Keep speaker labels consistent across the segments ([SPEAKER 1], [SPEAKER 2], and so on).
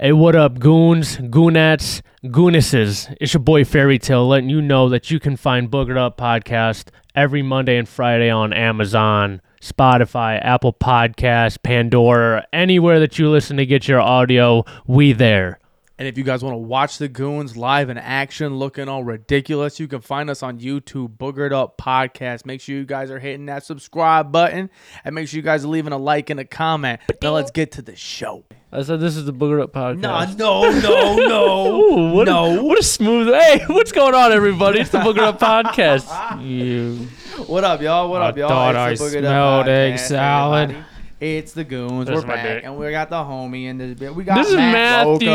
[SPEAKER 1] Hey, what up, goons, goonettes, goonesses? It's your boy Fairy Tale letting you know that you can find Boogered Up Podcast every Monday and Friday on Amazon, Spotify, Apple Podcasts, Pandora, anywhere that you listen to get your audio. We there.
[SPEAKER 2] And if you guys want to watch the goons live in action, looking all ridiculous, you can find us on YouTube, Boogered Up Podcast. Make sure you guys are hitting that subscribe button, and make sure you guys are leaving a like and a comment. Now let's get to the show.
[SPEAKER 1] I said this is the Boogered Up Podcast.
[SPEAKER 2] no, no, no.
[SPEAKER 1] Ooh, what
[SPEAKER 2] No.
[SPEAKER 1] what a smooth. Hey, what's going on, everybody? It's the Boogered Up Podcast. you.
[SPEAKER 2] What up, y'all? What
[SPEAKER 1] I
[SPEAKER 2] up, y'all?
[SPEAKER 1] thought
[SPEAKER 2] It's the
[SPEAKER 1] I
[SPEAKER 2] Boogered Up
[SPEAKER 1] smelled egg
[SPEAKER 2] Podcast,
[SPEAKER 1] salad.
[SPEAKER 2] everybody. It's the goons.
[SPEAKER 1] That's
[SPEAKER 2] We're
[SPEAKER 1] my
[SPEAKER 2] back,
[SPEAKER 1] dick.
[SPEAKER 2] and we got the homie in this bit. We got
[SPEAKER 1] This is
[SPEAKER 2] Matt Roca
[SPEAKER 1] Matthew.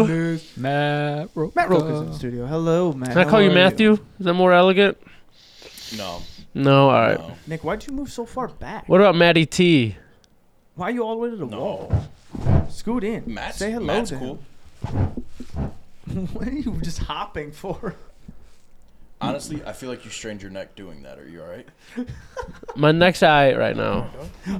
[SPEAKER 2] in this.
[SPEAKER 1] Matt
[SPEAKER 2] Matt Roca's in the studio. Hello, Matt.
[SPEAKER 1] Can I
[SPEAKER 2] How
[SPEAKER 1] call you
[SPEAKER 2] are
[SPEAKER 1] Matthew? Is that more elegant?
[SPEAKER 3] No.
[SPEAKER 1] No, all right.
[SPEAKER 3] No.
[SPEAKER 2] Nick, why'd you move so far back?
[SPEAKER 1] What about Matty T?
[SPEAKER 2] Why are you all the way to the wall?
[SPEAKER 3] No.
[SPEAKER 2] Scoot in.
[SPEAKER 3] Matt's,
[SPEAKER 2] Say hello
[SPEAKER 3] Matt's
[SPEAKER 2] to
[SPEAKER 3] cool.
[SPEAKER 2] him. what are you just hopping for?
[SPEAKER 3] Honestly, I feel like you strained your neck doing that. Are you all right?
[SPEAKER 1] My neck's eye right now.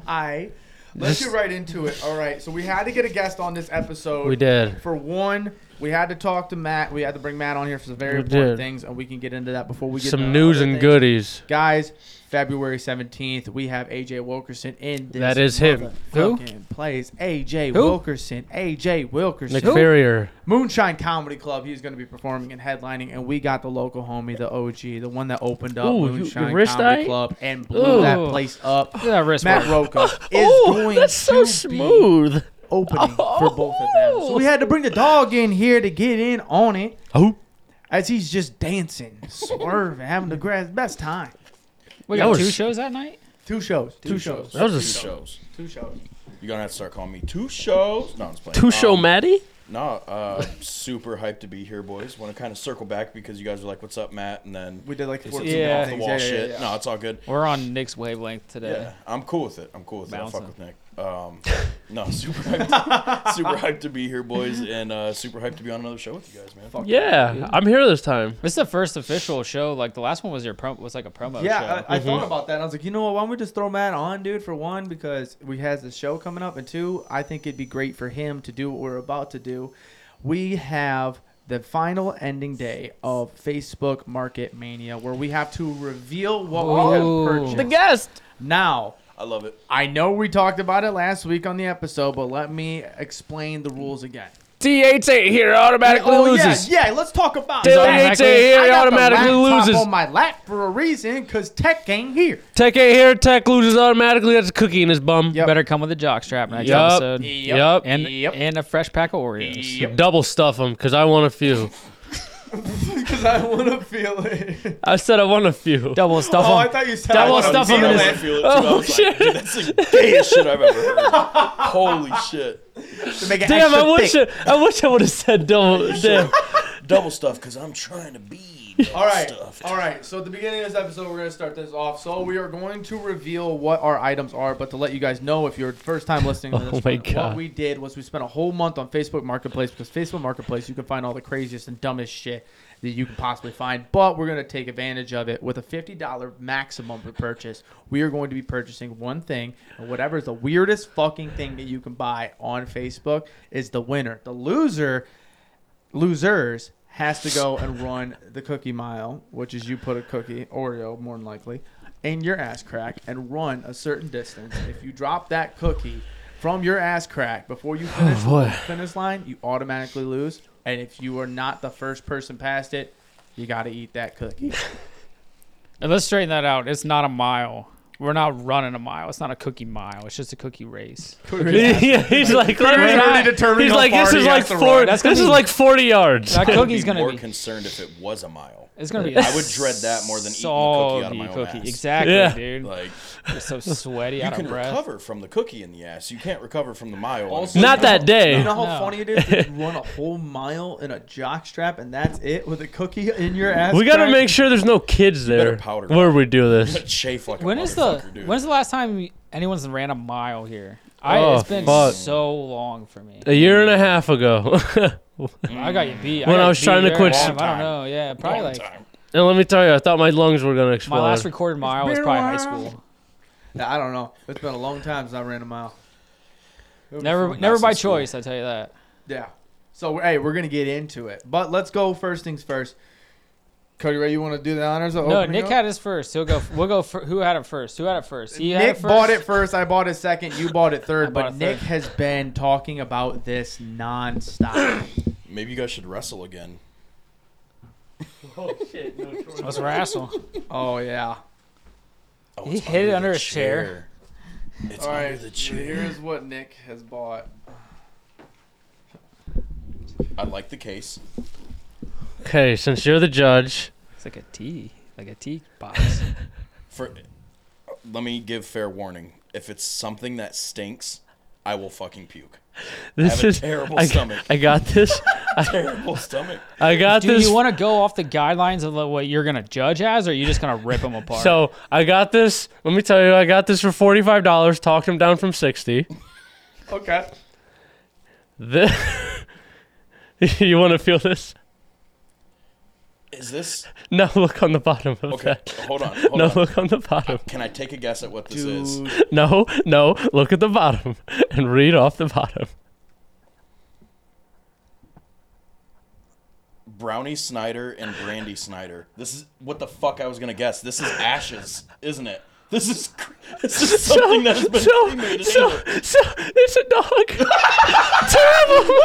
[SPEAKER 2] I. Let's
[SPEAKER 1] Just-
[SPEAKER 2] get right into it. All right. So we had to get a guest on this episode.
[SPEAKER 1] We did.
[SPEAKER 2] For one, we had to talk to Matt. We had to bring Matt on here for some very
[SPEAKER 1] We
[SPEAKER 2] important
[SPEAKER 1] did.
[SPEAKER 2] things, and we can get into that before we get
[SPEAKER 1] Some
[SPEAKER 2] into
[SPEAKER 1] news
[SPEAKER 2] other
[SPEAKER 1] and
[SPEAKER 2] things.
[SPEAKER 1] goodies.
[SPEAKER 2] Guys, February 17th, we have AJ Wilkerson in this.
[SPEAKER 1] That is him.
[SPEAKER 2] Who? Plays AJ
[SPEAKER 1] Who?
[SPEAKER 2] Wilkerson. AJ Wilkerson.
[SPEAKER 1] Nick Ferrier.
[SPEAKER 2] Moonshine Comedy Club. He's going to be performing and headlining, and we got the local homie, the OG, the one that opened up
[SPEAKER 1] Ooh, you- your
[SPEAKER 2] Moonshine
[SPEAKER 1] wrist
[SPEAKER 2] Comedy
[SPEAKER 1] eye?
[SPEAKER 2] Club and blew that
[SPEAKER 1] Ooh.
[SPEAKER 2] place up.
[SPEAKER 4] that wrist
[SPEAKER 2] Matt
[SPEAKER 4] work.
[SPEAKER 2] Roca is
[SPEAKER 1] Oh,
[SPEAKER 2] going
[SPEAKER 1] that's so
[SPEAKER 2] to be
[SPEAKER 1] smooth.
[SPEAKER 2] opening for both of them. So we had to bring the dog in here to get in on it.
[SPEAKER 1] Oh.
[SPEAKER 2] As he's just dancing, swerving, having the gra- best time.
[SPEAKER 4] We
[SPEAKER 1] That
[SPEAKER 4] got
[SPEAKER 1] was-
[SPEAKER 4] two shows that night.
[SPEAKER 2] Two shows. Two, shows.
[SPEAKER 1] That was a
[SPEAKER 3] two
[SPEAKER 1] s-
[SPEAKER 3] shows.
[SPEAKER 2] Two shows.
[SPEAKER 3] You're gonna have to start calling me two shows. No, I'm just playing.
[SPEAKER 1] Two show
[SPEAKER 3] Um,
[SPEAKER 1] Matty?
[SPEAKER 3] No, uh, super hyped to be here, boys. Want to kind of circle back because you guys were like, "What's up, Matt?" And then
[SPEAKER 2] We did like
[SPEAKER 3] it's
[SPEAKER 2] four
[SPEAKER 3] some
[SPEAKER 4] Yeah.
[SPEAKER 3] off the wall
[SPEAKER 2] Yeah, yeah, yeah,
[SPEAKER 3] shit.
[SPEAKER 2] yeah.
[SPEAKER 3] No, it's all good.
[SPEAKER 4] We're on Nick's wavelength today.
[SPEAKER 3] Yeah, I'm cool with it. I'm cool with it. I fuck
[SPEAKER 4] Bouncing.
[SPEAKER 3] with Nick. Um, no, super hyped, super hyped to be here, boys, and uh, super hyped to be on another show with you guys, man.
[SPEAKER 1] Yeah, I'm here this time.
[SPEAKER 4] This is the first official show. Like the last one was your prom- was like a promo show.
[SPEAKER 3] uh,
[SPEAKER 2] Yeah,
[SPEAKER 1] Mm-hmm.
[SPEAKER 2] I, I thought about that. And I was like, you know what? Why don't we just throw Matt on, dude? For one, because we has the show coming up, and two, I think it'd be great for him to do what we're about to do. We have the final ending day of Facebook Market Mania, where we have to reveal what
[SPEAKER 4] Ooh.
[SPEAKER 2] we have purchased.
[SPEAKER 4] The
[SPEAKER 1] guest.
[SPEAKER 2] now,
[SPEAKER 3] I love it.
[SPEAKER 2] I know we talked about it last week on the episode, but let me explain the rules again.
[SPEAKER 1] DHA here automatically
[SPEAKER 2] Oh
[SPEAKER 1] loses.
[SPEAKER 2] yeah, yeah. Let's talk about
[SPEAKER 1] DHA
[SPEAKER 4] Automatically-
[SPEAKER 1] here
[SPEAKER 2] got the
[SPEAKER 1] automatically
[SPEAKER 2] laptop
[SPEAKER 1] loses.
[SPEAKER 2] on my lap for a reason, cause Tech ain't here.
[SPEAKER 1] Tech A here, Tech loses automatically. That's a cookie in his bum.
[SPEAKER 2] Yep.
[SPEAKER 4] Better come with a jock strap next
[SPEAKER 1] Yup.
[SPEAKER 4] episode.
[SPEAKER 1] Yup.
[SPEAKER 4] And
[SPEAKER 2] Yep.
[SPEAKER 4] and a fresh pack of Oreos.
[SPEAKER 1] Double stuff them because I want a few.
[SPEAKER 2] Because I want to feel it.
[SPEAKER 1] I said I want a few.
[SPEAKER 4] Double stuff.
[SPEAKER 2] Oh, I
[SPEAKER 4] them.
[SPEAKER 2] thought you said
[SPEAKER 4] Double
[SPEAKER 2] I wanna
[SPEAKER 4] stuff
[SPEAKER 2] feel
[SPEAKER 4] on
[SPEAKER 3] I
[SPEAKER 4] this.
[SPEAKER 3] wanna
[SPEAKER 2] it.
[SPEAKER 3] feel it, too. I
[SPEAKER 1] Oh,
[SPEAKER 3] was like, dude, that's the gayest shit I've ever heard. Holy shit.
[SPEAKER 2] To make it
[SPEAKER 1] Damn,
[SPEAKER 2] extra
[SPEAKER 1] I wish
[SPEAKER 2] thick.
[SPEAKER 1] I, I wish I would have said double. Damn.
[SPEAKER 3] double stuff because I'm trying to be double
[SPEAKER 2] All right,
[SPEAKER 3] stuffed.
[SPEAKER 2] all right. So at the beginning of this episode, we're gonna start this off. So we are going to reveal what our items are, but to let you guys know, if you're first time listening to this,
[SPEAKER 1] Oh my
[SPEAKER 2] one, what
[SPEAKER 1] God.
[SPEAKER 2] we did was we spent a whole month on Facebook Marketplace because Facebook Marketplace you can find all the craziest and dumbest shit that you can possibly find. But we're gonna take advantage of it with a fifty dollar maximum for purchase. We are going to be purchasing one thing, and whatever is the weirdest fucking thing that you can buy on Facebook is the winner. The loser losers has to go and run the cookie mile, which is you put a cookie, Oreo more than likely, in your ass crack and run a certain distance. If you drop that cookie from your ass crack before you finish
[SPEAKER 1] boy.
[SPEAKER 2] the finish line, you automatically lose. And if you are not the first person past it, you got to eat that cookie.
[SPEAKER 4] And let's straighten that out. It's not a mile. We're not running a mile. It's not a cookie mile. It's just a cookie race.
[SPEAKER 1] yeah, he's like,
[SPEAKER 4] We're not-
[SPEAKER 1] he's like, this is like four. This
[SPEAKER 4] That's gonna
[SPEAKER 1] is
[SPEAKER 4] be-
[SPEAKER 1] like forty yards.
[SPEAKER 4] That
[SPEAKER 3] I would
[SPEAKER 4] cookie's
[SPEAKER 3] be
[SPEAKER 4] gonna
[SPEAKER 3] more
[SPEAKER 4] be.
[SPEAKER 3] concerned if it was a mile.
[SPEAKER 4] it's gonna be.
[SPEAKER 3] I would dread that more than eating a cookie out of my
[SPEAKER 4] soggy
[SPEAKER 3] own
[SPEAKER 4] cookie.
[SPEAKER 3] ass.
[SPEAKER 4] Exactly,
[SPEAKER 1] Yeah.
[SPEAKER 4] dude.
[SPEAKER 3] Like
[SPEAKER 4] You're so sweaty,
[SPEAKER 3] you
[SPEAKER 4] out
[SPEAKER 3] can
[SPEAKER 4] of breath.
[SPEAKER 3] recover from the cookie in the ass. You can't recover from the mile.
[SPEAKER 2] Also-
[SPEAKER 1] Not that
[SPEAKER 2] You
[SPEAKER 1] day.
[SPEAKER 2] know how
[SPEAKER 4] No.
[SPEAKER 2] funny it is to run a whole mile in a jock strap and that's it with a cookie in your ass.
[SPEAKER 1] We gotta
[SPEAKER 2] crack?
[SPEAKER 1] make sure there's no kids
[SPEAKER 3] better
[SPEAKER 1] there
[SPEAKER 3] powder
[SPEAKER 1] where we do this.
[SPEAKER 3] chafe like a
[SPEAKER 4] When is the
[SPEAKER 3] motherfucker, dude.
[SPEAKER 4] when's the last time anyone's ran a mile here? I,
[SPEAKER 1] Oh,
[SPEAKER 4] it's been
[SPEAKER 1] fuck.
[SPEAKER 4] so long for me.
[SPEAKER 1] A year and a half ago,
[SPEAKER 4] I got you beat.
[SPEAKER 1] When I
[SPEAKER 4] got
[SPEAKER 1] was
[SPEAKER 4] beat
[SPEAKER 1] trying to
[SPEAKER 4] your
[SPEAKER 1] quit-
[SPEAKER 4] ass.
[SPEAKER 3] Long
[SPEAKER 4] I
[SPEAKER 3] time.
[SPEAKER 4] don't know. Yeah, probably
[SPEAKER 3] Long
[SPEAKER 4] like
[SPEAKER 3] time.
[SPEAKER 1] and let me tell you, I thought my lungs were gonna
[SPEAKER 4] my last
[SPEAKER 1] explode.
[SPEAKER 4] recorded mile was
[SPEAKER 2] been a
[SPEAKER 4] probably high
[SPEAKER 2] while.
[SPEAKER 4] school.
[SPEAKER 2] I don't know. It's been a long time since I ran a mile.
[SPEAKER 4] Never,
[SPEAKER 3] Not
[SPEAKER 4] never by
[SPEAKER 3] since school.
[SPEAKER 4] choice. I tell you that.
[SPEAKER 2] Yeah. So hey, we're gonna get into it, but let's go first things first. Cody Ray, you want to do the honors? of
[SPEAKER 4] No,
[SPEAKER 2] opening
[SPEAKER 4] Nick
[SPEAKER 2] up?
[SPEAKER 4] had his first. He'll go. We'll go. For, who had it first? Who had it first? He had
[SPEAKER 2] Nick
[SPEAKER 4] first.
[SPEAKER 2] bought it first. I bought it second. You bought it
[SPEAKER 4] I
[SPEAKER 2] third.
[SPEAKER 4] bought
[SPEAKER 2] But
[SPEAKER 4] it
[SPEAKER 2] Nick
[SPEAKER 4] third.
[SPEAKER 2] has been talking about this nonstop.
[SPEAKER 3] Maybe you guys should wrestle again.
[SPEAKER 1] Oh shit! No,
[SPEAKER 4] Let's wrestle.
[SPEAKER 2] oh yeah.
[SPEAKER 3] Oh,
[SPEAKER 4] He
[SPEAKER 3] it's
[SPEAKER 4] hid it
[SPEAKER 3] the
[SPEAKER 4] under his chair.
[SPEAKER 3] chair. It's
[SPEAKER 2] All
[SPEAKER 3] under
[SPEAKER 2] right.
[SPEAKER 3] the chair.
[SPEAKER 2] Here's what Nick has bought.
[SPEAKER 3] I like the case.
[SPEAKER 1] Okay, since you're the judge,
[SPEAKER 4] It's like a tea, like a tea box.
[SPEAKER 3] For let me give fair warning. If it's something that stinks, I will fucking puke. I
[SPEAKER 1] this
[SPEAKER 3] have a
[SPEAKER 1] is
[SPEAKER 3] terrible
[SPEAKER 1] I,
[SPEAKER 3] stomach.
[SPEAKER 1] I got this.
[SPEAKER 3] terrible stomach.
[SPEAKER 1] I got
[SPEAKER 4] Do
[SPEAKER 1] this.
[SPEAKER 4] you want to go off the guidelines of like, what you're gonna judge as, or are you just gonna rip them apart?
[SPEAKER 1] so I got this. Let me tell you, I got this for forty five dollars. Talked him down from sixty.
[SPEAKER 2] Okay.
[SPEAKER 1] This, you want to feel this?
[SPEAKER 3] Is this
[SPEAKER 1] No, look on the bottom of
[SPEAKER 3] okay?
[SPEAKER 1] that.
[SPEAKER 3] Hold on. Hold
[SPEAKER 1] No,
[SPEAKER 3] on.
[SPEAKER 1] look on the bottom.
[SPEAKER 3] Can I take a guess at what this is?
[SPEAKER 2] Dude.
[SPEAKER 1] No, no, look at the bottom and read off the bottom.
[SPEAKER 3] Brownie Snyder and Brandy Snyder. This is what the fuck I was gonna guess. This is ashes, isn't it? This is cr- this is something that has been
[SPEAKER 1] so,
[SPEAKER 3] cremated.
[SPEAKER 1] so,
[SPEAKER 3] over.
[SPEAKER 1] so, it's a dog. Terrible.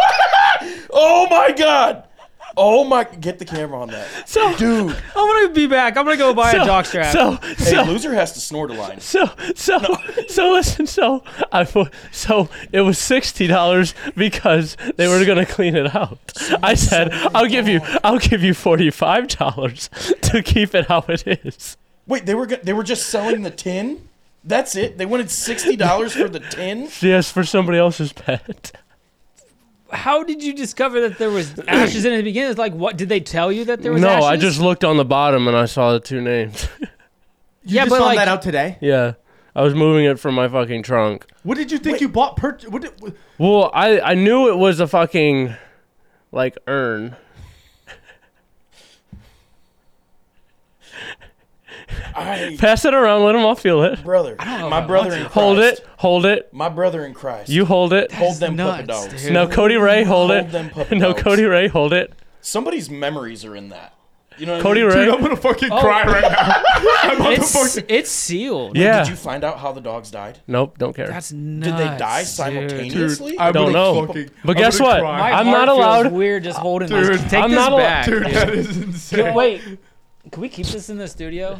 [SPEAKER 3] oh my god! Oh my! Get the camera on that,
[SPEAKER 1] So,
[SPEAKER 3] dude.
[SPEAKER 4] I'm gonna be back. I'm gonna go buy
[SPEAKER 1] so,
[SPEAKER 4] a jock strap.
[SPEAKER 1] So,
[SPEAKER 3] Hey,
[SPEAKER 1] so,
[SPEAKER 3] loser has to snort a line.
[SPEAKER 1] so, so, so, listen. So, I fo- so it was sixty dollars because they were gonna clean it out. I said, "I'll give you, I'll give you forty-five dollars to keep it how it is."
[SPEAKER 3] Wait, they were go- they were just selling the tin. That's it. They wanted sixty dollars for the tin.
[SPEAKER 1] Yes, for somebody else's pet.
[SPEAKER 4] How did you discover that there was ashes in it at the beginning? It's like, what did they tell you that there was?
[SPEAKER 1] no,
[SPEAKER 4] ashes?
[SPEAKER 1] I just looked on the bottom and I saw the two names.
[SPEAKER 2] You
[SPEAKER 4] Yeah,
[SPEAKER 2] just
[SPEAKER 4] but,
[SPEAKER 2] found
[SPEAKER 4] like-
[SPEAKER 2] that out today.
[SPEAKER 1] yeah, I was moving it from my fucking trunk.
[SPEAKER 2] What did you think you bought? Per- what did, what-
[SPEAKER 1] Well, I I knew it was a fucking like urn.
[SPEAKER 3] I,
[SPEAKER 1] Pass it around. Let them all feel it.
[SPEAKER 3] brother,
[SPEAKER 4] know
[SPEAKER 3] my
[SPEAKER 4] about
[SPEAKER 3] brother in Christ.
[SPEAKER 1] Hold it. Hold it.
[SPEAKER 3] My brother in Christ.
[SPEAKER 1] You hold it.
[SPEAKER 3] hold them
[SPEAKER 4] nuts,
[SPEAKER 3] puppet dogs.
[SPEAKER 4] dude.
[SPEAKER 1] No, Cody Ray, hold,
[SPEAKER 3] Hold
[SPEAKER 1] it.
[SPEAKER 3] them puppy
[SPEAKER 1] no,
[SPEAKER 3] dogs.
[SPEAKER 1] Cody Ray, hold it.
[SPEAKER 3] Somebody's memories are in that. You know, what
[SPEAKER 1] Cody
[SPEAKER 3] I mean?
[SPEAKER 1] Ray.
[SPEAKER 2] I'm gonna fucking
[SPEAKER 4] Oh.
[SPEAKER 2] cry right now. I'm about to
[SPEAKER 4] It's,
[SPEAKER 2] fucking.
[SPEAKER 4] it's sealed.
[SPEAKER 1] yeah.
[SPEAKER 3] Did you find out how the dogs died?
[SPEAKER 1] nope. Don't care.
[SPEAKER 4] That's
[SPEAKER 3] Did
[SPEAKER 4] nuts.
[SPEAKER 3] they die
[SPEAKER 4] dude.
[SPEAKER 3] simultaneously?
[SPEAKER 2] I'm
[SPEAKER 1] Don't
[SPEAKER 2] gonna
[SPEAKER 1] know.
[SPEAKER 2] Fucking,
[SPEAKER 1] But
[SPEAKER 2] I'm
[SPEAKER 1] guess
[SPEAKER 2] gonna
[SPEAKER 1] what?
[SPEAKER 4] My
[SPEAKER 2] Cry.
[SPEAKER 1] I'm
[SPEAKER 4] heart
[SPEAKER 1] not allowed-
[SPEAKER 4] Feels weird just holding
[SPEAKER 2] Dude,
[SPEAKER 4] this. Take
[SPEAKER 1] I'm
[SPEAKER 4] this
[SPEAKER 1] not allowed-
[SPEAKER 4] back.
[SPEAKER 2] Dude,
[SPEAKER 4] dude.
[SPEAKER 2] that is
[SPEAKER 4] Dude,
[SPEAKER 2] insane.
[SPEAKER 4] wait, can we keep this in the studio?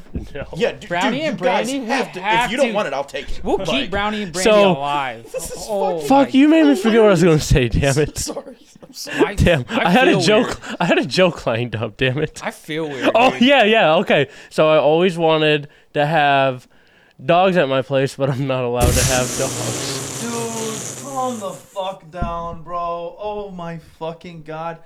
[SPEAKER 3] Yeah, d-
[SPEAKER 4] Brownie
[SPEAKER 3] dude,
[SPEAKER 4] and
[SPEAKER 3] you guys
[SPEAKER 4] Brandy, we
[SPEAKER 3] have to-
[SPEAKER 4] have
[SPEAKER 3] if you don't
[SPEAKER 4] to-
[SPEAKER 3] want it, I'll take it.
[SPEAKER 4] We'll
[SPEAKER 3] Like,
[SPEAKER 4] keep Brownie and Brandy
[SPEAKER 1] So-
[SPEAKER 4] alive.
[SPEAKER 3] is
[SPEAKER 4] oh,
[SPEAKER 1] Fuck, you made me forget what I was gonna say. Damn it.
[SPEAKER 3] Sorry, I'm sorry.
[SPEAKER 4] I,
[SPEAKER 1] Damn. I, had a
[SPEAKER 4] feel
[SPEAKER 1] joke.
[SPEAKER 4] weird.
[SPEAKER 1] I had a joke lined up. Damn it.
[SPEAKER 4] I feel weird.
[SPEAKER 1] Oh
[SPEAKER 4] dude.
[SPEAKER 1] yeah, yeah. Okay. So I always wanted to have dogs at my place, but I'm not allowed to have dogs.
[SPEAKER 2] Dude, calm the fuck down, bro. Oh my fucking god.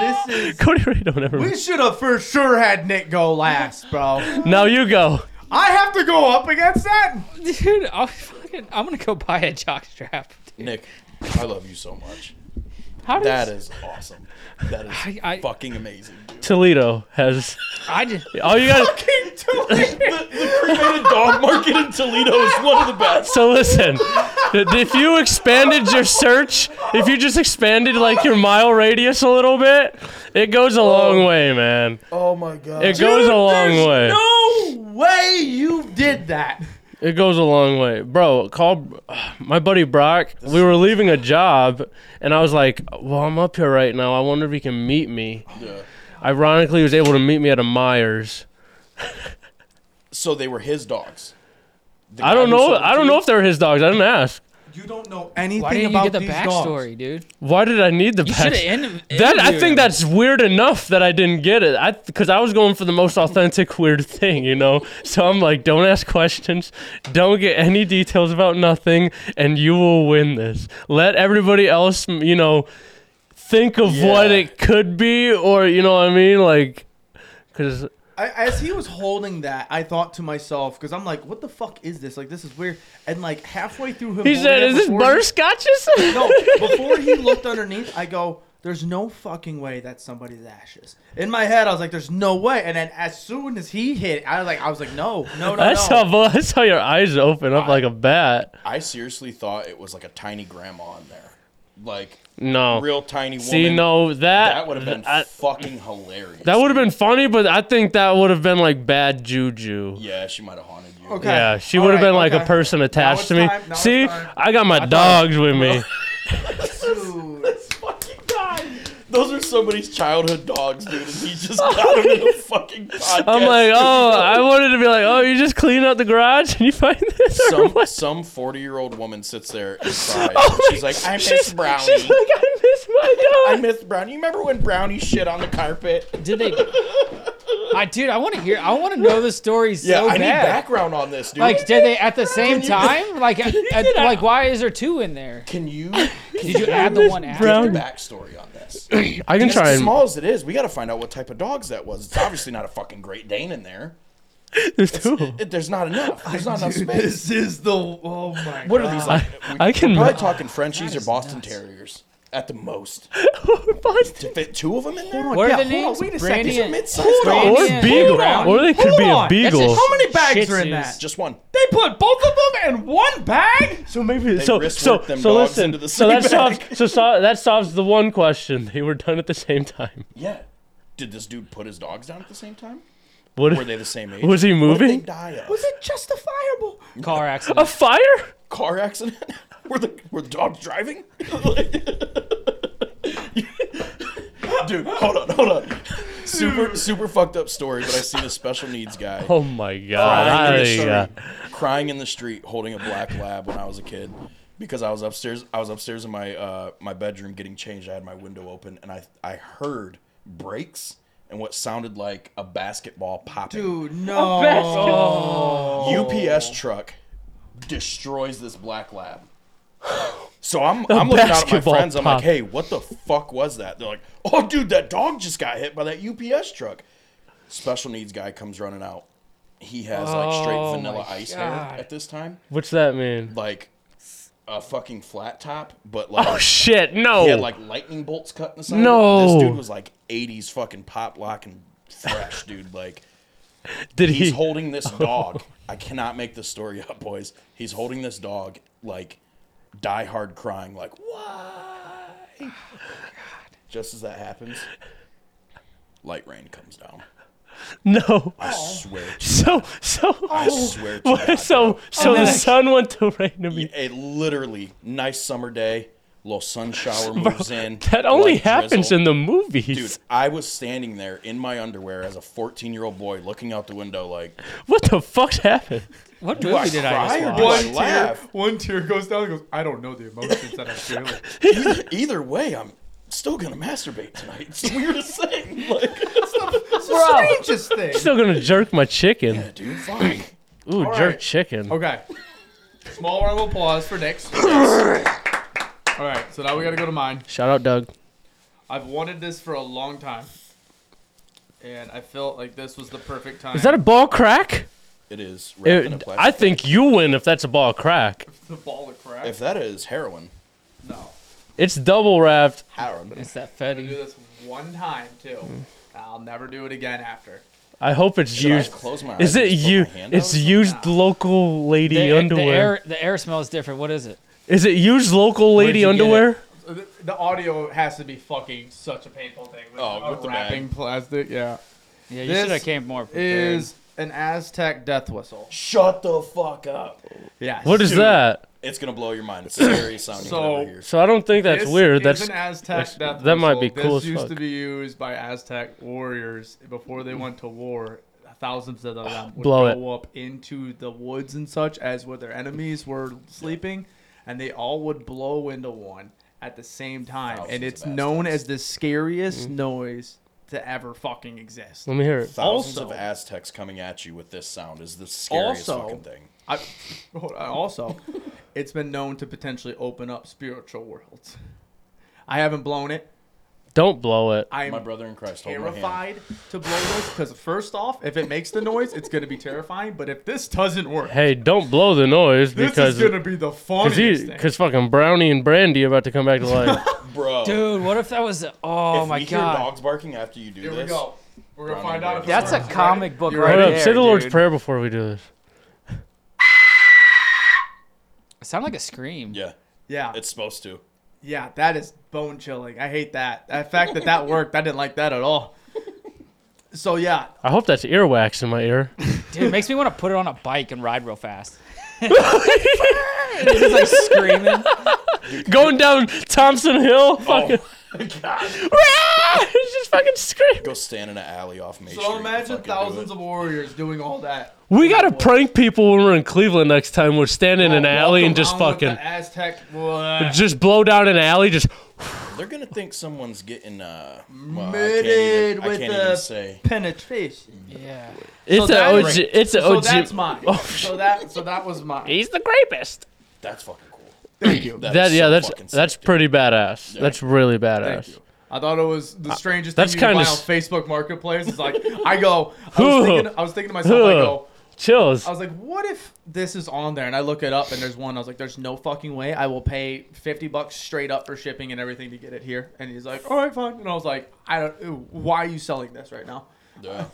[SPEAKER 2] This is.
[SPEAKER 1] Cody Ray, don't ever.
[SPEAKER 2] We should have for sure had Nick go last, bro.
[SPEAKER 1] Now you go.
[SPEAKER 2] I have to go up against that.
[SPEAKER 4] dude, I'm fucking. I'm gonna go buy a jockstrap.
[SPEAKER 3] Nick, I love you so much.
[SPEAKER 4] How does
[SPEAKER 3] That is awesome. That is
[SPEAKER 4] I, I,
[SPEAKER 3] fucking amazing, dude.
[SPEAKER 1] Toledo has.
[SPEAKER 4] I just,
[SPEAKER 1] All you got.
[SPEAKER 2] Fucking Toledo.
[SPEAKER 3] The, the cremated dog market in Toledo is one of the best.
[SPEAKER 1] So listen, if you expanded your search, if you just expanded like your mile radius a little bit, it goes a long way, man.
[SPEAKER 3] Oh my god.
[SPEAKER 1] It goes a long
[SPEAKER 2] Oh. There's
[SPEAKER 1] way.
[SPEAKER 2] No way you did that.
[SPEAKER 1] It goes a long way, bro. Call my buddy Brock. We were leaving a job, and I was like, "Well, I'm up here right now. I wonder if he can meet me."
[SPEAKER 3] Yeah.
[SPEAKER 1] Ironically, he was able to meet me at a Myers.
[SPEAKER 3] So they were his dogs. The
[SPEAKER 1] I
[SPEAKER 3] guy
[SPEAKER 1] don't
[SPEAKER 3] who sold
[SPEAKER 1] know.
[SPEAKER 3] it
[SPEAKER 1] I
[SPEAKER 3] to
[SPEAKER 1] don't
[SPEAKER 3] you?
[SPEAKER 1] know if they were his dogs. I didn't ask.
[SPEAKER 2] You don't know anything
[SPEAKER 4] why didn't you
[SPEAKER 2] about
[SPEAKER 4] get the
[SPEAKER 2] these
[SPEAKER 4] backstory, dude?
[SPEAKER 1] Why did I need the
[SPEAKER 4] You should
[SPEAKER 1] back-
[SPEAKER 4] have ended.
[SPEAKER 1] That I think that's weird enough that I didn't get it. I because I was going for the most authentic weird thing, you know. So I'm like, don't ask questions, don't get any details about nothing, and you will win this. Let everybody else, m- you know, think of what
[SPEAKER 3] Yeah.
[SPEAKER 1] it could be, or you know what I mean, like, because
[SPEAKER 2] I, as he was holding that, I thought to myself because I'm like, "What the fuck is this? Like, this is weird." And like halfway through him,
[SPEAKER 1] he
[SPEAKER 2] holding
[SPEAKER 1] said,
[SPEAKER 2] it
[SPEAKER 1] "Is this
[SPEAKER 2] before
[SPEAKER 1] butter scotches?"
[SPEAKER 2] he- No, before he looked underneath, I go, "There's no fucking way that's somebody's ashes." In my head, I was like, "There's no way." And then as soon as he hit, I was like, "I was like, no, no, no,
[SPEAKER 1] I
[SPEAKER 2] no."
[SPEAKER 1] saw, bo- I saw your eyes open up like a bat.
[SPEAKER 3] I seriously thought it was like a tiny grandma in there. like
[SPEAKER 1] No.
[SPEAKER 3] real tiny woman.
[SPEAKER 1] Oh. See, no, that
[SPEAKER 3] that would have been
[SPEAKER 1] I-
[SPEAKER 3] fucking hilarious.
[SPEAKER 1] that would have been funny, but I think that would have been like bad juju.
[SPEAKER 3] Yeah, she might have haunted you.
[SPEAKER 2] Okay.
[SPEAKER 1] Yeah, she
[SPEAKER 2] All
[SPEAKER 1] would have
[SPEAKER 2] right,
[SPEAKER 1] been like a
[SPEAKER 2] okay.
[SPEAKER 1] person attached
[SPEAKER 2] it's
[SPEAKER 1] to me.
[SPEAKER 2] time, now it's
[SPEAKER 1] See,
[SPEAKER 2] time.
[SPEAKER 1] I got my dogs with me.
[SPEAKER 2] Dude.
[SPEAKER 3] Fucking die. Those are somebody's childhood dogs, dude. And he just got them in the fucking podcast.
[SPEAKER 1] I'm like, oh, I wanted to be like, oh, you just clean out the garage and you find this. or
[SPEAKER 3] Some
[SPEAKER 1] what?
[SPEAKER 3] some forty year old woman sits there and cries. she's like, I
[SPEAKER 1] Oh, she's,
[SPEAKER 3] miss
[SPEAKER 1] she's
[SPEAKER 3] Brownie.
[SPEAKER 1] like, I miss my
[SPEAKER 3] I
[SPEAKER 1] dog.
[SPEAKER 3] miss Brownie. You remember when Brownie shit on the carpet?
[SPEAKER 4] Did they? I dude, I want to hear. I want to know the story so
[SPEAKER 3] Yeah, I
[SPEAKER 4] bad.
[SPEAKER 3] need background on this, dude.
[SPEAKER 4] Like, did they at the same time? Like, at, at- like, why is there two in there?
[SPEAKER 3] can you can
[SPEAKER 4] Did you add the one after?
[SPEAKER 1] brown-
[SPEAKER 3] get the backstory on this? As
[SPEAKER 1] I can try and.
[SPEAKER 3] small as it is, we got to find out what type of dogs that was. It's obviously not a fucking Great Dane in there.
[SPEAKER 1] There's two.
[SPEAKER 3] It- there's not enough. There's not enough
[SPEAKER 2] Dude,
[SPEAKER 3] space.
[SPEAKER 2] this is the oh my
[SPEAKER 3] What
[SPEAKER 2] god.
[SPEAKER 3] are these like?
[SPEAKER 1] I can.
[SPEAKER 3] Probably talking Frenchies or Boston Terriers at the most. To fit two of them in there?
[SPEAKER 4] What
[SPEAKER 2] Yeah, hold
[SPEAKER 4] are the
[SPEAKER 2] on,
[SPEAKER 4] names?
[SPEAKER 2] wait a second.
[SPEAKER 4] Brandy
[SPEAKER 3] These are
[SPEAKER 4] and-
[SPEAKER 3] mid-sized
[SPEAKER 4] Brandy
[SPEAKER 3] dogs.
[SPEAKER 1] Or
[SPEAKER 4] and-
[SPEAKER 1] beagle.
[SPEAKER 4] Hold on.
[SPEAKER 1] Or they could
[SPEAKER 2] Hold
[SPEAKER 1] be a
[SPEAKER 2] on. That's
[SPEAKER 1] beagle.
[SPEAKER 4] just-
[SPEAKER 2] How many bags
[SPEAKER 4] Shih
[SPEAKER 2] are in
[SPEAKER 4] Tzus.
[SPEAKER 2] that?
[SPEAKER 3] Just one.
[SPEAKER 2] They put both of them in one bag.
[SPEAKER 1] So maybe so
[SPEAKER 3] wrist
[SPEAKER 1] so
[SPEAKER 3] work them
[SPEAKER 1] so
[SPEAKER 3] dogs
[SPEAKER 1] listen.
[SPEAKER 3] into the
[SPEAKER 1] so
[SPEAKER 3] same
[SPEAKER 1] that
[SPEAKER 3] bag.
[SPEAKER 1] solves so, so that solves the one question. They were done at the same time.
[SPEAKER 3] Yeah. Did this dude put his dogs down at the same time?
[SPEAKER 1] What
[SPEAKER 3] Were they the same age?
[SPEAKER 1] Was he
[SPEAKER 3] What did they
[SPEAKER 1] moving?
[SPEAKER 3] die of?
[SPEAKER 2] Was it justifiable?
[SPEAKER 4] Car
[SPEAKER 1] a
[SPEAKER 4] accident.
[SPEAKER 1] fire?
[SPEAKER 3] car accident? were the were the dogs driving? Dude, hold on, hold on. Super super fucked up story, but I seen a special needs guy
[SPEAKER 1] Oh my
[SPEAKER 3] crying,
[SPEAKER 1] god!
[SPEAKER 3] in the street, crying in the street holding a black lab when I was a kid because I was upstairs I was upstairs in my uh, my bedroom getting changed. I had my window open and I I heard brakes and what sounded like a basketball popping.
[SPEAKER 2] Dude, no.
[SPEAKER 3] UPS truck destroys this black lab. So I'm, I'm looking out at my
[SPEAKER 1] basketball
[SPEAKER 3] friends. I'm
[SPEAKER 1] pop.
[SPEAKER 3] like, hey, what the fuck was that? They're like, oh, dude, that dog just got hit by that UPS truck. Special needs guy comes running out. He has like straight
[SPEAKER 4] Oh
[SPEAKER 3] vanilla
[SPEAKER 4] my
[SPEAKER 3] ice
[SPEAKER 4] God.
[SPEAKER 3] hair at this time,
[SPEAKER 1] What's that mean?
[SPEAKER 3] like a fucking flat top, but like
[SPEAKER 1] Oh shit! No.
[SPEAKER 3] he had like lightning bolts cut in the side. of it.
[SPEAKER 1] No.
[SPEAKER 3] this dude was like '80s fucking pop lock and fresh, dude. Like
[SPEAKER 1] Did
[SPEAKER 3] he's
[SPEAKER 1] he?
[SPEAKER 3] holding this
[SPEAKER 1] Oh.
[SPEAKER 3] dog. I cannot make this story up, boys. He's holding this dog, like die hard crying, like why?
[SPEAKER 1] Oh,
[SPEAKER 3] Just as that happens, light rain comes down.
[SPEAKER 1] no.
[SPEAKER 3] I swear, to,
[SPEAKER 1] So so
[SPEAKER 3] I swear to
[SPEAKER 1] Oh. what-
[SPEAKER 3] God.
[SPEAKER 1] so so the sun went to rain to me.
[SPEAKER 3] a literally nice summer day, little sun shower moves in.
[SPEAKER 1] That only
[SPEAKER 3] light
[SPEAKER 1] happens
[SPEAKER 3] drizzle.
[SPEAKER 1] in the movies.
[SPEAKER 3] Dude, I was standing there in my underwear as a 14 year old boy looking out the window, like,
[SPEAKER 1] What the fuck's happened?
[SPEAKER 4] What movie did I
[SPEAKER 3] cry
[SPEAKER 4] just
[SPEAKER 3] or
[SPEAKER 4] watch?
[SPEAKER 3] do I
[SPEAKER 2] One tear,
[SPEAKER 3] laugh?
[SPEAKER 2] one tear goes down and goes, I don't know the emotions that I'm feeling.
[SPEAKER 3] either, either way, I'm still going to masturbate tonight. It's the weirdest thing. Like, it's the-
[SPEAKER 2] It's the strangest thing.
[SPEAKER 1] Still gonna jerk my chicken.
[SPEAKER 3] yeah, dude, fuck.
[SPEAKER 1] Ooh,
[SPEAKER 2] All
[SPEAKER 1] jerk
[SPEAKER 2] right.
[SPEAKER 1] chicken.
[SPEAKER 2] Okay. Small round of applause for Nick's. All right, so now we got to go to mine.
[SPEAKER 1] Shout out Doug.
[SPEAKER 2] I've wanted this for a long time, and I felt like this was the perfect time.
[SPEAKER 1] Is that a ball crack?
[SPEAKER 3] It is. wrapped in a
[SPEAKER 1] It,
[SPEAKER 3] plastic
[SPEAKER 1] I think you win if that's a ball crack.
[SPEAKER 2] the ball of crap?
[SPEAKER 3] bag. If that is heroin,
[SPEAKER 2] no.
[SPEAKER 1] It's double wrapped.
[SPEAKER 3] heroin.
[SPEAKER 4] It's that
[SPEAKER 2] I'm gonna do
[SPEAKER 4] Fetty.
[SPEAKER 2] this one time too.
[SPEAKER 1] Mm.
[SPEAKER 2] I'll never do it again after.
[SPEAKER 1] I hope it's
[SPEAKER 3] Should I
[SPEAKER 1] used.
[SPEAKER 3] close my eyes
[SPEAKER 1] Is
[SPEAKER 3] and
[SPEAKER 1] it
[SPEAKER 3] just put
[SPEAKER 1] you?
[SPEAKER 3] my hand
[SPEAKER 1] It's
[SPEAKER 3] out?
[SPEAKER 1] used local lady
[SPEAKER 4] The, the
[SPEAKER 1] underwear.
[SPEAKER 4] air, the air smells different. What is it?
[SPEAKER 1] Is it used local lady
[SPEAKER 4] you get it?
[SPEAKER 1] underwear?
[SPEAKER 2] So th- The audio has to be fucking such a painful thing. With
[SPEAKER 3] Oh,
[SPEAKER 2] a
[SPEAKER 3] with the
[SPEAKER 2] wrapping plastic, yeah.
[SPEAKER 4] Yeah, you
[SPEAKER 2] This
[SPEAKER 4] should have came more prepared.
[SPEAKER 2] Is an Aztec death whistle.
[SPEAKER 3] Shut the fuck up.
[SPEAKER 2] Yes.
[SPEAKER 1] What is
[SPEAKER 3] Dude.
[SPEAKER 1] that?
[SPEAKER 3] It's going to blow your mind. It's scary sounding.
[SPEAKER 2] So-
[SPEAKER 3] whatever here.
[SPEAKER 1] So I don't think that's
[SPEAKER 2] This
[SPEAKER 1] weird.
[SPEAKER 2] is
[SPEAKER 1] That's
[SPEAKER 2] an Aztec
[SPEAKER 1] that's-
[SPEAKER 2] death
[SPEAKER 1] that might be
[SPEAKER 2] whistle.
[SPEAKER 1] cool
[SPEAKER 2] This
[SPEAKER 1] as
[SPEAKER 2] used
[SPEAKER 1] fuck.
[SPEAKER 2] to be used by Aztec warriors before they went to war. Thousands of them would
[SPEAKER 1] Blow
[SPEAKER 2] go up into the woods and such as where their enemies were sleeping, and they all would blow into one at the same time. and
[SPEAKER 3] Thousands
[SPEAKER 2] it's
[SPEAKER 3] of
[SPEAKER 2] known
[SPEAKER 3] Aztecs.
[SPEAKER 2] as the scariest
[SPEAKER 1] Mm-hmm.
[SPEAKER 2] noise to ever fucking exist.
[SPEAKER 1] Let me hear it.
[SPEAKER 3] Thousands of
[SPEAKER 2] Also-
[SPEAKER 3] Aztecs coming at you with this sound is the scariest
[SPEAKER 2] Also-
[SPEAKER 3] fucking thing.
[SPEAKER 2] I, hold on, also, it's been known to potentially open up spiritual worlds. I haven't blown it.
[SPEAKER 1] Don't blow it.
[SPEAKER 2] I am
[SPEAKER 3] My brother in Christ, hold my hand.
[SPEAKER 2] terrified to blow this because first off, if it makes the noise, it's gonna be terrifying. But if this doesn't work,
[SPEAKER 1] Hey, don't blow the noise
[SPEAKER 2] this
[SPEAKER 1] because
[SPEAKER 2] is gonna be the
[SPEAKER 1] cause
[SPEAKER 2] funniest
[SPEAKER 1] he,
[SPEAKER 2] thing.
[SPEAKER 1] cause fucking Brownie and Brandy are about to come back to life.
[SPEAKER 3] Bro.
[SPEAKER 4] Dude, what if that was? Oh
[SPEAKER 3] if
[SPEAKER 4] my
[SPEAKER 3] we
[SPEAKER 4] god.
[SPEAKER 3] hear dogs barking after you do
[SPEAKER 2] Here
[SPEAKER 3] this,
[SPEAKER 2] we go. We're gonna
[SPEAKER 3] Brown
[SPEAKER 2] find
[SPEAKER 3] and
[SPEAKER 2] out. If
[SPEAKER 3] gray.
[SPEAKER 4] That's a
[SPEAKER 2] it works.
[SPEAKER 4] comic book
[SPEAKER 2] You
[SPEAKER 4] right
[SPEAKER 1] Hold
[SPEAKER 2] ready?
[SPEAKER 1] up,
[SPEAKER 4] there.
[SPEAKER 1] say the Lord's
[SPEAKER 4] dude.
[SPEAKER 1] prayer before we do this.
[SPEAKER 4] It sounded like a scream.
[SPEAKER 3] yeah,
[SPEAKER 2] Yeah.
[SPEAKER 3] it's supposed to.
[SPEAKER 2] Yeah, that is bone chilling. I hate that. The fact that that worked, I didn't like that at all. So yeah,
[SPEAKER 1] I hope that's earwax in my ear.
[SPEAKER 4] Dude, it makes me want to put it on a bike and ride real fast. it's like screaming.
[SPEAKER 1] Going down Thompson Hill,
[SPEAKER 2] Oh
[SPEAKER 1] fucking,
[SPEAKER 3] God.
[SPEAKER 1] it's just fucking scream.
[SPEAKER 3] Go stand in an alley off Main Street.
[SPEAKER 2] so imagine thousands of warriors doing all that.
[SPEAKER 1] We gotta prank people when we're in Cleveland next time. We're standing in an alley and
[SPEAKER 2] Walk
[SPEAKER 1] just
[SPEAKER 2] around with
[SPEAKER 1] fucking,
[SPEAKER 2] Oh, the Aztec. Blah.
[SPEAKER 1] just blow down an alley. Just
[SPEAKER 3] of. They're gonna think someone's getting uh. Well,
[SPEAKER 2] Mitted
[SPEAKER 3] I can't even, I
[SPEAKER 2] with
[SPEAKER 3] can't
[SPEAKER 2] the
[SPEAKER 3] even say.
[SPEAKER 2] penetration.
[SPEAKER 4] Yeah.
[SPEAKER 1] it's
[SPEAKER 2] So
[SPEAKER 1] a
[SPEAKER 2] that-
[SPEAKER 1] OG. It's a
[SPEAKER 2] so
[SPEAKER 1] OG.
[SPEAKER 2] that's mine.
[SPEAKER 1] Oh,
[SPEAKER 2] so that so that was mine.
[SPEAKER 1] He's the greatest.
[SPEAKER 3] That's fucking cool.
[SPEAKER 2] Thank you.
[SPEAKER 3] That,
[SPEAKER 1] That
[SPEAKER 3] is
[SPEAKER 1] yeah,
[SPEAKER 3] so
[SPEAKER 1] that's
[SPEAKER 3] fucking sick,
[SPEAKER 1] that's
[SPEAKER 3] dude.
[SPEAKER 1] pretty badass. That's really badass.
[SPEAKER 2] Thank you. I thought it was the strangest
[SPEAKER 1] that's
[SPEAKER 2] thing you could
[SPEAKER 1] kinda
[SPEAKER 2] buy
[SPEAKER 1] s-
[SPEAKER 2] on Facebook Marketplace. It's like I go, I was thinking, I was thinking to myself, I go,
[SPEAKER 1] Chills.
[SPEAKER 2] I was like, what if this is on there? And I look it up and there's one. I was like, there's no fucking way. I will pay 50 bucks straight up for shipping and everything to get it here. And he's like, all right, fine. And I was like, I don't, ew, why are you selling this right now?
[SPEAKER 3] Yeah.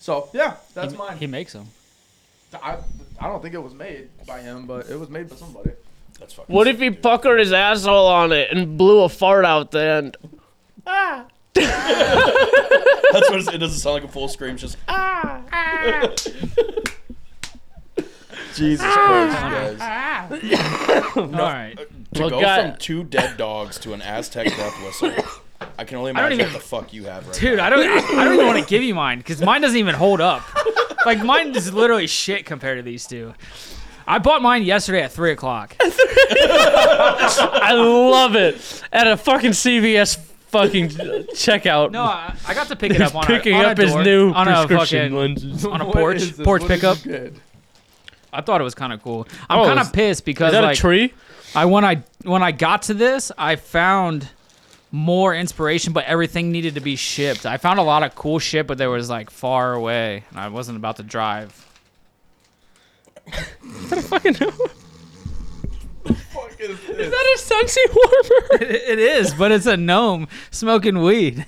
[SPEAKER 2] So yeah, that's mine.
[SPEAKER 4] He makes them.
[SPEAKER 2] I, I don't think it was made by him, but it was made by somebody.
[SPEAKER 3] That's fucking.
[SPEAKER 1] What
[SPEAKER 3] sick,
[SPEAKER 1] if he
[SPEAKER 3] dude.
[SPEAKER 1] puckered his asshole on it and blew a fart out the end?
[SPEAKER 3] That's what it, is. it doesn't sound like a full scream. It's just ah. Jesus Christ, guys!
[SPEAKER 4] All right.
[SPEAKER 3] To
[SPEAKER 1] Well,
[SPEAKER 3] go
[SPEAKER 1] God-
[SPEAKER 3] from two dead dogs to an Aztec death whistle, I can only
[SPEAKER 4] don't
[SPEAKER 3] imagine
[SPEAKER 4] even-
[SPEAKER 3] what the fuck you have right
[SPEAKER 4] Dude,
[SPEAKER 3] now.
[SPEAKER 4] I don't. I don't even want to give you mine because mine doesn't even hold up. Like mine is literally shit compared to these two. I bought mine yesterday at three o'clock.
[SPEAKER 1] I love it. At a fucking CVS fucking checkout.
[SPEAKER 4] No, I, I got to pick it
[SPEAKER 1] he's
[SPEAKER 4] up on
[SPEAKER 1] picking
[SPEAKER 4] a, on a
[SPEAKER 1] up his
[SPEAKER 4] door-
[SPEAKER 1] new
[SPEAKER 4] on a
[SPEAKER 1] prescription
[SPEAKER 4] fucking-
[SPEAKER 1] lenses.
[SPEAKER 4] on a
[SPEAKER 2] What
[SPEAKER 4] porch-
[SPEAKER 2] is this?
[SPEAKER 4] porch
[SPEAKER 2] What did
[SPEAKER 4] pickup?
[SPEAKER 2] you get?
[SPEAKER 4] I thought it was kind of cool. I'm
[SPEAKER 1] Oh,
[SPEAKER 4] kind
[SPEAKER 1] is-
[SPEAKER 4] of pissed because
[SPEAKER 1] Is that
[SPEAKER 4] like
[SPEAKER 1] a tree?
[SPEAKER 4] I when I when I got to this, I found more inspiration, but everything needed to be shipped. I found a lot of cool shit, but they was like far away, and I wasn't about to drive.
[SPEAKER 2] What the fuck is this?
[SPEAKER 1] that a Sensi warmer?
[SPEAKER 4] it is, but it's a gnome smoking weed.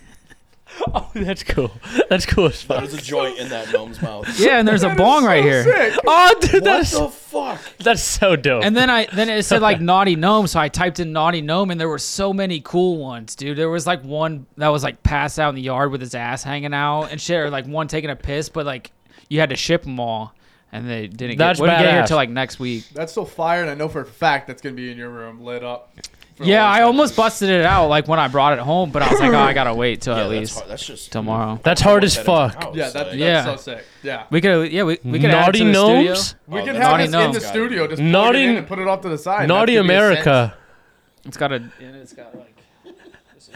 [SPEAKER 1] oh, that's cool. That's cool as fuck.
[SPEAKER 3] There's a joint in that gnome's mouth.
[SPEAKER 4] Yeah, and there's a bong right here.
[SPEAKER 2] Sick.
[SPEAKER 1] Oh, dude,
[SPEAKER 3] What
[SPEAKER 1] that's
[SPEAKER 3] the fuck?
[SPEAKER 1] that's so dope.
[SPEAKER 4] And then I then it said like naughty gnome, so I typed in naughty gnome, and there were so many cool ones, dude. There was like one that was like passed out in the yard with his ass hanging out and shit, or like one taking a piss, but like you had to ship them all, and they didn't
[SPEAKER 1] That's
[SPEAKER 4] get, wouldn't get here
[SPEAKER 1] badass.
[SPEAKER 4] till like next week.
[SPEAKER 2] That's so fire, and I know for a fact that's gonna be in your room lit up. for
[SPEAKER 4] Yeah,
[SPEAKER 2] all
[SPEAKER 4] I
[SPEAKER 2] time.
[SPEAKER 4] almost busted it out like when I brought it home, but I was like, oh, I gotta wait till
[SPEAKER 3] Yeah,
[SPEAKER 4] at
[SPEAKER 3] that's,
[SPEAKER 4] least
[SPEAKER 3] hard. that's just
[SPEAKER 4] tomorrow.
[SPEAKER 1] that's hard as
[SPEAKER 3] That in my
[SPEAKER 1] fuck.
[SPEAKER 3] house,
[SPEAKER 2] Yeah, that,
[SPEAKER 3] like-
[SPEAKER 4] Yeah.
[SPEAKER 2] that's so sick. Yeah.
[SPEAKER 4] We could, yeah, we, we could add
[SPEAKER 1] Naughty
[SPEAKER 4] it to the studio.
[SPEAKER 1] gnomes.
[SPEAKER 2] We
[SPEAKER 3] Oh,
[SPEAKER 2] can
[SPEAKER 3] that's
[SPEAKER 2] have
[SPEAKER 4] Naughty
[SPEAKER 2] this in the
[SPEAKER 3] Gnome.
[SPEAKER 2] studio. Just
[SPEAKER 1] Naughty-
[SPEAKER 2] naughty, it in and put it off to the side.
[SPEAKER 1] Naughty
[SPEAKER 2] That could be a sense.
[SPEAKER 1] America.
[SPEAKER 4] It's got a, it's got like,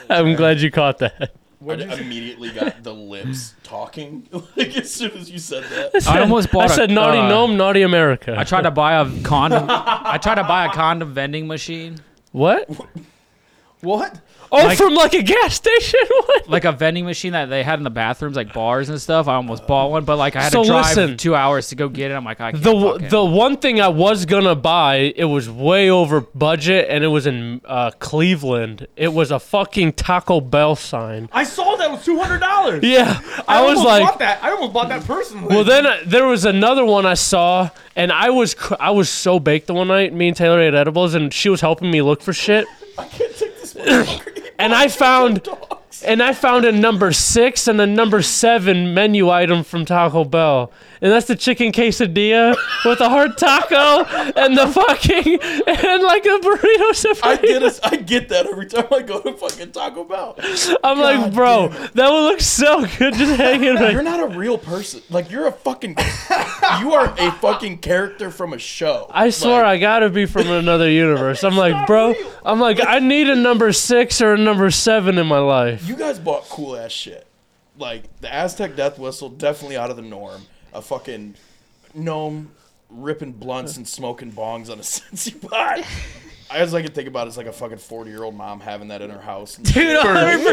[SPEAKER 1] I'm glad you caught that.
[SPEAKER 3] I d- immediately got the lips talking like as soon as you said that.
[SPEAKER 4] I almost bought.
[SPEAKER 1] I said
[SPEAKER 4] a,
[SPEAKER 1] naughty
[SPEAKER 4] uh,
[SPEAKER 1] gnome, naughty America.
[SPEAKER 4] I tried to buy a condom. I tried to buy a condom vending machine,
[SPEAKER 1] what?
[SPEAKER 2] What?
[SPEAKER 1] Oh,
[SPEAKER 4] Like-
[SPEAKER 1] from like a gas station. What?
[SPEAKER 4] like a vending machine that they had in the bathrooms, like bars and stuff. I almost bought one, but like I had
[SPEAKER 1] So
[SPEAKER 4] to drive
[SPEAKER 1] listen.
[SPEAKER 4] two hours to go get it. I'm like, I can't.
[SPEAKER 1] The
[SPEAKER 4] fuck
[SPEAKER 1] w-
[SPEAKER 4] it.
[SPEAKER 1] the one thing I was gonna buy, it was way over budget, and it was in uh, Cleveland. It was a fucking Taco Bell sign.
[SPEAKER 2] I saw that was two hundred dollars.
[SPEAKER 1] Yeah, I, was
[SPEAKER 2] almost
[SPEAKER 1] like,
[SPEAKER 2] bought that. I almost bought that personally.
[SPEAKER 1] Well, then uh, there was another one I saw, and I was cr- I was so baked the one night. Me and Taylor ate edibles, and she was helping me look for shit.
[SPEAKER 3] I can't take this motherfucker.
[SPEAKER 1] And I found
[SPEAKER 3] Dogs.
[SPEAKER 1] and I found a number six and a number seven menu item from Taco Bell, and that's the chicken quesadilla with a hard taco and the fucking and like a burrito.
[SPEAKER 3] I
[SPEAKER 1] sofrito.
[SPEAKER 3] get us. I get that every time I go to fucking Taco Bell.
[SPEAKER 1] I'm like, bro, that would look so good just hanging.
[SPEAKER 3] You're
[SPEAKER 1] Like,
[SPEAKER 3] not a real person. Like you're a fucking. You are a fucking character from a show.
[SPEAKER 1] I swear I gotta be from another universe. I'm like, bro, I'm like, I need a number six or a number seven in my life.
[SPEAKER 3] You guys bought cool ass shit. Like the Aztec death whistle, definitely out of the norm. A fucking gnome ripping blunts and smoking bongs on a Sensi pot. I was like, I can think about it, it's like a fucking forty year old mom having that in her house. and shit.
[SPEAKER 4] Dude,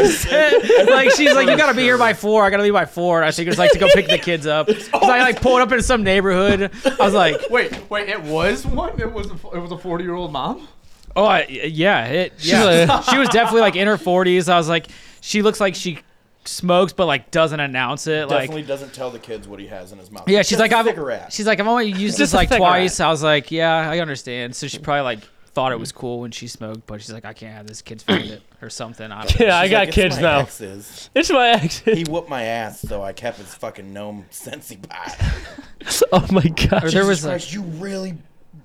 [SPEAKER 4] 100%. like, she's like, you gotta be here by four. I gotta leave by four. I think it's like to go pick the kids up. 'Cause I like pulled up in some neighborhood. I was like,
[SPEAKER 2] wait, wait. It was one. It was. A, it was a forty-year-old mom.
[SPEAKER 4] oh, I, yeah, it, yeah. she was definitely like in her 40s. I was like, she looks like she smokes, but like doesn't announce it. Like,
[SPEAKER 3] Definitely doesn't tell the kids what he has in his mouth.
[SPEAKER 4] yeah, she's
[SPEAKER 3] Just
[SPEAKER 4] like,
[SPEAKER 3] a
[SPEAKER 4] I've,
[SPEAKER 3] cigarette.
[SPEAKER 4] she's like, I've only
[SPEAKER 1] Just
[SPEAKER 4] used this
[SPEAKER 1] a
[SPEAKER 4] like
[SPEAKER 1] cigarette.
[SPEAKER 4] twice. I was like, yeah, I understand. So she probably like thought it was
[SPEAKER 3] Mm-hmm.
[SPEAKER 4] cool when she smoked, but she's like, I can't have this. Kids found it or something. I don't know.
[SPEAKER 1] Yeah, I
[SPEAKER 3] She's
[SPEAKER 1] got
[SPEAKER 3] like, "It's
[SPEAKER 1] kids
[SPEAKER 3] my
[SPEAKER 1] now.
[SPEAKER 3] ex's.
[SPEAKER 1] It's my ex.
[SPEAKER 3] He whooped my ass, so I kept his fucking gnome scentsy pot.
[SPEAKER 1] oh my gosh.
[SPEAKER 4] There
[SPEAKER 3] Jesus
[SPEAKER 4] was a-
[SPEAKER 3] Christ, you really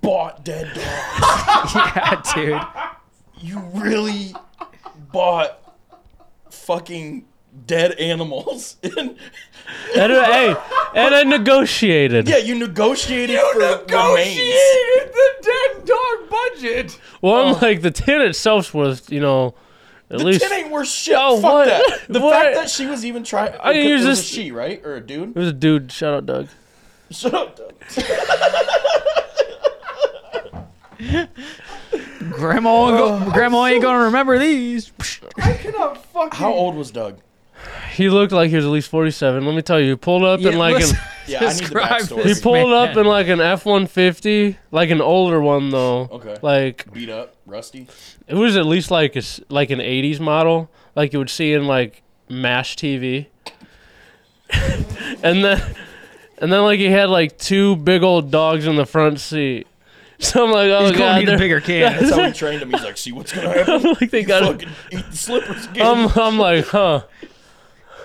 [SPEAKER 3] bought dead dog.
[SPEAKER 4] yeah, dude.
[SPEAKER 3] You really bought fucking dead animals. And
[SPEAKER 1] And, uh, hey, and I negotiated.
[SPEAKER 3] yeah, you negotiated for remains.
[SPEAKER 2] negotiated the dead dog budget.
[SPEAKER 1] Well,
[SPEAKER 4] Oh.
[SPEAKER 1] I'm like the tin itself's worth, you know, at
[SPEAKER 3] The
[SPEAKER 1] least
[SPEAKER 3] tin ain't worth shit.
[SPEAKER 1] Oh,
[SPEAKER 3] Fuck
[SPEAKER 1] what?
[SPEAKER 3] that. The
[SPEAKER 1] What?
[SPEAKER 3] fact that she was even trying. I
[SPEAKER 1] didn't use
[SPEAKER 3] was
[SPEAKER 1] this-
[SPEAKER 3] A she, right, or a dude?
[SPEAKER 1] it was a dude. Shout out, Doug.
[SPEAKER 3] Shut up. Doug.
[SPEAKER 4] Grandma, ain't
[SPEAKER 3] Oh.
[SPEAKER 4] go- grandma ain't gonna remember these.
[SPEAKER 2] I cannot fucking.
[SPEAKER 3] How old was Doug?
[SPEAKER 1] He looked like he was at least 47. Let me tell you, he pulled up in like an,
[SPEAKER 4] listen,
[SPEAKER 3] Yeah, I need the
[SPEAKER 4] describe
[SPEAKER 3] backstory.
[SPEAKER 1] he
[SPEAKER 4] this
[SPEAKER 1] pulled
[SPEAKER 4] man.
[SPEAKER 1] up in like an F150, like an older one though.
[SPEAKER 3] Okay.
[SPEAKER 1] Like
[SPEAKER 3] Beat up, rusty.
[SPEAKER 1] it was at least like a s like an 80s model, like you would see in like MASH TV. and then and then like he had like two big old dogs in the front seat. So I'm like, oh
[SPEAKER 4] He's gonna
[SPEAKER 1] god,
[SPEAKER 4] need a
[SPEAKER 1] they're-
[SPEAKER 4] bigger can.
[SPEAKER 3] That's how he trained him. He's like, see what's gonna happen.
[SPEAKER 1] I'm like they got Um, it.
[SPEAKER 3] Fucking eat the slippers again.
[SPEAKER 1] I'm, I'm like, huh.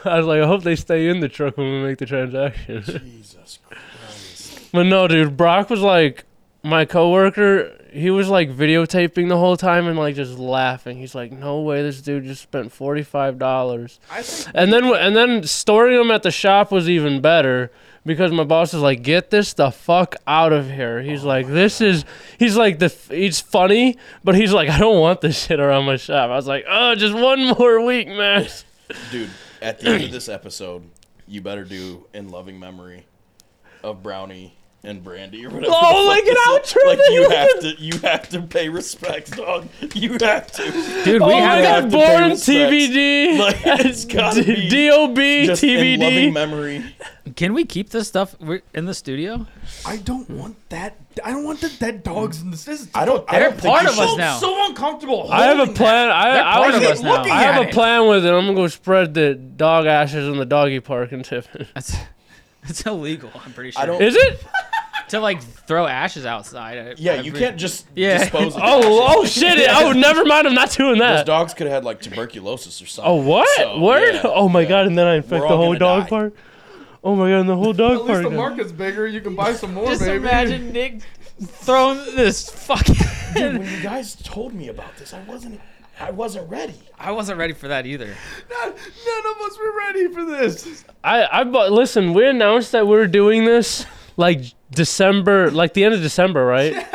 [SPEAKER 1] I was like, I hope they stay in the truck when we make the transaction.
[SPEAKER 3] Jesus Christ.
[SPEAKER 1] but no, dude, Brock was like, my coworker. He was like videotaping the whole time and like just laughing. He's like, no way, this dude just spent forty five dollars.
[SPEAKER 2] I think
[SPEAKER 1] And then and then storing them at the shop was even better because my boss is like, get this the fuck out of here. He's like, this is. He's like the. f- He's funny, but he's like, I don't want this shit around my shop. I was like, oh, just one more week, man.
[SPEAKER 3] Dude, at the end of this episode, you better do in loving memory of Brownie and Brandy or whatever.
[SPEAKER 1] Oh,
[SPEAKER 3] the
[SPEAKER 1] like
[SPEAKER 3] fuck
[SPEAKER 1] an
[SPEAKER 3] this is.
[SPEAKER 1] outro
[SPEAKER 3] Like
[SPEAKER 1] that
[SPEAKER 3] you
[SPEAKER 1] you
[SPEAKER 3] have to, you have to pay respects, dog. You have to.
[SPEAKER 4] Dude, we
[SPEAKER 1] oh
[SPEAKER 4] have
[SPEAKER 1] my
[SPEAKER 4] that.
[SPEAKER 1] god,
[SPEAKER 3] have to pay
[SPEAKER 1] born
[SPEAKER 3] respects.
[SPEAKER 1] TBD.
[SPEAKER 3] Like it's gotta
[SPEAKER 1] D-
[SPEAKER 3] be
[SPEAKER 1] DOB
[SPEAKER 3] just in loving
[SPEAKER 1] TBD.
[SPEAKER 3] memory.
[SPEAKER 4] Can we keep this stuff we're- in the studio?
[SPEAKER 2] I don't want that. I don't want the dead dogs in this. this is-
[SPEAKER 3] I don't. I
[SPEAKER 4] They're
[SPEAKER 3] don't think
[SPEAKER 4] part
[SPEAKER 3] you
[SPEAKER 4] of us
[SPEAKER 3] should-
[SPEAKER 4] now.
[SPEAKER 2] so uncomfortable.
[SPEAKER 1] I have a
[SPEAKER 2] holding
[SPEAKER 1] plan. I,
[SPEAKER 4] They're
[SPEAKER 1] I,
[SPEAKER 4] part
[SPEAKER 1] was,
[SPEAKER 4] of us now.
[SPEAKER 2] looking
[SPEAKER 1] I
[SPEAKER 2] at
[SPEAKER 1] have a
[SPEAKER 2] it.
[SPEAKER 1] plan with it. I'm gonna go spread the dog ashes in the doggy park in Tiffin.
[SPEAKER 4] That's that's illegal. I'm pretty sure.
[SPEAKER 3] I don't.
[SPEAKER 1] Is it?
[SPEAKER 4] to like throw ashes outside. I-
[SPEAKER 3] Yeah,
[SPEAKER 4] I
[SPEAKER 3] you
[SPEAKER 4] pre-
[SPEAKER 3] can't just
[SPEAKER 4] Yeah.
[SPEAKER 3] dispose of
[SPEAKER 1] Oh,
[SPEAKER 3] ashes.
[SPEAKER 1] oh shit! It, oh, never mind. I'm not doing
[SPEAKER 3] Those
[SPEAKER 1] that.
[SPEAKER 3] dogs could have had like tuberculosis or something.
[SPEAKER 1] Oh what?
[SPEAKER 3] So,
[SPEAKER 1] Word?
[SPEAKER 3] yeah,
[SPEAKER 1] oh my
[SPEAKER 3] yeah.
[SPEAKER 1] god! And then I infect
[SPEAKER 3] We're all
[SPEAKER 1] the whole
[SPEAKER 3] gonna
[SPEAKER 1] dog
[SPEAKER 3] die.
[SPEAKER 1] park. Oh my god! And the whole
[SPEAKER 2] At
[SPEAKER 1] dog
[SPEAKER 2] least the
[SPEAKER 1] park.
[SPEAKER 2] market's bigger. You can buy some more,
[SPEAKER 4] Just
[SPEAKER 2] baby.
[SPEAKER 4] imagine Nick throwing this fucking.
[SPEAKER 3] Dude, when you guys told me about this, I wasn't. I wasn't ready.
[SPEAKER 4] I wasn't ready for that either.
[SPEAKER 2] None, none of us were ready for this.
[SPEAKER 1] I I bu- listen. We announced that we were doing this like December, like the end of December, right?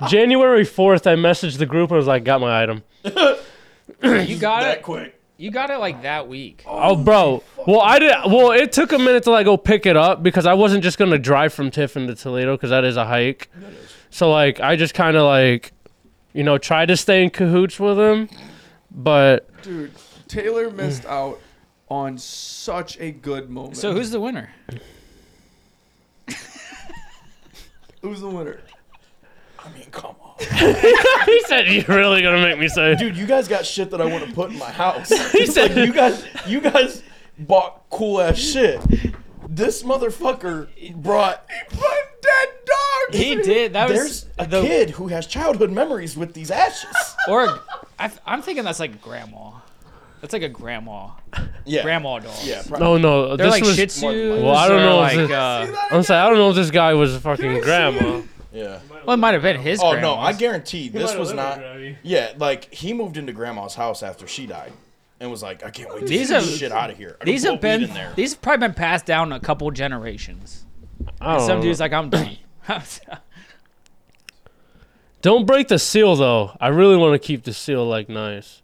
[SPEAKER 1] January fourth. I messaged the group and was like, "Got my item."
[SPEAKER 4] You got
[SPEAKER 3] That
[SPEAKER 4] it.
[SPEAKER 3] quick.
[SPEAKER 4] You got it like that week.
[SPEAKER 1] Oh, bro. Well, I did. Well, it took a minute to like go pick it up because I wasn't just gonna drive from Tiffin to Toledo because that is a hike. So like, I just kind of like, you know, tried to stay in cahoots with him, but
[SPEAKER 2] Dude, Taylor missed out on such a good moment.
[SPEAKER 4] So who's the winner?
[SPEAKER 2] who's the winner?
[SPEAKER 3] I mean, come on.
[SPEAKER 1] he said, "You're really gonna make me say."
[SPEAKER 3] Dude, you guys got shit that I want to put in my house.
[SPEAKER 1] He said-
[SPEAKER 3] like, you guys, you guys bought cool ass shit. This motherfucker brought.
[SPEAKER 2] But dead dogs.
[SPEAKER 4] He did. That
[SPEAKER 3] There's
[SPEAKER 4] was
[SPEAKER 3] a
[SPEAKER 4] the
[SPEAKER 3] kid who has childhood memories with these ashes.
[SPEAKER 4] or I, am thinking that's like grandma. That's like a grandma,
[SPEAKER 3] Yeah,
[SPEAKER 4] grandma dogs.
[SPEAKER 3] Yeah, probably.
[SPEAKER 1] No, no,
[SPEAKER 4] They're
[SPEAKER 1] this
[SPEAKER 4] like
[SPEAKER 1] was.
[SPEAKER 4] Shih Tzus.
[SPEAKER 1] Well, I don't
[SPEAKER 4] or,
[SPEAKER 1] know if
[SPEAKER 4] Like,
[SPEAKER 1] it-
[SPEAKER 4] uh,
[SPEAKER 1] I'm sorry, I don't know if this guy was a fucking grandma.
[SPEAKER 3] yeah.
[SPEAKER 4] well, it might have been his.
[SPEAKER 3] Oh no, I
[SPEAKER 4] grandma's.
[SPEAKER 3] guarantee this
[SPEAKER 1] might
[SPEAKER 3] was
[SPEAKER 1] have
[SPEAKER 3] not.
[SPEAKER 1] lived with Granny.
[SPEAKER 3] Yeah, like he moved into grandma's house after she died, and was like, I can't wait to
[SPEAKER 4] These
[SPEAKER 3] get
[SPEAKER 4] are-
[SPEAKER 3] this shit out of here. I
[SPEAKER 4] These
[SPEAKER 3] don't
[SPEAKER 4] have
[SPEAKER 3] want weed
[SPEAKER 4] been
[SPEAKER 3] in there.
[SPEAKER 4] these have probably been passed down a couple generations.
[SPEAKER 1] I don't,
[SPEAKER 4] Some
[SPEAKER 1] know.
[SPEAKER 4] dude's like, I'm done.
[SPEAKER 1] don't break the seal though. I really want to keep the seal like nice.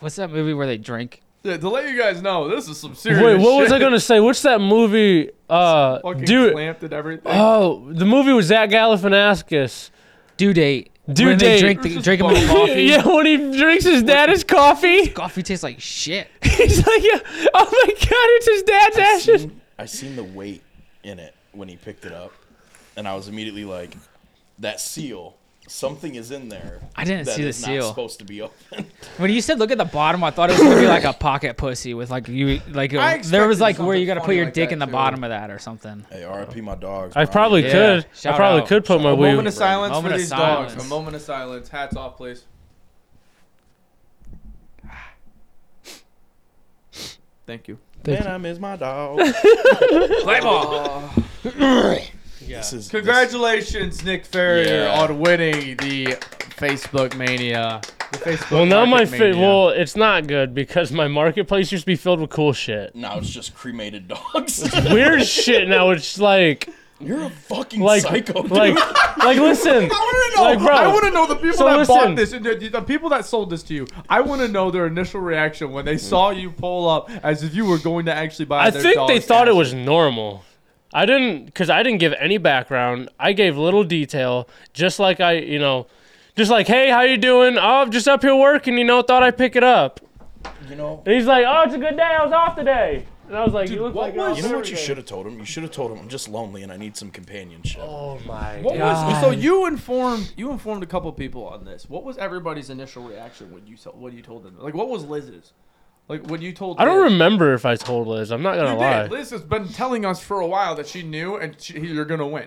[SPEAKER 4] What's that movie where they drink?
[SPEAKER 2] Yeah, to let you guys know, this is some serious.
[SPEAKER 1] Wait, what was I
[SPEAKER 2] shit.
[SPEAKER 1] gonna say? What's that movie? Uh,
[SPEAKER 2] Fucking
[SPEAKER 1] dude.
[SPEAKER 2] clamped and everything.
[SPEAKER 1] Oh, the movie was Zach Galifianakis.
[SPEAKER 4] Due date.
[SPEAKER 1] Due
[SPEAKER 4] when
[SPEAKER 1] date.
[SPEAKER 4] They drink
[SPEAKER 2] It
[SPEAKER 4] the,
[SPEAKER 2] was
[SPEAKER 4] drink
[SPEAKER 2] just
[SPEAKER 4] him
[SPEAKER 2] bubble.
[SPEAKER 4] coffee.
[SPEAKER 1] Yeah, when he drinks his dad his coffee,
[SPEAKER 4] Coffee tastes like shit.
[SPEAKER 1] he's like, yeah, "Oh my god, it's his dad's
[SPEAKER 3] I
[SPEAKER 1] ashes."
[SPEAKER 3] seen, I seen the weight in it when he picked it up, and I was immediately like, that seal something is in there.
[SPEAKER 4] I didn't
[SPEAKER 3] that
[SPEAKER 4] see the
[SPEAKER 3] is
[SPEAKER 4] seal.
[SPEAKER 3] Not supposed to be open.
[SPEAKER 4] When you said look at the bottom, I thought it was gonna be like a pocket pussy with like you like
[SPEAKER 2] I
[SPEAKER 4] a, there was
[SPEAKER 2] expected
[SPEAKER 4] like where
[SPEAKER 2] something
[SPEAKER 4] you gotta put
[SPEAKER 2] funny
[SPEAKER 4] your
[SPEAKER 2] like
[SPEAKER 4] dick
[SPEAKER 2] that,
[SPEAKER 4] in the
[SPEAKER 2] too.
[SPEAKER 4] bottom of that or something.
[SPEAKER 3] hey, RIP my dogs.
[SPEAKER 1] I
[SPEAKER 3] Brian.
[SPEAKER 1] probably
[SPEAKER 4] Yeah.
[SPEAKER 1] could. I
[SPEAKER 4] Shout
[SPEAKER 1] probably
[SPEAKER 4] out.
[SPEAKER 1] could put my
[SPEAKER 2] A
[SPEAKER 1] wee.
[SPEAKER 2] moment of silence
[SPEAKER 4] Moment
[SPEAKER 2] for
[SPEAKER 4] of
[SPEAKER 2] these dogs.
[SPEAKER 4] silence.
[SPEAKER 2] A moment of silence. Hats off, please. Thank you.
[SPEAKER 3] Man, I miss my dog.
[SPEAKER 4] Play ball.
[SPEAKER 3] This is
[SPEAKER 2] Congratulations, Nick Ferrier,
[SPEAKER 3] Yeah.
[SPEAKER 2] on winning the Facebook Mania. The Facebook
[SPEAKER 1] Well, now my
[SPEAKER 2] Market
[SPEAKER 1] fi-
[SPEAKER 2] Mania.
[SPEAKER 1] well, it's not good because my marketplace used to be filled with cool shit.
[SPEAKER 3] This, now it's just cremated dogs.
[SPEAKER 1] Weird shit. Now it's like
[SPEAKER 3] You're a fucking
[SPEAKER 1] like
[SPEAKER 3] psycho, dude.
[SPEAKER 1] like like listen.
[SPEAKER 2] I want to know.
[SPEAKER 1] Like, bro,
[SPEAKER 2] I want to know the people
[SPEAKER 1] so
[SPEAKER 2] that
[SPEAKER 1] listen.
[SPEAKER 2] bought this and the, the people that sold this to you. I want to know their initial reaction when they saw you pull up as if you were going to actually buy.
[SPEAKER 1] I
[SPEAKER 2] their
[SPEAKER 1] think
[SPEAKER 2] dog's
[SPEAKER 1] they thought it
[SPEAKER 2] ass.
[SPEAKER 1] was normal. I didn't because I didn't give any background. I gave little detail, just like I you know, just like hey, how you doing? Oh, I'm just up here working. You know, thought I'd pick it up.
[SPEAKER 3] you know.
[SPEAKER 1] And he's like, oh, it's a good day. I was off today. And I was like, you look
[SPEAKER 2] what
[SPEAKER 1] like you're off
[SPEAKER 2] was-
[SPEAKER 3] You know what
[SPEAKER 1] every
[SPEAKER 3] you
[SPEAKER 1] day."
[SPEAKER 3] should have told him? You should have told him I'm just lonely and I need some companionship.
[SPEAKER 1] Oh my.
[SPEAKER 2] What
[SPEAKER 1] God.
[SPEAKER 2] was, so you informed you informed a couple people on this. What was everybody's initial reaction when you told what you told them? Like what was Liz's? Like when you told
[SPEAKER 1] I don't
[SPEAKER 2] Liz?
[SPEAKER 1] remember if I told Liz. I'm not gonna
[SPEAKER 2] You
[SPEAKER 1] lie.
[SPEAKER 2] did. Liz has been telling us for a while that she knew and she, you're gonna win.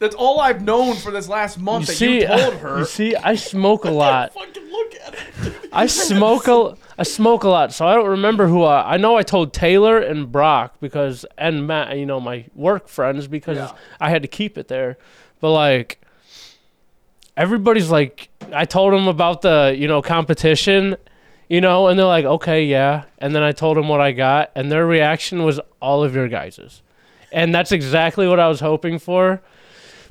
[SPEAKER 2] That's all I've known for this last month
[SPEAKER 1] You
[SPEAKER 2] that
[SPEAKER 1] see,
[SPEAKER 2] you told her.
[SPEAKER 1] you see, I smoke a lot.
[SPEAKER 3] Fucking look at it.
[SPEAKER 1] I smoke a I smoke a lot, so I don't remember who uh, I. I know I told Taylor and Brock because and Matt, you know, my work friends because
[SPEAKER 2] Yeah.
[SPEAKER 1] I had to keep it there. But like everybody's like, I told them about the you know competition, you know, and they're like, okay, yeah. And then I told them what I got, and their reaction was all of your guys's, and that's exactly what I was hoping for.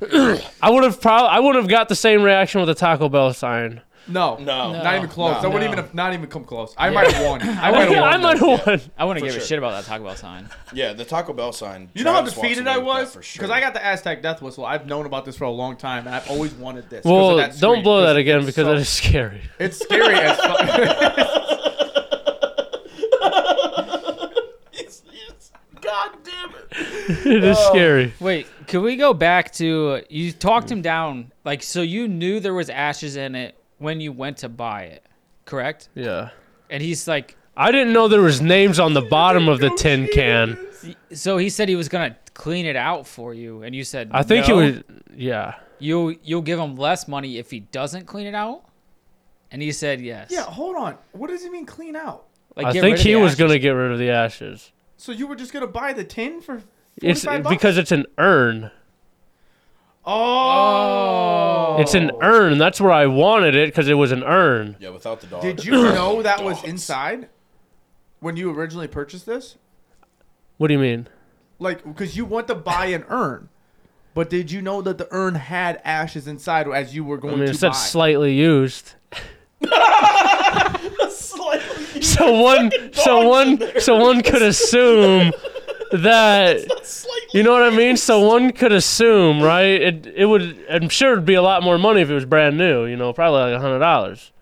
[SPEAKER 1] I would have probably I wouldn't have got the same reaction with the Taco Bell sign.
[SPEAKER 2] no,
[SPEAKER 3] No.
[SPEAKER 2] not even close.
[SPEAKER 3] No.
[SPEAKER 2] I wouldn't even not even come close. I might have won. I might
[SPEAKER 1] I
[SPEAKER 2] have won.
[SPEAKER 1] might
[SPEAKER 2] this.
[SPEAKER 1] have won.
[SPEAKER 4] I wouldn't
[SPEAKER 3] For
[SPEAKER 4] give a
[SPEAKER 3] sure.
[SPEAKER 4] shit about that Taco Bell sign.
[SPEAKER 3] Yeah, the Taco Bell sign.
[SPEAKER 2] You know how
[SPEAKER 3] Travis walks
[SPEAKER 2] defeated
[SPEAKER 3] away
[SPEAKER 2] I
[SPEAKER 3] with that
[SPEAKER 2] was
[SPEAKER 3] for
[SPEAKER 2] because
[SPEAKER 3] sure.
[SPEAKER 2] I got the Aztec Death Whistle. I've known about this for a long time, and I've always wanted this. 'cause of
[SPEAKER 1] Well, don't
[SPEAKER 2] that screen,
[SPEAKER 1] blow
[SPEAKER 2] 'cause
[SPEAKER 1] that again because
[SPEAKER 2] so-
[SPEAKER 1] that is scary.
[SPEAKER 2] It's scary as fuck.
[SPEAKER 3] Yes, yes. God damn it.
[SPEAKER 1] It is scary.
[SPEAKER 4] Wait, could we go back to you talked him down like so you knew there was ashes in it when you went to buy it, correct?
[SPEAKER 1] Yeah.
[SPEAKER 4] And he's like
[SPEAKER 1] I didn't know there was names on the bottom of the tin can.
[SPEAKER 4] so he said he was going to clean it out for you and you said
[SPEAKER 1] I think
[SPEAKER 4] no,
[SPEAKER 1] it was. Yeah.
[SPEAKER 4] you you'll give him less money if he doesn't clean it out? And he said yes.
[SPEAKER 2] Yeah, hold on. What does he mean clean out?
[SPEAKER 4] Like,
[SPEAKER 1] I
[SPEAKER 4] get
[SPEAKER 1] think
[SPEAKER 4] rid of
[SPEAKER 1] he
[SPEAKER 4] the
[SPEAKER 1] was
[SPEAKER 4] ashes.
[SPEAKER 1] gonna get rid of the ashes.
[SPEAKER 2] So you were just gonna buy the tin for?
[SPEAKER 1] It's
[SPEAKER 2] 45 bucks?
[SPEAKER 1] because it's an urn.
[SPEAKER 2] Oh.
[SPEAKER 1] It's an urn. That's where I wanted it because it was an urn.
[SPEAKER 3] Yeah, without the dog.
[SPEAKER 2] Did you know that was
[SPEAKER 3] Dogs.
[SPEAKER 2] inside when you originally purchased this?
[SPEAKER 1] What do you mean?
[SPEAKER 2] Like, because you want to buy an urn, but did you know that the urn had ashes inside as you were
[SPEAKER 1] I
[SPEAKER 2] going
[SPEAKER 1] mean,
[SPEAKER 2] to
[SPEAKER 1] it said
[SPEAKER 2] buy?
[SPEAKER 1] slightly used.
[SPEAKER 3] Slightly.
[SPEAKER 1] So one, so
[SPEAKER 3] dogs in
[SPEAKER 1] one,
[SPEAKER 3] there.
[SPEAKER 1] so one could assume that
[SPEAKER 3] Slightly.
[SPEAKER 1] You know what I mean? So one could assume, right? It it would. I'm sure it'd be a lot more money if it was brand new. You know, probably like a hundred dollars.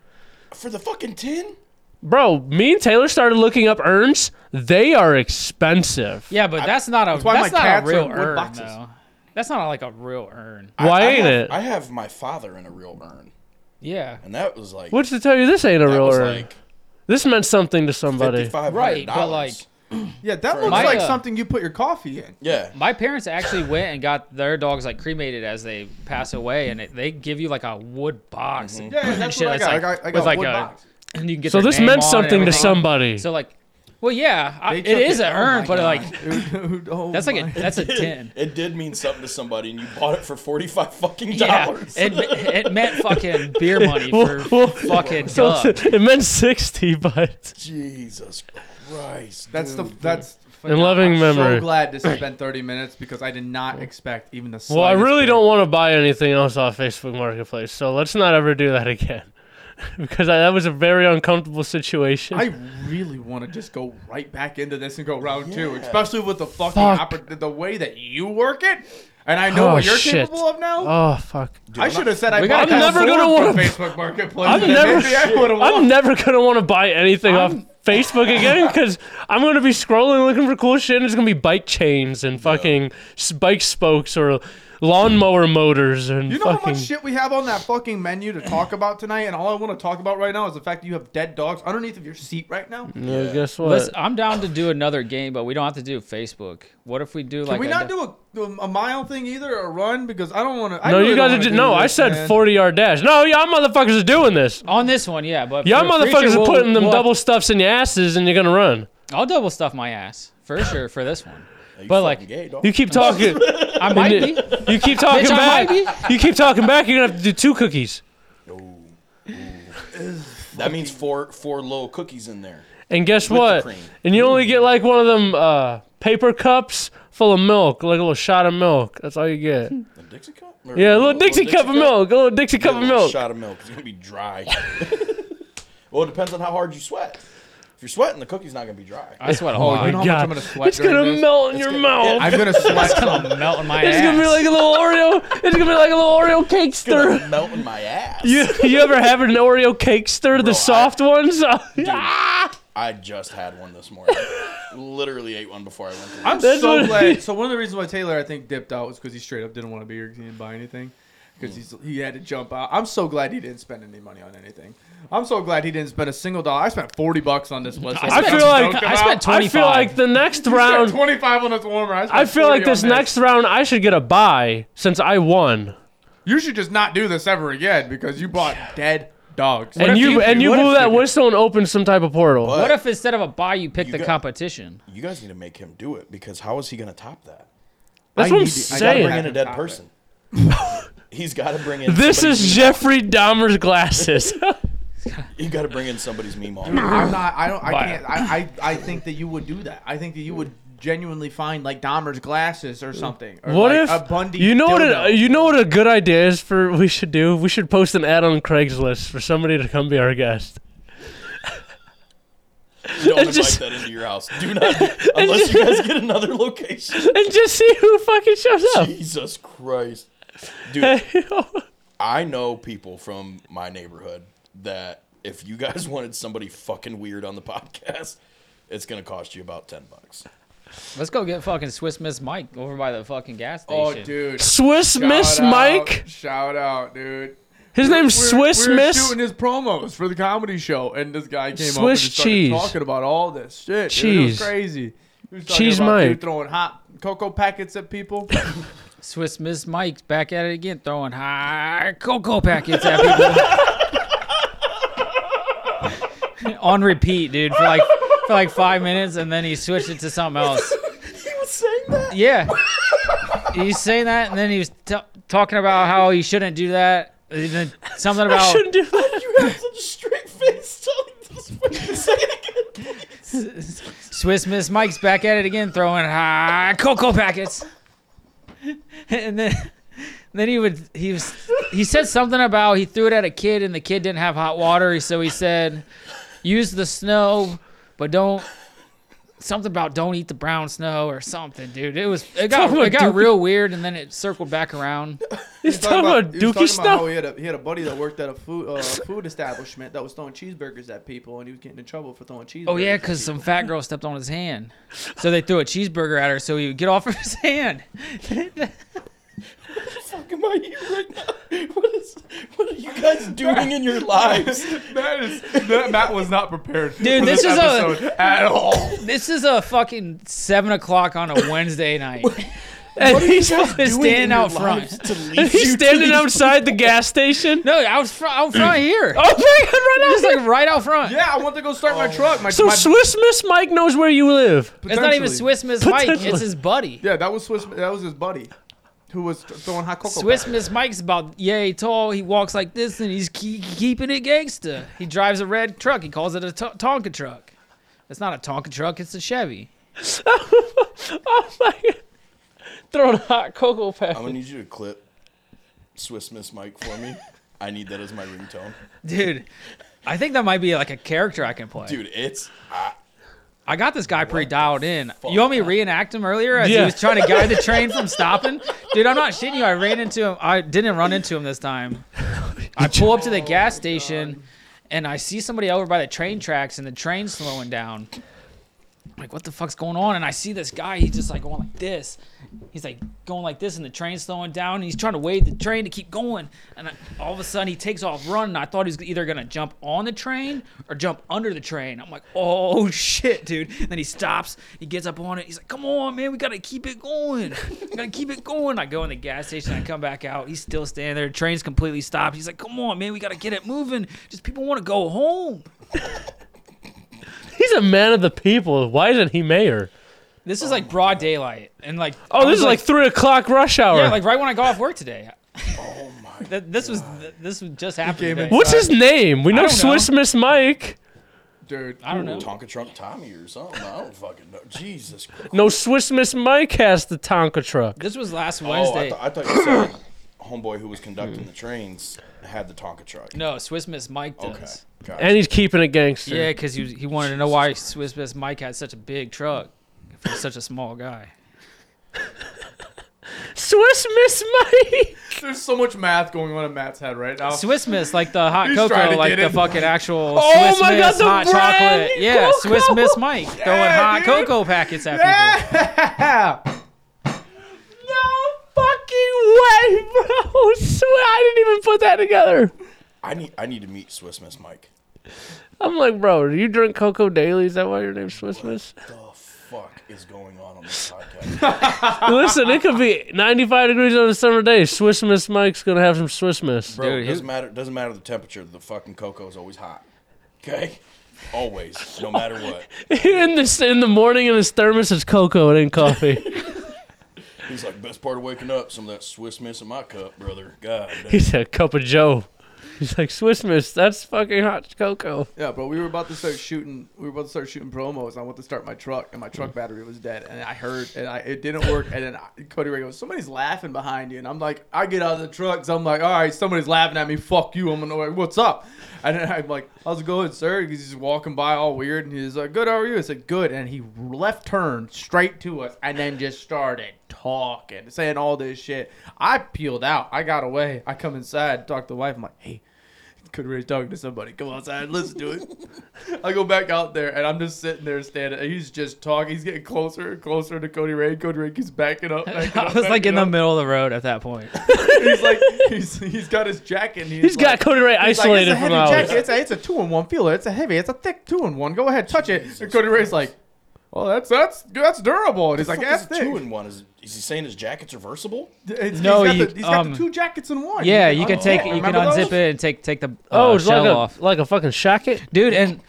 [SPEAKER 3] For the fucking tin?
[SPEAKER 1] Bro, me and Taylor started looking up urns. They are expensive.
[SPEAKER 4] Yeah, but that's not a that's,
[SPEAKER 2] why my
[SPEAKER 4] not a
[SPEAKER 2] cats are
[SPEAKER 4] real
[SPEAKER 2] in wood
[SPEAKER 4] urn
[SPEAKER 2] boxes.
[SPEAKER 4] though. That's not like a real urn.
[SPEAKER 1] Why
[SPEAKER 3] I
[SPEAKER 1] ain't
[SPEAKER 3] have,
[SPEAKER 1] it?
[SPEAKER 3] I have my father in a real urn,
[SPEAKER 4] Yeah.
[SPEAKER 3] and that was like.
[SPEAKER 1] What's to tell you this ain't a
[SPEAKER 3] that
[SPEAKER 1] real
[SPEAKER 3] was
[SPEAKER 1] urn?
[SPEAKER 3] like
[SPEAKER 1] this meant something to somebody.
[SPEAKER 3] $5,500.
[SPEAKER 4] Right, but like-
[SPEAKER 2] yeah, that looks
[SPEAKER 4] my,
[SPEAKER 2] like
[SPEAKER 4] uh,
[SPEAKER 2] something you put your coffee in.
[SPEAKER 3] Yeah.
[SPEAKER 4] My parents actually went and got their dogs like cremated as they pass away, and it, they give you like a wood box. And,
[SPEAKER 2] Mm-hmm. Yeah, yeah,
[SPEAKER 4] and
[SPEAKER 2] that's
[SPEAKER 4] shit
[SPEAKER 2] what I
[SPEAKER 4] that's,
[SPEAKER 2] got. I
[SPEAKER 4] like-
[SPEAKER 2] got, I
[SPEAKER 4] with,
[SPEAKER 2] got
[SPEAKER 4] like,
[SPEAKER 2] wood
[SPEAKER 4] a-
[SPEAKER 2] box.
[SPEAKER 4] and you can get
[SPEAKER 1] So
[SPEAKER 4] their
[SPEAKER 1] this
[SPEAKER 4] name
[SPEAKER 1] meant
[SPEAKER 4] on it and
[SPEAKER 1] something to
[SPEAKER 4] everything.
[SPEAKER 1] somebody.
[SPEAKER 4] So like, well, yeah, I,
[SPEAKER 2] They
[SPEAKER 4] it
[SPEAKER 2] took
[SPEAKER 4] is an
[SPEAKER 2] Oh
[SPEAKER 4] urn,
[SPEAKER 2] my
[SPEAKER 4] but like
[SPEAKER 2] God. Dude, oh
[SPEAKER 4] that's like
[SPEAKER 2] my-
[SPEAKER 4] a that's a tin.
[SPEAKER 3] It did mean something to somebody, and you bought it for forty-five fucking
[SPEAKER 4] Yeah,
[SPEAKER 3] dollars.
[SPEAKER 4] it, it meant fucking beer money for
[SPEAKER 1] Well,
[SPEAKER 4] fucking
[SPEAKER 1] so
[SPEAKER 4] dubs.
[SPEAKER 1] it meant sixty, but
[SPEAKER 3] Jesus Christ.
[SPEAKER 2] That's the
[SPEAKER 3] dude.
[SPEAKER 2] that's.
[SPEAKER 1] In loving
[SPEAKER 2] I'm
[SPEAKER 1] memory.
[SPEAKER 2] So glad this has been 30 minutes because I did not expect even the.
[SPEAKER 1] well, I
[SPEAKER 2] slightest
[SPEAKER 1] really
[SPEAKER 2] bit.
[SPEAKER 1] don't want to buy anything else off Facebook Marketplace. So let's not ever do that again, because I, that was a very uncomfortable situation.
[SPEAKER 2] I really want to just go right back into this and go round two,
[SPEAKER 3] Yeah.
[SPEAKER 2] especially with the fucking
[SPEAKER 1] Fuck.
[SPEAKER 2] oppor- the way that you work it. And I know
[SPEAKER 1] Oh,
[SPEAKER 2] what you're
[SPEAKER 1] shit.
[SPEAKER 2] capable of now.
[SPEAKER 1] oh fuck.
[SPEAKER 2] I should have said I
[SPEAKER 4] We
[SPEAKER 2] bought
[SPEAKER 4] gotta-
[SPEAKER 2] that
[SPEAKER 4] I'm
[SPEAKER 1] never gonna
[SPEAKER 2] sword from
[SPEAKER 1] wanna-
[SPEAKER 2] Facebook Marketplace.
[SPEAKER 1] I'm
[SPEAKER 2] and
[SPEAKER 1] never-
[SPEAKER 2] Maybe I would have
[SPEAKER 1] I'm
[SPEAKER 2] won.
[SPEAKER 1] never gonna want to buy anything off Facebook again because I'm gonna be scrolling looking for cool shit and it's gonna be bike chains and fucking s- bike spokes or lawnmower motors and
[SPEAKER 2] You know how
[SPEAKER 1] fucking.
[SPEAKER 2] much shit we have on that fucking menu to talk about tonight, and all I want to talk about right now is the fact that you have dead dogs underneath of your seat right now. Can
[SPEAKER 1] Yeah, guess what?
[SPEAKER 4] Listen, I'm down to do another game, but we don't have to do Facebook. What if we do like?
[SPEAKER 2] we
[SPEAKER 4] a
[SPEAKER 2] not
[SPEAKER 4] di-
[SPEAKER 2] do a, a mile thing either, or a run? Because I don't want to.
[SPEAKER 1] no, you guys are. Just, no, I said forty yard dash. No, y'all motherfuckers are doing this.
[SPEAKER 4] on this one? Yeah, but
[SPEAKER 1] Y'all
[SPEAKER 4] for a future,
[SPEAKER 1] motherfuckers are
[SPEAKER 4] we'll-
[SPEAKER 1] putting them
[SPEAKER 4] we'll-
[SPEAKER 1] double stuffs in your asses, and you're gonna run.
[SPEAKER 4] I'll double stuff my ass for sure for this one.
[SPEAKER 3] You
[SPEAKER 4] But,
[SPEAKER 3] fucking
[SPEAKER 4] like,
[SPEAKER 3] gay, dog.
[SPEAKER 1] You keep talking.
[SPEAKER 4] I might
[SPEAKER 1] And
[SPEAKER 4] be.
[SPEAKER 1] it- You keep talking
[SPEAKER 4] Bitch, I
[SPEAKER 1] back.
[SPEAKER 4] might
[SPEAKER 1] You keep talking back. You're gonna have to do two cookies
[SPEAKER 3] that means four four little cookies in there.
[SPEAKER 1] And guess
[SPEAKER 3] the
[SPEAKER 1] what?
[SPEAKER 3] cream.
[SPEAKER 1] And you only get like one of them uh, paper cups full of milk, like a little shot of milk. That's all you get.
[SPEAKER 3] A Dixie cup? Or
[SPEAKER 1] Yeah, a little Dixie cup of milk. A little Dixie cup of
[SPEAKER 3] Get a Oh, little
[SPEAKER 1] milk.
[SPEAKER 3] Shot of milk. It's gonna be dry. well, it depends on how hard you sweat. If you're sweating, the cookie's not gonna be dry.
[SPEAKER 4] I sweat a
[SPEAKER 2] Oh,
[SPEAKER 4] lot.
[SPEAKER 2] you know how much
[SPEAKER 1] God.
[SPEAKER 2] I'm gonna sweat.
[SPEAKER 1] It's gonna melt in your
[SPEAKER 3] gonna-
[SPEAKER 1] mouth.
[SPEAKER 2] I'm gonna sweat some.
[SPEAKER 4] I'm melting my
[SPEAKER 1] it's
[SPEAKER 4] ass.
[SPEAKER 1] gonna be like a little Oreo. It's gonna be like a little Oreo cake stir.
[SPEAKER 3] It's melting my ass.
[SPEAKER 1] You, you ever have an Oreo cake stir, the
[SPEAKER 3] I-
[SPEAKER 1] soft ones?
[SPEAKER 3] I just had one this morning. Literally ate one before I went. To
[SPEAKER 2] I'm
[SPEAKER 1] That's
[SPEAKER 2] so
[SPEAKER 1] what-
[SPEAKER 2] glad. So one of the reasons why Taylor I think dipped out was because he straight up didn't want to be here 'cause he didn't buy anything
[SPEAKER 1] Hmm.
[SPEAKER 2] because he's he had to jump out. I'm so glad he didn't spend any money on anything. I'm so glad he didn't spend a single dollar. I spent forty bucks on this list.
[SPEAKER 1] I feel
[SPEAKER 4] spent-
[SPEAKER 1] like
[SPEAKER 4] I spent
[SPEAKER 1] I feel
[SPEAKER 4] 25.
[SPEAKER 1] like the next
[SPEAKER 2] spent
[SPEAKER 1] round.
[SPEAKER 2] twenty five on this warmer. I, spent
[SPEAKER 1] I feel
[SPEAKER 2] 40
[SPEAKER 1] like this
[SPEAKER 2] on
[SPEAKER 1] next round I should get a buy since I won.
[SPEAKER 2] You should just not do this ever again because you bought dead dogs.
[SPEAKER 1] and
[SPEAKER 4] if
[SPEAKER 1] you,
[SPEAKER 4] you-
[SPEAKER 1] and you
[SPEAKER 4] what if
[SPEAKER 1] blew
[SPEAKER 4] you
[SPEAKER 1] that
[SPEAKER 4] did-
[SPEAKER 1] whistle and opened some type of portal.
[SPEAKER 4] what if instead of a buy, you pick
[SPEAKER 3] You
[SPEAKER 4] the
[SPEAKER 3] got-
[SPEAKER 4] competition?
[SPEAKER 3] you guys need to make him do it because how is he gonna top that?
[SPEAKER 1] That's
[SPEAKER 2] I
[SPEAKER 1] what I'm
[SPEAKER 2] need to- I gotta
[SPEAKER 3] Gotta
[SPEAKER 1] saying.
[SPEAKER 3] bring in a dead
[SPEAKER 2] Top it.
[SPEAKER 3] person. He's got to bring in.
[SPEAKER 1] this
[SPEAKER 3] somebody's
[SPEAKER 1] is
[SPEAKER 3] meme-
[SPEAKER 1] Jeffrey Dahmer's glasses.
[SPEAKER 3] You got to bring in somebody's meme. all-
[SPEAKER 2] I'm not. I don't. I
[SPEAKER 1] Buy
[SPEAKER 2] can't. I, I. I think that you would do that. I think that you would genuinely find like Dahmer's glasses or something. Or
[SPEAKER 1] Mm. what
[SPEAKER 2] like,
[SPEAKER 1] if
[SPEAKER 2] a Bundy?
[SPEAKER 1] you know what?
[SPEAKER 2] dildo.
[SPEAKER 1] A, you know what a good idea is for we should do. We should post an ad on Craigslist for somebody to come be our guest.
[SPEAKER 3] Don't invite
[SPEAKER 1] just-
[SPEAKER 3] that into your house. Do not unless you guys get another location.
[SPEAKER 1] and just see who fucking shows up.
[SPEAKER 3] Jesus Christ, dude! I know people from my neighborhood that if you guys wanted somebody fucking weird on the podcast, it's gonna cost you about ten bucks.
[SPEAKER 4] Let's go get fucking Swiss Miss Mike over by the fucking gas
[SPEAKER 2] Oh,
[SPEAKER 4] station.
[SPEAKER 2] dude.
[SPEAKER 1] Swiss
[SPEAKER 2] Shout
[SPEAKER 1] Miss
[SPEAKER 2] out.
[SPEAKER 1] Mike.
[SPEAKER 2] Shout out, dude.
[SPEAKER 1] His name's
[SPEAKER 2] We're-
[SPEAKER 1] Swiss
[SPEAKER 2] we're
[SPEAKER 1] Miss
[SPEAKER 2] shooting his promos for the comedy show, and this guy came up and
[SPEAKER 1] Swiss
[SPEAKER 2] just started
[SPEAKER 1] cheese.
[SPEAKER 2] talking about all this shit. Dude, it was
[SPEAKER 1] Cheese.
[SPEAKER 2] crazy. He was talking
[SPEAKER 1] Cheese
[SPEAKER 2] about dude
[SPEAKER 1] Mike.
[SPEAKER 2] throwing hot cocoa packets at people.
[SPEAKER 4] Swiss Miss Mike's back at it again, throwing high cocoa packets at people. On repeat, dude, for like for like five minutes, and then he switched it to something else.
[SPEAKER 3] He was saying that.
[SPEAKER 4] Yeah, he's saying that, and then he was t- talking about how he shouldn't do that. and then something about
[SPEAKER 1] shouldn't do that.
[SPEAKER 3] You have such a straight face telling this fucking say it again.
[SPEAKER 4] Swiss Miss Mike's back at it again, throwing high cocoa packets. And then, then he would he was he said something about he threw it at a kid and the kid didn't have hot water, so he said, "Use the snow, but don't." Something about don't eat the brown snow or something, dude. It was it got
[SPEAKER 1] Talking about
[SPEAKER 4] it got
[SPEAKER 1] Dookie.
[SPEAKER 4] real weird and then it circled back around.
[SPEAKER 1] He's
[SPEAKER 2] Talking
[SPEAKER 1] talking about
[SPEAKER 2] he was
[SPEAKER 1] Dookie
[SPEAKER 2] talking about how
[SPEAKER 1] stuff.
[SPEAKER 2] he had, a, he had a buddy that worked at a food uh, food establishment that was throwing cheeseburgers at people, and he was getting in trouble for throwing cheeseburgers.
[SPEAKER 4] Oh yeah, because some fat girl stepped on his hand, so they threw a cheeseburger at her, so he would get off of his hand.
[SPEAKER 3] fuck am I here right now? What is? What are you guys doing in your lives?
[SPEAKER 2] that is that Matt was not prepared.
[SPEAKER 4] Dude,
[SPEAKER 2] for
[SPEAKER 4] this is a-
[SPEAKER 2] episode at all.
[SPEAKER 4] This is a fucking seven o'clock on a Wednesday night.
[SPEAKER 1] And he's,
[SPEAKER 4] It's standing out front.
[SPEAKER 3] To lead
[SPEAKER 1] and he's
[SPEAKER 3] you to
[SPEAKER 1] standing
[SPEAKER 3] these-
[SPEAKER 1] outside the gas station.
[SPEAKER 4] No, I was fr- out front here.
[SPEAKER 1] Oh my god, right
[SPEAKER 4] Just
[SPEAKER 1] out
[SPEAKER 4] like right out front.
[SPEAKER 2] Yeah, I want to go start my truck. My,
[SPEAKER 1] So
[SPEAKER 2] my,
[SPEAKER 1] Swiss Miss Mike knows where you live.
[SPEAKER 4] it's not even
[SPEAKER 2] potentially.
[SPEAKER 4] Swiss Miss Mike.
[SPEAKER 1] Potentially.
[SPEAKER 4] It's his buddy.
[SPEAKER 2] Yeah, that was Swiss. That was his buddy, who was throwing hot cocoa.
[SPEAKER 4] Swiss Miss Mike's about yay tall. He walks like this and he's keep, keeping it gangsta. He drives a red truck. He calls it a to- Tonka truck. It's not a Tonka truck. It's a Chevy.
[SPEAKER 1] Throwing hot cocoa pack.
[SPEAKER 4] Um,
[SPEAKER 3] I'm gonna need you to clip Swiss Miss Mike for me. I need that as my ringtone,
[SPEAKER 4] Dude, I think that might be like a character I can play.
[SPEAKER 3] dude. It's I,
[SPEAKER 4] I got this guy pretty dialed in. You want me to reenact him earlier as
[SPEAKER 1] Yeah.
[SPEAKER 4] he was trying to guide the train from stopping? Dude, I'm not shitting you. I ran into him. I didn't run into him this time. I pull up to the gas station and I see somebody over by the train tracks and the train's slowing down. like, what the fuck's going on? And I see this guy, he's just like going like this. He's like going like this, and the train's slowing down, and he's trying to wave the train to keep going. And I, all of a sudden, he takes off running. I thought he was either gonna jump on the train or jump under the train. I'm like, oh shit, dude. And then he stops, he gets up on it. He's like, come on, man, we gotta keep it going. We gotta keep it going. I go in the gas station, I come back out. He's still standing there. The train's completely stopped. He's like, come on, man, we gotta get it moving. Just people want to go home.
[SPEAKER 1] He's a man of the people. Why isn't he mayor?
[SPEAKER 4] This is like broad daylight, and like I
[SPEAKER 1] Oh,
[SPEAKER 4] was
[SPEAKER 1] this is like three o'clock rush hour.
[SPEAKER 4] Yeah, like right when I got off work today.
[SPEAKER 3] Oh my.
[SPEAKER 4] Th- this was th- this was just happened.
[SPEAKER 2] came
[SPEAKER 4] today.
[SPEAKER 2] in-
[SPEAKER 1] What's his name? We know
[SPEAKER 4] don't know.
[SPEAKER 1] Swiss Miss Mike.
[SPEAKER 2] dude.
[SPEAKER 4] I don't know.
[SPEAKER 3] Tonka truck Tommy or something. I don't fucking know. Jesus Christ.
[SPEAKER 1] No, Swiss Miss Mike has the Tonka truck.
[SPEAKER 4] This was last
[SPEAKER 3] Oh, I,
[SPEAKER 4] Wednesday.
[SPEAKER 3] th- I thought you said homeboy who was conducting the trains had the Tonka truck.
[SPEAKER 4] no, Swiss Miss Mike does.
[SPEAKER 3] Okay. Gotcha.
[SPEAKER 1] And he's keeping it gangster.
[SPEAKER 4] Yeah, because he was, he wanted to know why Swiss Miss Mike had such a big truck for such a small guy.
[SPEAKER 1] Swiss Miss Mike.
[SPEAKER 2] There's so much math going on in Matt's head right now.
[SPEAKER 4] Swiss Miss, like the hot
[SPEAKER 2] He's trying
[SPEAKER 4] cocoa,
[SPEAKER 2] to
[SPEAKER 4] like
[SPEAKER 2] get
[SPEAKER 4] the
[SPEAKER 2] in.
[SPEAKER 4] fucking actual
[SPEAKER 1] Oh
[SPEAKER 4] Swiss
[SPEAKER 1] my God,
[SPEAKER 4] Miss
[SPEAKER 1] the
[SPEAKER 4] hot
[SPEAKER 1] brand
[SPEAKER 4] chocolate.
[SPEAKER 1] new
[SPEAKER 4] Yeah, Swiss
[SPEAKER 1] cocoa.
[SPEAKER 4] Miss Mike throwing
[SPEAKER 2] Yeah,
[SPEAKER 4] hot
[SPEAKER 2] dude.
[SPEAKER 4] cocoa packets at people.
[SPEAKER 2] Yeah.
[SPEAKER 1] No fucking way, bro. Sw- I didn't even put that together.
[SPEAKER 3] I need I need to meet Swiss Miss Mike.
[SPEAKER 1] I'm like, bro, do you drink cocoa daily? Is that why your name's Swiss Miss?
[SPEAKER 3] The fuck is going on on this podcast?
[SPEAKER 1] Listen, it could be 95 degrees on a summer day. Swiss Miss Mike's gonna have some Swiss Miss.
[SPEAKER 3] Bro,
[SPEAKER 4] Dude,
[SPEAKER 3] it
[SPEAKER 4] he-
[SPEAKER 3] doesn't matter doesn't matter the temperature. The fucking cocoa is always hot. Okay, always, no matter what.
[SPEAKER 1] in this in the morning, in his thermos is cocoa. It ain't coffee.
[SPEAKER 3] He's like best part of waking up. Some of that Swiss Miss in my cup, brother. God, damn.
[SPEAKER 1] He's a cup of Joe. He's like Swiss Miss. That's fucking hot cocoa.
[SPEAKER 2] Yeah, bro. We were about to start shooting. We were about to start shooting promos. And I went to start my truck, and my truck battery was dead. And I heard, and I it didn't work. And then I, Cody Ray goes, "Somebody's laughing behind you." And I'm like, I get out of the truck, so I'm like, "All right, somebody's laughing at me. Fuck you." I'm like, "What's up?" And then I'm like, "How's it going, sir?" He's just walking by, all weird, and he's like, "Good, how are you?" I said, "Good." And he left turned straight to us, and then just started talking, saying all this shit. I peeled out. I got away. I come inside, talk to the wife. I'm like, "Hey." Could really talking to somebody. Come outside, and listen to it. I go back out there and I'm just sitting there standing. And he's just talking. He's getting closer and closer to Cody Ray. Cody Ray keeps backing up. Backing
[SPEAKER 4] I
[SPEAKER 2] up,
[SPEAKER 4] was like
[SPEAKER 2] backing
[SPEAKER 4] in the
[SPEAKER 2] up.
[SPEAKER 4] middle of the road at that point.
[SPEAKER 2] He's like, he's, he's got his jacket. And he's
[SPEAKER 1] He's got
[SPEAKER 2] like-
[SPEAKER 1] Cody Ray
[SPEAKER 2] he's like,
[SPEAKER 1] isolated
[SPEAKER 2] it's
[SPEAKER 1] from
[SPEAKER 2] a heavy
[SPEAKER 1] ours.
[SPEAKER 2] jacket. It's a, it's a two in one feeler. It's a heavy. It's a thick two in one. Go ahead, touch it. and Cody Ray's like, well, that's that's that's durable. And he's like,
[SPEAKER 3] Fuck
[SPEAKER 2] that's
[SPEAKER 3] is a two
[SPEAKER 2] thick.
[SPEAKER 3] in one. Is, is he saying his jacket's reversible?
[SPEAKER 2] It's,
[SPEAKER 4] No,
[SPEAKER 2] he's got,
[SPEAKER 4] you-
[SPEAKER 2] the, he's got
[SPEAKER 4] um,
[SPEAKER 2] the two jackets in one.
[SPEAKER 4] Yeah, you can
[SPEAKER 2] unzip
[SPEAKER 4] take
[SPEAKER 2] it.
[SPEAKER 4] it, you can
[SPEAKER 2] Oh, Remember those?
[SPEAKER 4] unzip it and take take the uh,
[SPEAKER 1] Oh, it's
[SPEAKER 4] shell
[SPEAKER 1] like a
[SPEAKER 4] off,
[SPEAKER 1] like a fucking shacket,
[SPEAKER 4] dude. And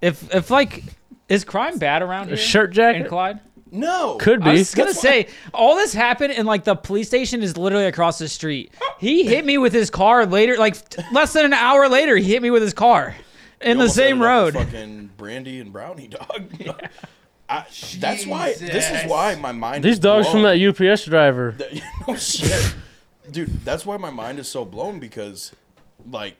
[SPEAKER 4] if if like is crime bad around here
[SPEAKER 1] a shirt
[SPEAKER 4] in
[SPEAKER 1] jacket.
[SPEAKER 4] Clyde?
[SPEAKER 3] No.
[SPEAKER 1] Could
[SPEAKER 4] I
[SPEAKER 1] be.
[SPEAKER 4] was gonna say all this happened and like the police station is literally across the street. He hit me with his car later, like t- less than an hour later. He hit me with his car in
[SPEAKER 3] You
[SPEAKER 4] the
[SPEAKER 3] almost
[SPEAKER 4] same
[SPEAKER 3] ended up
[SPEAKER 4] road.
[SPEAKER 3] with Fucking brandy and brownie dog. I, that's why. This is
[SPEAKER 2] Jesus.
[SPEAKER 3] why my mind.
[SPEAKER 1] These
[SPEAKER 3] is
[SPEAKER 1] dogs from
[SPEAKER 3] blown.
[SPEAKER 1] that UPS driver.
[SPEAKER 3] That- no shit, dude. That's why my mind is so blown because, like,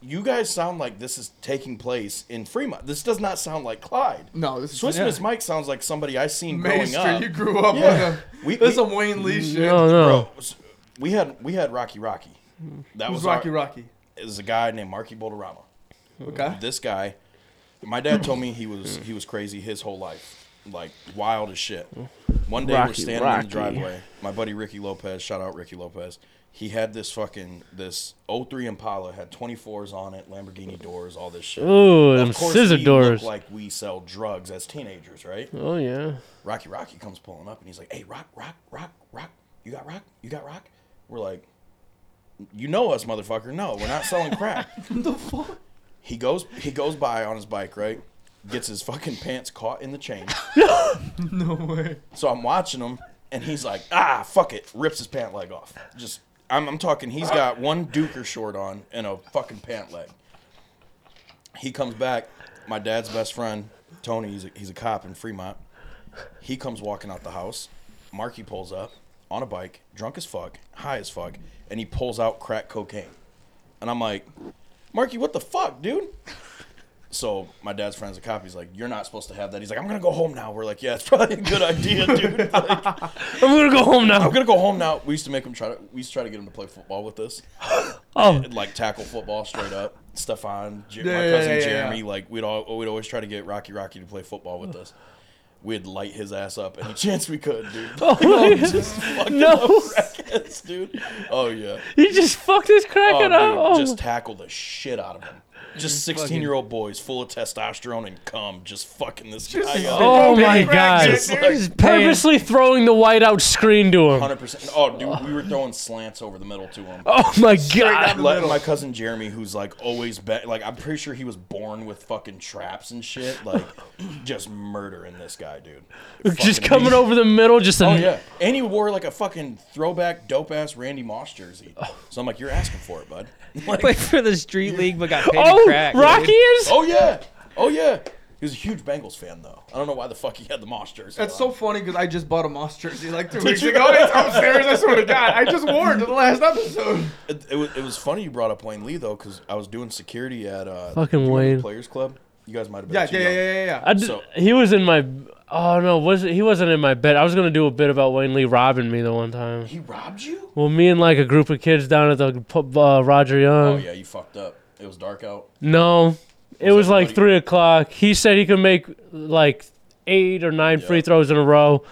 [SPEAKER 3] you guys sound like this is taking place in Fremont. This does not sound like Clyde.
[SPEAKER 2] No, this is
[SPEAKER 3] Swiss
[SPEAKER 2] yeah.
[SPEAKER 3] Miss Mike sounds like somebody I seen
[SPEAKER 2] Main
[SPEAKER 3] growing up.
[SPEAKER 2] Street. You grew up
[SPEAKER 3] Yeah.
[SPEAKER 2] with him.
[SPEAKER 3] We-
[SPEAKER 2] This is
[SPEAKER 3] we-
[SPEAKER 2] some Wayne Lee shit.
[SPEAKER 1] Oh, No, no.
[SPEAKER 3] Bro, we had we had Rocky Rocky. That
[SPEAKER 2] Who's
[SPEAKER 3] was
[SPEAKER 2] Rocky
[SPEAKER 3] Our,
[SPEAKER 2] Rocky?
[SPEAKER 3] It was a guy named Marky Boldorama.
[SPEAKER 2] Okay.
[SPEAKER 3] This guy, my dad told me he was he was crazy his whole life, like wild as shit. One day we're
[SPEAKER 1] Rocky,
[SPEAKER 3] standing in
[SPEAKER 1] Rocky.
[SPEAKER 3] the driveway. My buddy Ricky Lopez, shout out Ricky Lopez. He had this fucking this 03 Impala had 24s on it, Lamborghini doors, all this shit.
[SPEAKER 1] Ooh, them
[SPEAKER 3] of course,
[SPEAKER 1] scissor
[SPEAKER 3] we
[SPEAKER 1] doors.
[SPEAKER 3] Look like we sell drugs as teenagers, right?
[SPEAKER 1] Oh yeah.
[SPEAKER 3] Rocky Rocky comes pulling up and he's like, "Hey, Rock, Rock, Rock, Rock, you got Rock, you got Rock." We're like, "You know us, motherfucker. No, we're not selling crack."
[SPEAKER 2] What the fuck?
[SPEAKER 3] he goes, he goes by on his bike, right? Gets his fucking pants caught in the chain.
[SPEAKER 2] No way.
[SPEAKER 3] So I'm watching him, and he's like, "Ah, fuck it!" Rips his pant leg off. Just, I'm, I'm talking. He's got one Duker short on and a fucking pant leg. He comes back. My dad's best friend, Tony, he's a, he's a cop in Fremont. He comes walking out the house. Marky pulls up on a bike, drunk as fuck, high as fuck, and he pulls out crack cocaine. And I'm like, Marky, what the fuck, dude? So my dad's friend's a cop. He's like, "You're not supposed to have that." He's like, "I'm gonna go home now." We're like, "Yeah, it's probably a good idea, dude." Like,
[SPEAKER 1] I'm gonna go home
[SPEAKER 3] I'm
[SPEAKER 1] now.
[SPEAKER 3] gonna go home now. We used to make him try to. We used to try to get him to play football with us,
[SPEAKER 1] Oh,
[SPEAKER 3] like tackle football straight up. Stefan, Jer-
[SPEAKER 2] Yeah,
[SPEAKER 3] my
[SPEAKER 2] yeah,
[SPEAKER 3] cousin
[SPEAKER 2] yeah, yeah,
[SPEAKER 3] Jeremy,
[SPEAKER 2] yeah.
[SPEAKER 3] like we'd all we'd always try to get Rocky Rocky to play football with us. We'd light his ass up any chance we could, dude. Oh, just fucking
[SPEAKER 1] No.
[SPEAKER 3] up rackets, dude. Oh yeah.
[SPEAKER 1] You just fucked this
[SPEAKER 3] Oh,
[SPEAKER 1] cracker
[SPEAKER 3] dude,
[SPEAKER 1] up. Oh,
[SPEAKER 3] just tackle the shit out of him. Just sixteen-year-old boys, full of testosterone and cum, just fucking this guy up.
[SPEAKER 1] oh
[SPEAKER 2] Big
[SPEAKER 1] my
[SPEAKER 2] cracker,
[SPEAKER 1] god.
[SPEAKER 2] just like-
[SPEAKER 1] Just purposely throwing the whiteout screen to him.
[SPEAKER 3] Hundred percent. Oh, dude, we were throwing slants over the middle to him.
[SPEAKER 1] Oh my
[SPEAKER 3] I
[SPEAKER 1] god.
[SPEAKER 3] let my cousin Jeremy, who's like always bet, like I'm pretty sure he was born with fucking traps and shit, like just murdering this guy, dude.
[SPEAKER 1] Just
[SPEAKER 3] Fucking
[SPEAKER 1] coming
[SPEAKER 3] beast.
[SPEAKER 1] over the middle, just a
[SPEAKER 3] Oh yeah, and he wore like a fucking throwback dope ass Randy Moss jersey. So I'm like, you're asking for it, bud. Like,
[SPEAKER 5] Played for the street league, but got paid
[SPEAKER 1] Oh,
[SPEAKER 5] to crack. dude.
[SPEAKER 1] Rocky is?
[SPEAKER 3] oh yeah, oh yeah. He was a huge Bengals fan though. I don't know why the fuck he had the Moss jersey.
[SPEAKER 2] That's
[SPEAKER 3] on.
[SPEAKER 2] so funny because I just bought a Moss jersey like two weeks ago. It's upstairs. I swear to God, I just wore it to the last episode.
[SPEAKER 3] It, it was, it was funny you brought up Wayne Lee though, because I was doing security at uh,
[SPEAKER 1] Fucking
[SPEAKER 3] do you remember the
[SPEAKER 1] Wayne.
[SPEAKER 3] Players Club. You guys might have been
[SPEAKER 2] Yeah,
[SPEAKER 3] too
[SPEAKER 2] yeah, yeah,
[SPEAKER 3] young.
[SPEAKER 2] yeah, yeah.
[SPEAKER 1] I d-
[SPEAKER 3] So-
[SPEAKER 1] he was in my. Oh no, was it, he wasn't in my bed. I was gonna do a bit about Wayne Lee robbing me the one time.
[SPEAKER 3] He robbed you?
[SPEAKER 1] Well, me and like a group of kids down at the pub, uh, Roger Young.
[SPEAKER 3] Oh yeah, you fucked up. It was dark out.
[SPEAKER 1] No, it was like
[SPEAKER 3] everybody-
[SPEAKER 1] three o'clock. He said he could make like eight or nine free
[SPEAKER 3] Yeah.
[SPEAKER 1] throws in a row.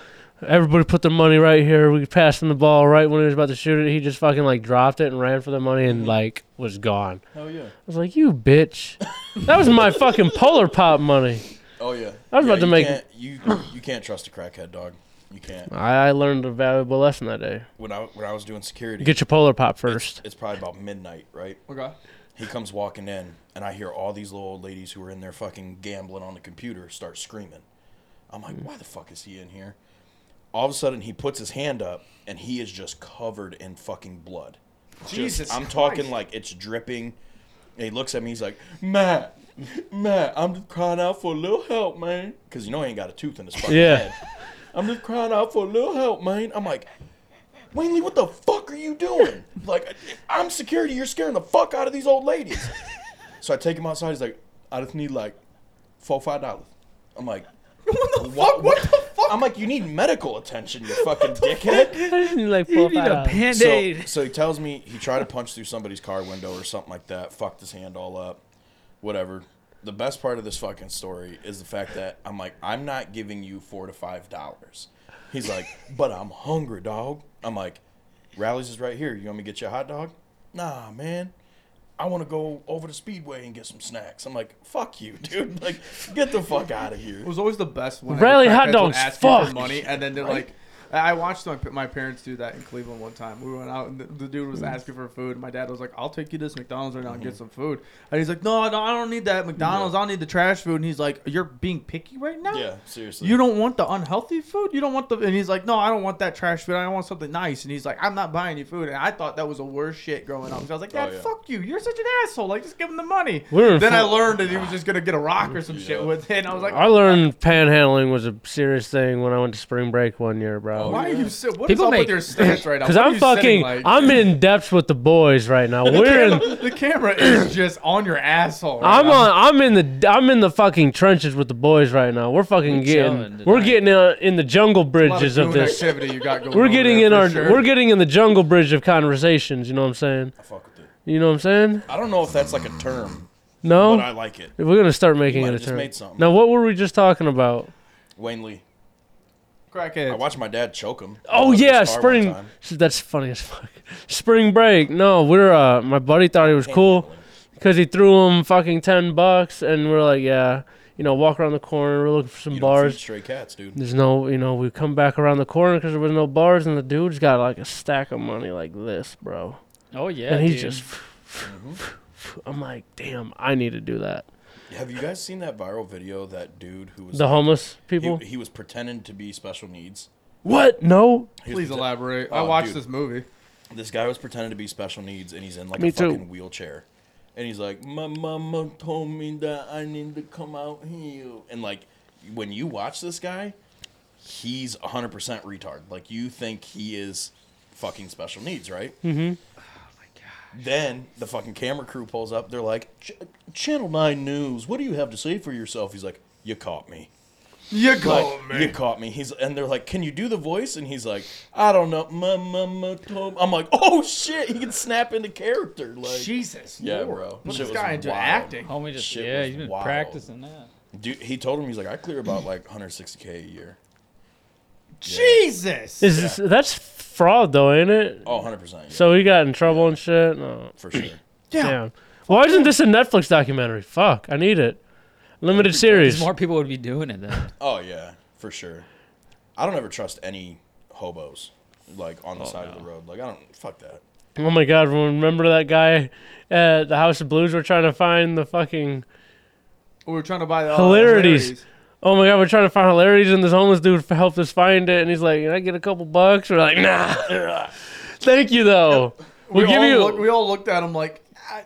[SPEAKER 1] Everybody put their money right here. We passed him the ball right when he was about to shoot it. He just fucking like dropped it and ran for the money and like was gone. I
[SPEAKER 3] Hell yeah.
[SPEAKER 1] was like, you bitch. That was my fucking Polar Pop money.
[SPEAKER 3] Oh yeah.
[SPEAKER 1] I was
[SPEAKER 3] Yeah,
[SPEAKER 1] about to
[SPEAKER 3] you
[SPEAKER 1] make-
[SPEAKER 3] Can't, you you can't trust a crackhead dog. You can't.
[SPEAKER 1] I, I learned a valuable lesson that day.
[SPEAKER 3] When I when I was doing security,
[SPEAKER 1] Get your Polar Pop first.
[SPEAKER 3] it's probably about midnight, right?
[SPEAKER 2] Okay.
[SPEAKER 3] He comes walking in, and I hear all these little old ladies who are in there fucking gambling on the computer start screaming. I'm
[SPEAKER 1] Mm.
[SPEAKER 3] like, why the fuck is he in here? All of a sudden, he puts his hand up, and he is just covered in fucking blood. Just-
[SPEAKER 2] Jesus
[SPEAKER 3] I'm talking
[SPEAKER 2] Christ.
[SPEAKER 3] like it's dripping. And he looks at me. He's like, Matt, Matt, I'm just crying out for a little help, man. Because you know he ain't got a tooth in his fucking
[SPEAKER 1] Yeah.
[SPEAKER 3] head. I'm just crying out for a little help, man. I'm like, Wainley, what the fuck are you doing? Like, I'm security. You're scaring the fuck out of these old ladies. So I take him outside. He's like, I just need like four, five dollars. I'm like,
[SPEAKER 2] What the
[SPEAKER 3] What-
[SPEAKER 2] fuck? What the fuck?
[SPEAKER 3] I'm like, you need medical attention, you fucking dickhead.
[SPEAKER 1] I just need like four or
[SPEAKER 5] You need
[SPEAKER 1] five
[SPEAKER 5] a band
[SPEAKER 1] hours.
[SPEAKER 3] So,
[SPEAKER 5] aid.
[SPEAKER 3] so he tells me he tried to punch through somebody's car window or something like that. Fucked his hand all up. Whatever. The best part of this fucking story is the fact that I'm like, I'm not giving you four to five dollars. He's like, but I'm hungry, dog. I'm like, Rallies is right here. You want me to get you a hot dog? Nah, man. I want to go over to Speedway and get some snacks. I'm like, fuck you, dude. Like, get the fuck out of here.
[SPEAKER 2] It was always the best when
[SPEAKER 1] Rally
[SPEAKER 2] I
[SPEAKER 1] hot
[SPEAKER 2] would
[SPEAKER 1] dogs,
[SPEAKER 2] Ask you
[SPEAKER 1] fuck.
[SPEAKER 2] for money, and then they're like, I I watched my, my parents do that in Cleveland one time. We went out, and the, the dude
[SPEAKER 1] Mm.
[SPEAKER 2] was asking for food. And my dad was like, "I'll take you to this McDonald's right now and
[SPEAKER 1] Mm-hmm.
[SPEAKER 2] get some food." And he's like, "No, no, I don't need that McDonald's. I need the trash food." And he's like, "You're being picky right now.
[SPEAKER 3] Yeah, seriously.
[SPEAKER 2] You don't want the unhealthy food. You don't want the." And he's like, "No, I don't want that trash food. I want something nice." And he's like, "I'm not buying you food." And I thought that was the worst shit growing up. So I was like,
[SPEAKER 3] Oh,
[SPEAKER 2] "Dad,
[SPEAKER 3] yeah.
[SPEAKER 2] fuck you. You're such an asshole. Like, just give him the money."
[SPEAKER 1] We were in
[SPEAKER 2] then I
[SPEAKER 1] Fort-
[SPEAKER 2] learned that he was just gonna get a rock or some shit
[SPEAKER 3] Yeah.
[SPEAKER 2] with it. And I was like,
[SPEAKER 1] I learned panhandling was a serious thing when I went to spring break one year, bro.
[SPEAKER 3] Oh,
[SPEAKER 2] Why
[SPEAKER 3] yeah.
[SPEAKER 2] are you sit? What is
[SPEAKER 4] People
[SPEAKER 2] up
[SPEAKER 4] make-
[SPEAKER 2] with your stance right now?
[SPEAKER 1] Because
[SPEAKER 2] What are
[SPEAKER 1] I'm
[SPEAKER 2] you sitting
[SPEAKER 1] fucking,
[SPEAKER 2] like?
[SPEAKER 1] I'm in depth with the boys right now.
[SPEAKER 2] the,
[SPEAKER 1] We're in,
[SPEAKER 2] camera, the camera is just on your asshole. right
[SPEAKER 1] I'm
[SPEAKER 2] now.
[SPEAKER 1] on, I'm in the, I'm in the fucking trenches with the boys right now. We're fucking
[SPEAKER 5] We
[SPEAKER 1] getting,
[SPEAKER 5] chilling
[SPEAKER 1] we're
[SPEAKER 5] tonight.
[SPEAKER 1] getting uh, in the jungle
[SPEAKER 2] A lot
[SPEAKER 1] bridges of
[SPEAKER 2] human
[SPEAKER 1] this.
[SPEAKER 2] activity you got going
[SPEAKER 1] We're
[SPEAKER 2] on
[SPEAKER 1] getting
[SPEAKER 2] there
[SPEAKER 1] in
[SPEAKER 2] for
[SPEAKER 1] our,
[SPEAKER 2] sure.
[SPEAKER 1] we're getting in the jungle bridge of conversations. You know what I'm saying?
[SPEAKER 3] I fuck with it.
[SPEAKER 1] You know what I'm saying?
[SPEAKER 3] I don't know if that's like a term,
[SPEAKER 1] No,
[SPEAKER 3] but I like it.
[SPEAKER 1] we're gonna start making it
[SPEAKER 3] might
[SPEAKER 1] a
[SPEAKER 3] have just
[SPEAKER 1] term.
[SPEAKER 3] made something.
[SPEAKER 1] Now, what were we just talking about?
[SPEAKER 3] Wayne Lee. I
[SPEAKER 2] crackhead.
[SPEAKER 3] watched my dad choke him.
[SPEAKER 1] Oh
[SPEAKER 3] Out of
[SPEAKER 1] yeah,
[SPEAKER 3] his car one
[SPEAKER 1] spring.
[SPEAKER 3] time.
[SPEAKER 1] That's funny as fuck. Spring break. No, we're uh, my buddy thought he was cool because he threw him fucking ten bucks, and we're like, yeah, you know, walk around the corner, we're looking for some
[SPEAKER 3] You don't feed
[SPEAKER 1] bars.
[SPEAKER 3] stray cats, dude.
[SPEAKER 1] There's no, you know, we come back around the corner because there was no bars, and the dude's got like a stack of money like this, bro,
[SPEAKER 4] Oh yeah,
[SPEAKER 1] and he's
[SPEAKER 4] dude.
[SPEAKER 1] just. I'm like, damn, I need to do that.
[SPEAKER 3] Have you guys seen that viral video? of That dude who was
[SPEAKER 1] The homeless
[SPEAKER 3] he,
[SPEAKER 1] people.
[SPEAKER 3] he was pretending to be special needs.
[SPEAKER 1] what? No.
[SPEAKER 3] He was
[SPEAKER 2] Please
[SPEAKER 3] prete-
[SPEAKER 2] elaborate. I
[SPEAKER 3] Oh,
[SPEAKER 2] watched
[SPEAKER 3] dude.
[SPEAKER 2] this movie.
[SPEAKER 3] This guy was pretending to be special needs, and he's in like
[SPEAKER 1] Me
[SPEAKER 3] a
[SPEAKER 1] too.
[SPEAKER 3] fucking wheelchair. And he's like, "My mama told me that I need to come out here." And like, when you watch this guy, he's 100% retard. Like, you think he is fucking special needs, right?
[SPEAKER 1] Mm-hmm.
[SPEAKER 3] Then the fucking camera crew pulls up. They're like, "Ch- Channel 9 News, what do you have to say for yourself? He's like, You caught me.
[SPEAKER 2] You
[SPEAKER 1] Oh,
[SPEAKER 3] like, You caught me. He's and they're like, "Can you do the voice?" And he's like, "I don't know." Ma, ma, ma, to-" I'm like, "Oh shit!" He can snap into character. Like,
[SPEAKER 2] Jesus.
[SPEAKER 3] Yeah,
[SPEAKER 2] Lord.
[SPEAKER 3] bro.
[SPEAKER 2] Put
[SPEAKER 3] Shit
[SPEAKER 2] this
[SPEAKER 3] was
[SPEAKER 2] guy into
[SPEAKER 3] wild.
[SPEAKER 2] acting.
[SPEAKER 5] Homie just
[SPEAKER 3] Shit
[SPEAKER 5] yeah,
[SPEAKER 3] was
[SPEAKER 5] he's been
[SPEAKER 3] wild.
[SPEAKER 5] practicing that.
[SPEAKER 3] dude, he told him he's like, "I clear about like 160k a year."
[SPEAKER 2] Jesus.
[SPEAKER 1] Is this, that's fraud though, ain't it?
[SPEAKER 3] Oh, 100 percent.
[SPEAKER 1] So he got in trouble and shit. No,
[SPEAKER 3] for sure.
[SPEAKER 1] damn. Why isn't this a Netflix documentary? Fuck, I need it. Limited series.
[SPEAKER 5] More people would be doing it then.
[SPEAKER 3] Oh yeah, for sure. I don't ever trust any hobos like on the side of the road. Like I don't fuck that.
[SPEAKER 1] Oh my god, everyone, remember that guy at the House of Blues? We're trying to find the fucking.
[SPEAKER 2] We were trying to buy the uh,
[SPEAKER 1] Hilarities. Oh my god, we're trying to find hilarities, and this homeless dude f- helped us find it, and he's like, "Can I get a couple bucks?" We're like, "Nah." Thank you though.
[SPEAKER 2] We,
[SPEAKER 1] We'll give
[SPEAKER 2] all
[SPEAKER 1] you.
[SPEAKER 2] look- we all looked at him like, I,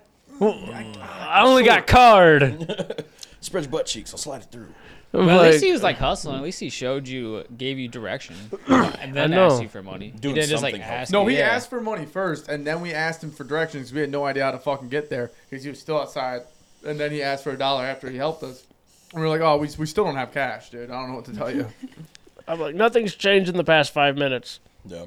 [SPEAKER 1] I only got card.
[SPEAKER 3] Spread your butt cheeks. I'll slide it through.
[SPEAKER 1] I'm
[SPEAKER 5] But at
[SPEAKER 1] like-
[SPEAKER 5] least he was like hustling. At least he showed you, gave you direction, and then
[SPEAKER 1] I know.
[SPEAKER 5] asked you for money.
[SPEAKER 3] Doing
[SPEAKER 5] he didn't just like
[SPEAKER 3] something helpful.
[SPEAKER 5] ask.
[SPEAKER 2] No,
[SPEAKER 5] you,
[SPEAKER 2] he
[SPEAKER 5] yeah.
[SPEAKER 2] asked for money first, and then we asked him for directions 'cause we had no idea how to fucking get there because he was still outside. And then he asked for a dollar after he helped us. And we were like, oh, we, we still don't have cash, dude. I don't know what to tell you.
[SPEAKER 1] I'm like, nothing's changed in the past five minutes.
[SPEAKER 3] Yeah.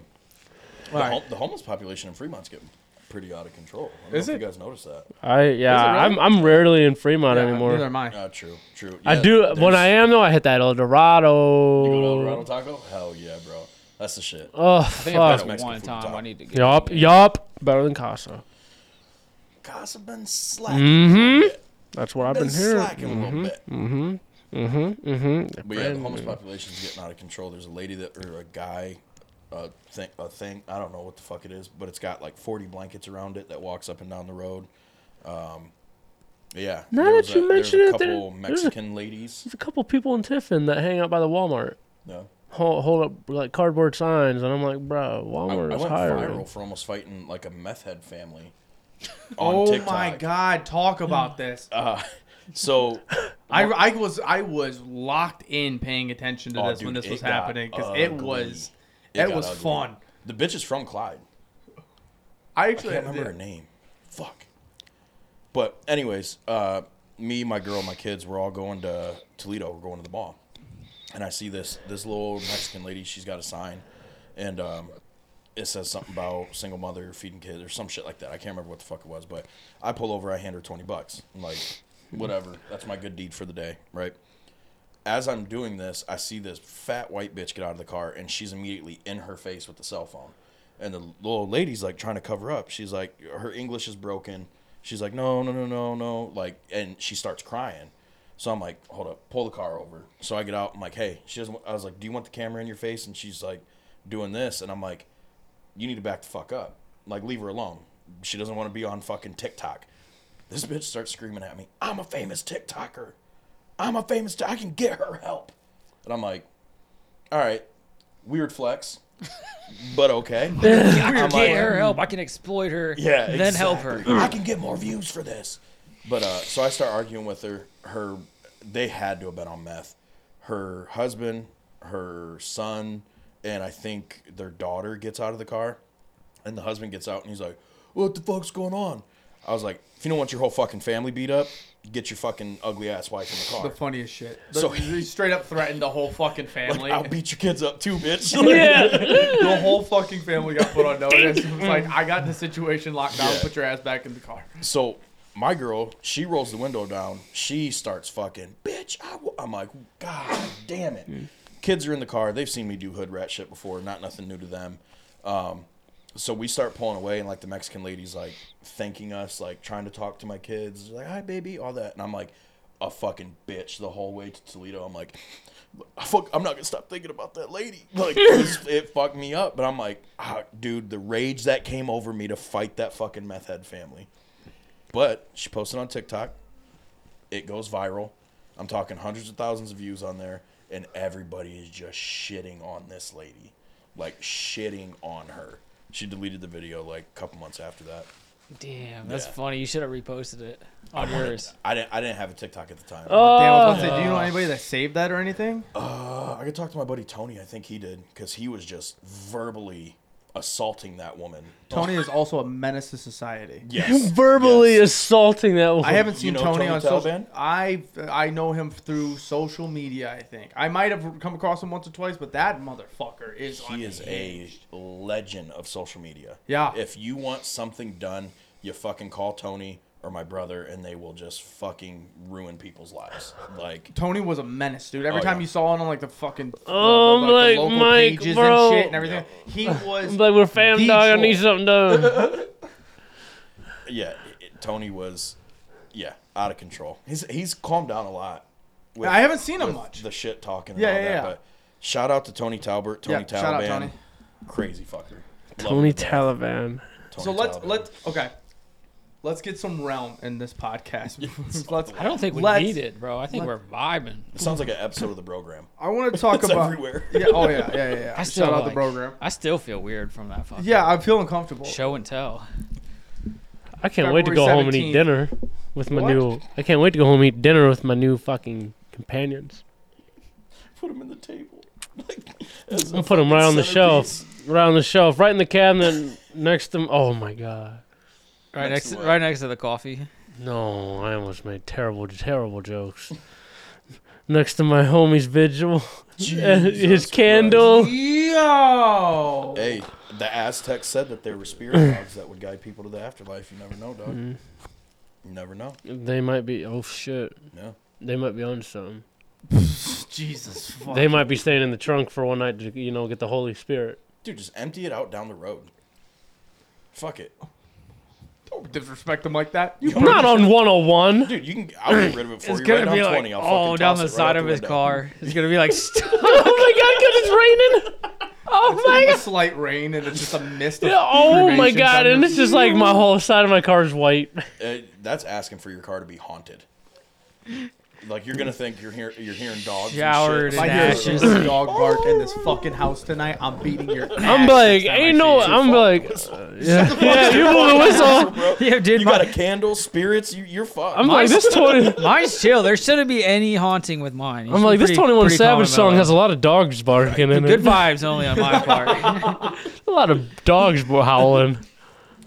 [SPEAKER 3] The,
[SPEAKER 2] Alright.
[SPEAKER 3] hom- the homeless population in Fremont's getting pretty out of control. I don't
[SPEAKER 2] Is
[SPEAKER 3] know
[SPEAKER 2] it?
[SPEAKER 3] if you guys noticed that?
[SPEAKER 1] I yeah,
[SPEAKER 2] Is it really?
[SPEAKER 1] I'm I'm rarely in Fremont
[SPEAKER 2] Yeah,
[SPEAKER 1] anymore.
[SPEAKER 2] Neither am I.
[SPEAKER 3] Uh, true, true.
[SPEAKER 1] I
[SPEAKER 3] Yeah,
[SPEAKER 1] do when
[SPEAKER 3] there's-
[SPEAKER 1] I am though. I hit that El Dorado.
[SPEAKER 3] You go to El Dorado Taco? Hell yeah, bro. That's the shit.
[SPEAKER 1] Oh
[SPEAKER 5] I think I've
[SPEAKER 1] fuck.
[SPEAKER 5] had
[SPEAKER 3] Mexican
[SPEAKER 5] one
[SPEAKER 3] food
[SPEAKER 5] time.
[SPEAKER 3] talk.
[SPEAKER 5] I need to get.
[SPEAKER 1] Yup, yup. Better than Casa.
[SPEAKER 3] Casa been slacking. Mm-hmm.
[SPEAKER 1] That's what I've
[SPEAKER 3] Been
[SPEAKER 1] been hearing.
[SPEAKER 3] slacking a little bit.
[SPEAKER 1] Mm-hmm.
[SPEAKER 3] But yeah, the homeless population's getting out of control. There's a lady that or a guy, a thing, a thing. I don't know what the fuck it is, but it's got like 40 blankets around it that walks up and down the road. Um, yeah.
[SPEAKER 1] Now
[SPEAKER 3] there
[SPEAKER 1] that
[SPEAKER 3] was
[SPEAKER 1] you
[SPEAKER 3] there was
[SPEAKER 1] mention it,
[SPEAKER 3] a couple
[SPEAKER 1] there- there's a-
[SPEAKER 3] Mexican ladies.
[SPEAKER 1] There's a couple people in Tiffin that hang out by the Walmart.
[SPEAKER 3] No.
[SPEAKER 1] Hold, hold up like cardboard signs, and I'm like, bro,
[SPEAKER 3] I, I
[SPEAKER 1] Walmart
[SPEAKER 3] went
[SPEAKER 1] is hiring.
[SPEAKER 3] viral for almost fighting like a meth head family. On
[SPEAKER 2] Oh
[SPEAKER 3] TikTok.
[SPEAKER 2] my God! Talk about this.
[SPEAKER 3] Uh, so
[SPEAKER 2] I, I was I was locked in paying attention to
[SPEAKER 3] Oh,
[SPEAKER 2] this when
[SPEAKER 3] dude,
[SPEAKER 2] this was
[SPEAKER 3] it got
[SPEAKER 2] happening because it
[SPEAKER 3] ugly.
[SPEAKER 2] was
[SPEAKER 3] It
[SPEAKER 2] it,
[SPEAKER 3] got
[SPEAKER 2] was
[SPEAKER 3] ugly.
[SPEAKER 2] fun.
[SPEAKER 3] The bitch is from Clyde.
[SPEAKER 2] I
[SPEAKER 3] I
[SPEAKER 2] actually
[SPEAKER 3] can't remember her
[SPEAKER 2] yeah.
[SPEAKER 3] name. Fuck. But anyways, uh, me, my girl, my kids, we're all going to Toledo. We're going to the mall, and I see this this little old Mexican lady. She's got a sign, and um, it says something about single mother feeding kids or some shit like that. I can't remember what the fuck it was, but I pull over. I hand her twenty bucks. I'm like, whatever. That's my good deed for the day, right? As I'm doing this, I see this fat white bitch get out of the car, and she's immediately in her face with the cell phone. And the little lady's like trying to cover up. She's like, her English is broken. She's like, no, no, no, no, no. Like, and she starts crying. So I'm like, hold up, pull the car over. So I get out. I'm like, hey, she doesn't. I was like, do you want the camera in your face? And she's like, doing this. And I'm like, you need to back the fuck up. Like, leave her alone. She doesn't want to be on fucking TikTok. This bitch starts screaming at me, I'm a famous TikToker. I'm a famous, I can get her help. And I'm like, all right, weird flex, but okay.
[SPEAKER 5] I
[SPEAKER 3] I'm
[SPEAKER 5] can
[SPEAKER 3] like-
[SPEAKER 5] get her help. I can exploit her.
[SPEAKER 3] yeah,
[SPEAKER 5] Then help her.
[SPEAKER 3] exactly. I can get more views for this. But uh, so I start arguing with her. Her, they had to have been on meth. Her husband, her son, and I think their daughter gets out of the car, and the husband gets out and he's like, "What the fuck's going on?" I was like, "If you don't want your whole fucking family beat up, get your fucking ugly ass wife in the car."
[SPEAKER 2] The funniest shit.
[SPEAKER 3] So-
[SPEAKER 2] So he straight up threatened the whole fucking family.
[SPEAKER 3] I'll beat your kids up too, bitch.
[SPEAKER 2] the whole fucking family got put on notice. It was like I got the situation locked down.
[SPEAKER 3] Yeah.
[SPEAKER 2] Put your ass back in the car.
[SPEAKER 3] So my girl, she rolls the window down. She starts fucking, bitch. I w-. I'm like, God damn it. Kids are in the car. They've seen me do hood rat shit before. Not nothing new to them. Um, so we start pulling away, and like the Mexican lady's like thanking us, like trying to talk to my kids, like hi baby, all that. And I'm like a fucking bitch the whole way to Toledo. I'm like, "Ah, fuck, I'm not gonna stop thinking about that lady. Like it, was- it fucked me up. But I'm like, ah, dude, the rage that came over me to fight that fucking meth head family. But she posted on TikTok. It goes viral. I'm talking hundreds of thousands of views on there, and everybody is just shitting on this lady, like shitting on her. She deleted the video like a couple months after that.
[SPEAKER 5] Damn, that's
[SPEAKER 3] Yeah.
[SPEAKER 5] funny. You should have reposted it on yours.
[SPEAKER 3] I didn't. I didn't have a TikTok at the time.
[SPEAKER 2] Damn, I was about to say, do you know anybody that saved that or
[SPEAKER 3] Oh.
[SPEAKER 2] anything?
[SPEAKER 3] Uh, I could talk to my buddy Tony. I think he did because he was just verbally assaulting that woman.
[SPEAKER 2] Tony is also a menace to society.
[SPEAKER 3] Yes.
[SPEAKER 1] verbally
[SPEAKER 3] Yes.
[SPEAKER 1] assaulting that woman.
[SPEAKER 2] I haven't
[SPEAKER 3] You
[SPEAKER 2] seen
[SPEAKER 3] know
[SPEAKER 2] Tony,
[SPEAKER 3] Tony
[SPEAKER 2] on social.
[SPEAKER 3] Taliban?
[SPEAKER 2] I I know him through social media. I think I might have come across him once or twice, but that motherfucker is.
[SPEAKER 3] He is a legend of social media.
[SPEAKER 2] Yeah.
[SPEAKER 3] If you want something done, you fucking call Tony or my brother, and they will just fucking ruin people's lives. Like,
[SPEAKER 2] Tony was a menace, dude. Every
[SPEAKER 3] Oh,
[SPEAKER 2] time
[SPEAKER 3] yeah.
[SPEAKER 2] you saw him on like the fucking
[SPEAKER 1] Oh,
[SPEAKER 2] the,
[SPEAKER 1] I'm like, Mike, bro.
[SPEAKER 2] and shit and everything, he was.
[SPEAKER 1] like we're fam
[SPEAKER 2] The
[SPEAKER 1] dog. I
[SPEAKER 2] troll.
[SPEAKER 1] need something done.
[SPEAKER 3] yeah, it- Tony was, yeah, out of control. He's he's calmed down a lot. With
[SPEAKER 2] I haven't seen him much.
[SPEAKER 3] the shit talking. And
[SPEAKER 2] Yeah,
[SPEAKER 3] all
[SPEAKER 2] yeah,
[SPEAKER 3] that,
[SPEAKER 2] yeah.
[SPEAKER 3] But shout out to Tony Talbert, Tony
[SPEAKER 2] Yeah,
[SPEAKER 3] Taliban,
[SPEAKER 2] shout out Tony.
[SPEAKER 3] crazy fucker. Love him
[SPEAKER 1] Tony
[SPEAKER 3] to death.
[SPEAKER 1] Taliban.
[SPEAKER 3] Tony
[SPEAKER 2] so let's
[SPEAKER 3] Taliban.
[SPEAKER 2] let's okay, let's get some realm in this podcast. let's.
[SPEAKER 4] I don't think
[SPEAKER 2] we
[SPEAKER 4] we
[SPEAKER 2] Let's- need
[SPEAKER 4] need it, bro. I think
[SPEAKER 2] let's-
[SPEAKER 4] we're vibing.
[SPEAKER 3] It sounds like an episode of the program.
[SPEAKER 2] I want to talk
[SPEAKER 3] It's
[SPEAKER 2] about.
[SPEAKER 3] everywhere.
[SPEAKER 2] Yeah. Oh yeah. Yeah. Yeah. yeah.
[SPEAKER 4] I still
[SPEAKER 2] Shout out the
[SPEAKER 4] like-
[SPEAKER 2] program.
[SPEAKER 4] I still feel weird from that fucking
[SPEAKER 2] Yeah, I feel uncomfortable.
[SPEAKER 4] show and tell.
[SPEAKER 1] I can't wait to
[SPEAKER 2] February
[SPEAKER 1] go home and eat
[SPEAKER 2] 17th.
[SPEAKER 1] dinner with my
[SPEAKER 2] What?
[SPEAKER 1] new. I can't wait to go home and eat dinner with my new fucking companions.
[SPEAKER 3] Put him in the table. Like, as a
[SPEAKER 1] I'll put them right on the
[SPEAKER 3] centerpiece.
[SPEAKER 1] shelf, right on the shelf, right in the cabinet next to. Oh my god.
[SPEAKER 4] Right
[SPEAKER 3] Next
[SPEAKER 4] next,
[SPEAKER 3] to what?
[SPEAKER 4] right next to the coffee.
[SPEAKER 1] No, I almost made terrible, terrible jokes. Next to my homie's vigil,
[SPEAKER 3] Jesus
[SPEAKER 1] his
[SPEAKER 3] Christ.
[SPEAKER 1] candle.
[SPEAKER 2] Yo.
[SPEAKER 3] Hey, the Aztecs said that there were spirit dogs that would guide people to the afterlife. You never know, dog.
[SPEAKER 4] Mm-hmm.
[SPEAKER 3] You never know.
[SPEAKER 1] They might be. Oh shit.
[SPEAKER 3] No.
[SPEAKER 1] They might be on something.
[SPEAKER 2] Jesus. Fuck.
[SPEAKER 1] They might be staying in the trunk for one night to, you know, get the Holy Spirit.
[SPEAKER 3] Dude, just empty it out down the road. Fuck it.
[SPEAKER 2] Don't disrespect him like that. You
[SPEAKER 3] Yo,
[SPEAKER 1] Not on 101.
[SPEAKER 3] Dude, you can. I'll get rid of it for you. Right down twenty. I'll
[SPEAKER 4] oh,
[SPEAKER 3] fucking
[SPEAKER 4] down
[SPEAKER 3] toss
[SPEAKER 4] the
[SPEAKER 3] it right
[SPEAKER 4] side
[SPEAKER 3] out
[SPEAKER 4] of his
[SPEAKER 3] window.
[SPEAKER 4] car. It's gonna be like,
[SPEAKER 1] oh my god, 'cause it's raining. Oh my
[SPEAKER 2] a slight rain and it's just a mist. Of
[SPEAKER 1] Yeah, Oh my
[SPEAKER 2] cremations
[SPEAKER 1] god,
[SPEAKER 2] on
[SPEAKER 1] and
[SPEAKER 2] your-
[SPEAKER 1] it's just like my whole side of my car is white.
[SPEAKER 3] Uh, that's asking for your car to be haunted. Like you're gonna think you're hear, you're hearing dogs. and
[SPEAKER 4] Showered
[SPEAKER 3] shit.
[SPEAKER 2] If I
[SPEAKER 4] in
[SPEAKER 2] hear
[SPEAKER 4] ashes.
[SPEAKER 2] this dog bark in this fucking house tonight, I'm beating your.
[SPEAKER 1] I'm
[SPEAKER 2] ass
[SPEAKER 1] like,
[SPEAKER 2] next time I
[SPEAKER 1] ain't
[SPEAKER 2] see
[SPEAKER 1] no,
[SPEAKER 2] you.
[SPEAKER 1] I'm like, uh, yeah, yeah, you blew the whistle.
[SPEAKER 3] Bro,
[SPEAKER 4] yeah, dude,
[SPEAKER 3] you got a candle, spirits. You, you're fucked.
[SPEAKER 1] I'm like, this 20,
[SPEAKER 4] mine's chill. There shouldn't be any haunting with mine.
[SPEAKER 1] I'm like, this 21 Savage song has
[SPEAKER 4] a
[SPEAKER 1] a lot of dogs barking in
[SPEAKER 4] good
[SPEAKER 1] it.
[SPEAKER 4] vibes only on my part.
[SPEAKER 1] A lot of dogs were howling.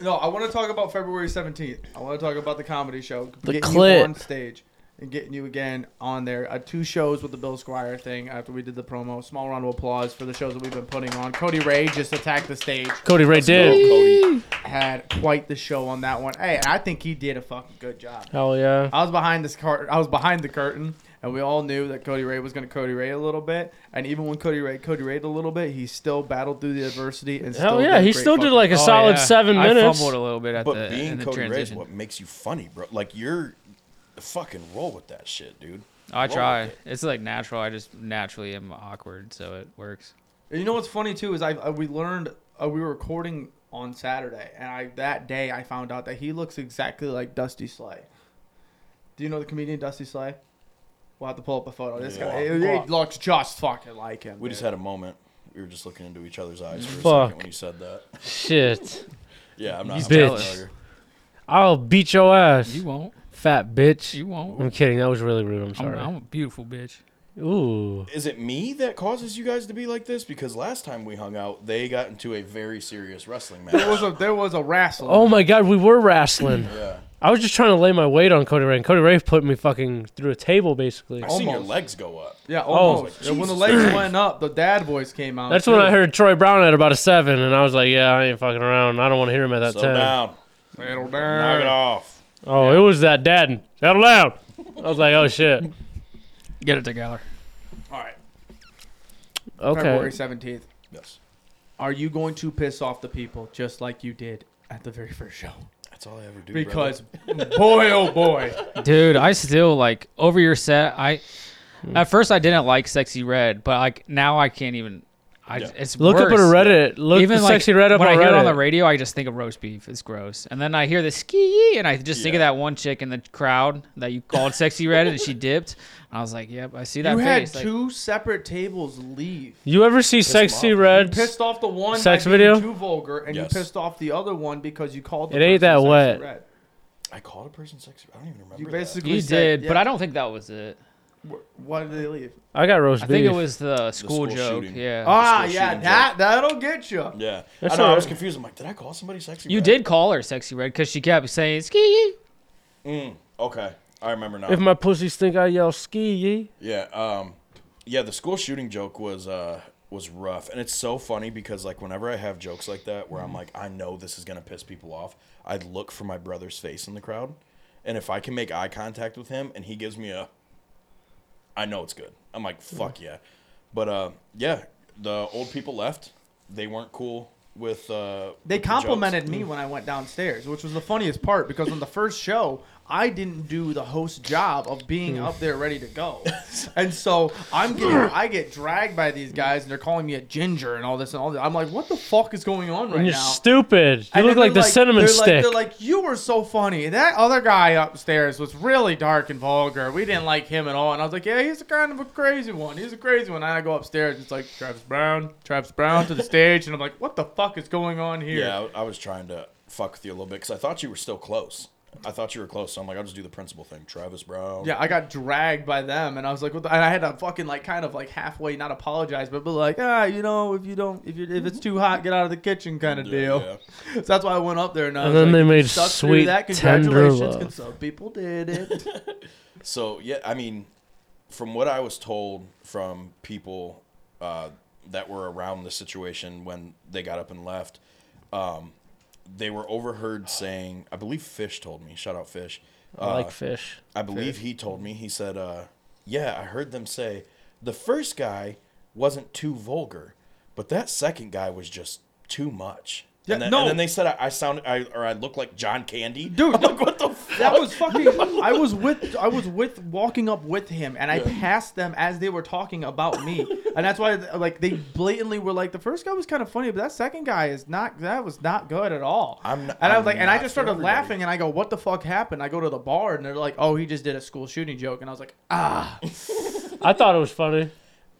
[SPEAKER 2] No, I want to talk about February 17th. I want to talk about the comedy show.
[SPEAKER 1] The
[SPEAKER 2] getting
[SPEAKER 1] clit.
[SPEAKER 2] you on stage and getting you again on there. Uh, two shows with the Bill Squire thing after we did the promo. Small round of applause for the shows that we've been putting on. Cody Ray just attacked the stage.
[SPEAKER 1] Cody Ray did.
[SPEAKER 3] Cody.
[SPEAKER 2] Had quite the show on that one. Hey, I think he did a fucking good job.
[SPEAKER 1] Hell yeah.
[SPEAKER 2] I was behind this cart. I was behind the curtain, and we all knew that Cody Ray was going to Cody Ray a little bit. And even when Cody Ray Cody Rayed a little bit, he still battled through the adversity and
[SPEAKER 1] Hell
[SPEAKER 2] still
[SPEAKER 1] yeah,
[SPEAKER 2] did
[SPEAKER 1] he
[SPEAKER 2] great
[SPEAKER 1] still did
[SPEAKER 2] fucking-
[SPEAKER 1] like a
[SPEAKER 4] Oh,
[SPEAKER 1] solid
[SPEAKER 4] yeah.
[SPEAKER 1] seven
[SPEAKER 4] I
[SPEAKER 1] minutes.
[SPEAKER 4] fumbled a little bit at
[SPEAKER 3] But
[SPEAKER 4] the, in
[SPEAKER 3] being
[SPEAKER 4] the
[SPEAKER 3] Cody Ray is
[SPEAKER 4] transition.
[SPEAKER 3] what makes you funny, bro. Like you're fucking roll with that shit, dude.
[SPEAKER 4] I
[SPEAKER 3] Roll
[SPEAKER 4] try.
[SPEAKER 3] with it.
[SPEAKER 4] It's like natural. I just naturally am awkward, so it works.
[SPEAKER 2] You know what's funny too is I, I we learned uh, we were recording on Saturday, and I that day I found out that he looks exactly like Dusty Slay. Do you know the comedian Dusty Slay? We'll have to pull up a photo. This guy,
[SPEAKER 3] Yeah.
[SPEAKER 2] he, he looks just fucking like him.
[SPEAKER 3] We just
[SPEAKER 2] dude.
[SPEAKER 3] had a moment. We were just looking into each other's eyes for a
[SPEAKER 1] Fuck.
[SPEAKER 3] second when you said that.
[SPEAKER 1] Shit.
[SPEAKER 3] Yeah, I'm not.
[SPEAKER 4] You
[SPEAKER 3] I'm not
[SPEAKER 4] bitch.
[SPEAKER 3] familiar.
[SPEAKER 1] I'll beat your ass,
[SPEAKER 4] You won't.
[SPEAKER 1] fat bitch.
[SPEAKER 4] You won't.
[SPEAKER 1] I'm kidding. That was really rude. I'm
[SPEAKER 4] I'm,
[SPEAKER 1] sorry.
[SPEAKER 4] I'm a beautiful bitch.
[SPEAKER 1] Ooh.
[SPEAKER 3] Is it me that causes you guys to be like this? Because last time we hung out, they got into a very serious wrestling match.
[SPEAKER 2] there was a there was a wrestler.
[SPEAKER 1] Oh my god, we were wrestling.
[SPEAKER 3] yeah.
[SPEAKER 1] I was just trying to lay my weight on Cody Ray. And Cody Ray put me fucking through a table, basically.
[SPEAKER 4] Oh,
[SPEAKER 3] I seen your
[SPEAKER 2] Almost.
[SPEAKER 3] legs go up.
[SPEAKER 2] yeah, almost.
[SPEAKER 3] Oh, Jesus
[SPEAKER 2] And when the legs went up, the dad voice came out.
[SPEAKER 1] Oh. That's
[SPEAKER 2] too.
[SPEAKER 1] when I heard Troy Brown at about a seven, and I was like, "Yeah, I ain't fucking around. I don't want to hear him at that
[SPEAKER 3] Slow
[SPEAKER 1] ten.
[SPEAKER 3] down.
[SPEAKER 2] Settle
[SPEAKER 3] Knock it
[SPEAKER 2] down.
[SPEAKER 3] off.
[SPEAKER 1] Oh, it was that dad. Settle down. I was like, "Oh shit."
[SPEAKER 4] Get it together.
[SPEAKER 2] All right, February
[SPEAKER 1] Okay.
[SPEAKER 2] seventeenth.
[SPEAKER 3] Yes.
[SPEAKER 2] Are you going to piss off the people just like you did at the very first show?
[SPEAKER 3] That's all I ever do.
[SPEAKER 2] Because boy, oh boy.
[SPEAKER 4] Dude, I still like over your set. I at first I didn't like sexy red, but like now I can't even. I,
[SPEAKER 3] Yeah.
[SPEAKER 4] It's
[SPEAKER 1] Look up
[SPEAKER 4] worse.
[SPEAKER 1] at Reddit. Look
[SPEAKER 4] Even like
[SPEAKER 1] sexy red up
[SPEAKER 4] when
[SPEAKER 1] on
[SPEAKER 4] I hear it on the
[SPEAKER 1] Reddit.
[SPEAKER 4] radio, I just think of roast beef. It's gross. And then I hear the ski, and I just think of
[SPEAKER 3] Yeah.
[SPEAKER 4] that one chick in the crowd that you called sexy red, and she dipped. I was like, "Yep, I see that
[SPEAKER 2] You had
[SPEAKER 4] face." like,
[SPEAKER 2] two separate tables leave.
[SPEAKER 1] You ever see
[SPEAKER 3] him
[SPEAKER 1] sexy
[SPEAKER 3] off.
[SPEAKER 1] reds?
[SPEAKER 2] Pissed off the one
[SPEAKER 1] Sex
[SPEAKER 2] by being
[SPEAKER 1] video?
[SPEAKER 2] too vulgar, and
[SPEAKER 3] Yes.
[SPEAKER 2] you pissed off the other one because you called. The
[SPEAKER 1] It ain't
[SPEAKER 2] person
[SPEAKER 1] that
[SPEAKER 2] sexy
[SPEAKER 1] wet.
[SPEAKER 2] red.
[SPEAKER 3] I called a person sexy. I don't even remember.
[SPEAKER 2] You
[SPEAKER 3] that.
[SPEAKER 2] basically
[SPEAKER 4] you
[SPEAKER 2] said-
[SPEAKER 4] did,
[SPEAKER 2] yeah.
[SPEAKER 4] but I don't think that was it.
[SPEAKER 2] Wh- Why did they leave?
[SPEAKER 1] I got roast
[SPEAKER 5] I
[SPEAKER 1] beef.
[SPEAKER 5] think it was the school,
[SPEAKER 3] school
[SPEAKER 5] joke.
[SPEAKER 3] shooting.
[SPEAKER 5] Yeah.
[SPEAKER 2] Ah,
[SPEAKER 3] school
[SPEAKER 2] yeah,
[SPEAKER 3] shooting
[SPEAKER 2] that that'll get you.
[SPEAKER 3] Yeah,
[SPEAKER 1] That's
[SPEAKER 3] I know. I
[SPEAKER 1] not-
[SPEAKER 3] was confused. I'm like, did I call somebody sexy?
[SPEAKER 5] you
[SPEAKER 3] back?
[SPEAKER 5] did call her sexy red because she kept saying ski.
[SPEAKER 3] Mm, okay, I remember now.
[SPEAKER 1] if my pussies think I yell ski yee,
[SPEAKER 3] Yeah, um, yeah. The school shooting joke was uh, was rough, and it's so funny because like whenever I have jokes like that where I'm
[SPEAKER 2] Mm-hmm.
[SPEAKER 3] like, I know this is gonna piss people off, I look for my brother's face in the crowd, and if I can make eye contact with him and he gives me a, I know it's good. I'm like,
[SPEAKER 2] Mm-hmm.
[SPEAKER 3] fuck yeah, but uh, yeah, the old people left. They weren't cool with. Uh,
[SPEAKER 2] They
[SPEAKER 3] with the
[SPEAKER 2] complimented
[SPEAKER 3] jokes.
[SPEAKER 2] me when I went downstairs, which was the funniest part because on the first show, I didn't do the host job of
[SPEAKER 1] Hmm.
[SPEAKER 2] being up there ready to go. And so I'm getting I get dragged by these guys and they're calling me a ginger and all this and all that. I'm like, what the fuck is going on right
[SPEAKER 1] and you're
[SPEAKER 2] now?
[SPEAKER 1] stupid. You
[SPEAKER 2] And
[SPEAKER 1] look
[SPEAKER 2] then
[SPEAKER 1] like the
[SPEAKER 2] they're
[SPEAKER 1] cinnamon
[SPEAKER 2] they're Like,
[SPEAKER 1] stick.
[SPEAKER 2] they're like, you were so funny. That other guy upstairs was really dark and vulgar. We didn't like him at all. And I was like, yeah, he's a kind of a crazy one. He's a crazy one. And I go upstairs. And it's like Travis Brown, Travis Brown to the stage, and I'm like, what the fuck is going on here?
[SPEAKER 3] Yeah, I, I was trying to fuck with you a little bit because I thought you were still close. I thought you were close, so I'm like, I'll just do the principal thing. Travis Brown.
[SPEAKER 2] Yeah, I got dragged by them, and I was like, what the, and I had to fucking like kind of like halfway not apologize, but be like, ah, you know, if you don't, if you if it's too hot, get out of the kitchen, kind of deal.
[SPEAKER 3] yeah.
[SPEAKER 2] So that's why I went up there, and, I
[SPEAKER 1] And
[SPEAKER 2] was
[SPEAKER 1] then
[SPEAKER 2] like,
[SPEAKER 1] they made
[SPEAKER 2] "Sucks to do
[SPEAKER 1] sweet,
[SPEAKER 2] that.
[SPEAKER 1] tender
[SPEAKER 2] Congratulations,
[SPEAKER 1] love.
[SPEAKER 2] 'cause some people did it.
[SPEAKER 3] So yeah, I mean, from what I was told from people uh, that were around the situation when they got up and left, um, they were overheard saying, I believe Fish told me. Shout out Fish.
[SPEAKER 1] I
[SPEAKER 3] uh,
[SPEAKER 1] like fish.
[SPEAKER 3] I believe he told me. He said, uh, "Yeah, I heard them say the first guy wasn't too vulgar, but that second guy was just too much."
[SPEAKER 2] Yeah,
[SPEAKER 3] and, then,
[SPEAKER 2] no.
[SPEAKER 3] and then they said I, I sound I, or I look like John Candy.
[SPEAKER 2] Dude,
[SPEAKER 3] I'm like, what the fuck?
[SPEAKER 2] That was fucking. I was with. I was with walking up with him, and I passed them as they were talking about me, and that's why like they blatantly were like, the first guy was kind of funny, but that second guy is not. That was not good at all.
[SPEAKER 3] I'm n-
[SPEAKER 2] and I was
[SPEAKER 3] I'm
[SPEAKER 2] like, and I
[SPEAKER 3] not
[SPEAKER 2] just
[SPEAKER 3] for
[SPEAKER 2] started
[SPEAKER 3] everybody.
[SPEAKER 2] laughing, and I go, what the fuck happened? I go to the bar, and they're like, oh, he just did a school shooting joke, and I was like, ah,
[SPEAKER 1] I thought it was funny.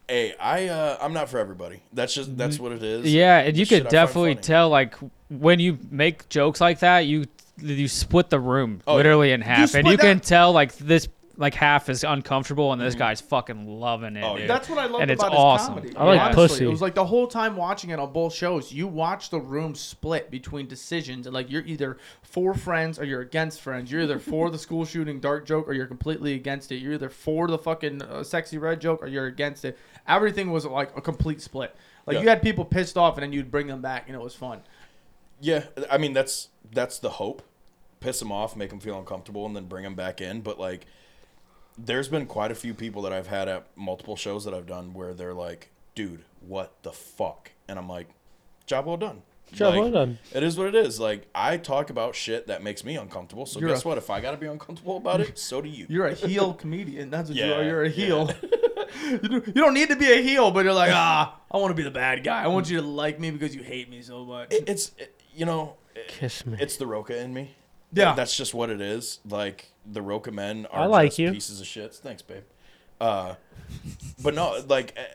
[SPEAKER 3] Hey, I uh, I'm not for everybody. That's just that's what it is.
[SPEAKER 4] Yeah, and you
[SPEAKER 3] Shit,
[SPEAKER 4] could
[SPEAKER 3] I find
[SPEAKER 4] definitely
[SPEAKER 3] funny.
[SPEAKER 4] tell like when you make jokes like that, you you split the room
[SPEAKER 3] Oh, yeah.
[SPEAKER 4] literally in half, and
[SPEAKER 2] split
[SPEAKER 4] you can
[SPEAKER 2] that-
[SPEAKER 4] tell like this like half is uncomfortable, and this guy's fucking loving it.
[SPEAKER 3] Mm-hmm. Oh,
[SPEAKER 4] dude.
[SPEAKER 3] yeah.
[SPEAKER 2] that's what I loved
[SPEAKER 4] And it's
[SPEAKER 2] about
[SPEAKER 4] awesome.
[SPEAKER 2] his comedy.
[SPEAKER 1] I like
[SPEAKER 2] honestly.
[SPEAKER 1] pussy.
[SPEAKER 2] It was like the whole time watching it on both shows, you watch the room split between decisions, and like you're either for friends or you're against friends. You're either for the school shooting dark joke or you're completely against it. You're either for the fucking uh, sexy red joke or you're against it. Everything was like a complete split. Like
[SPEAKER 3] Yeah.
[SPEAKER 2] you had people pissed off, and then you'd bring them back, and it was fun.
[SPEAKER 3] Yeah, I mean that's that's the hope. Piss them off, make them feel uncomfortable, and then bring them back in. But like, there's been quite a few people that I've had at multiple shows that I've done where they're like, "Dude, what the fuck?" And I'm like, "Job well done."
[SPEAKER 1] Job
[SPEAKER 3] Like,
[SPEAKER 1] well done.
[SPEAKER 3] It is what it is. Like I talk about shit that makes me uncomfortable. So
[SPEAKER 2] You're
[SPEAKER 3] guess
[SPEAKER 2] a-
[SPEAKER 3] what? If I gotta be uncomfortable about it, so do you.
[SPEAKER 2] You're a heel comedian. That's what you
[SPEAKER 3] Yeah,
[SPEAKER 2] are. You're a
[SPEAKER 3] yeah.
[SPEAKER 2] heel. you do- you don't need to be a heel, but you're like, ah, I want to be the bad guy. I want you to like me because you hate me so much.
[SPEAKER 3] It- it's it- you know, it-
[SPEAKER 1] Kiss me.
[SPEAKER 3] it's the Roca in me.
[SPEAKER 2] Yeah.
[SPEAKER 3] that's just what it is. Like the Roca men are
[SPEAKER 1] I like
[SPEAKER 3] just
[SPEAKER 1] you.
[SPEAKER 3] pieces of shit. Thanks, babe. Uh, but no, like eh,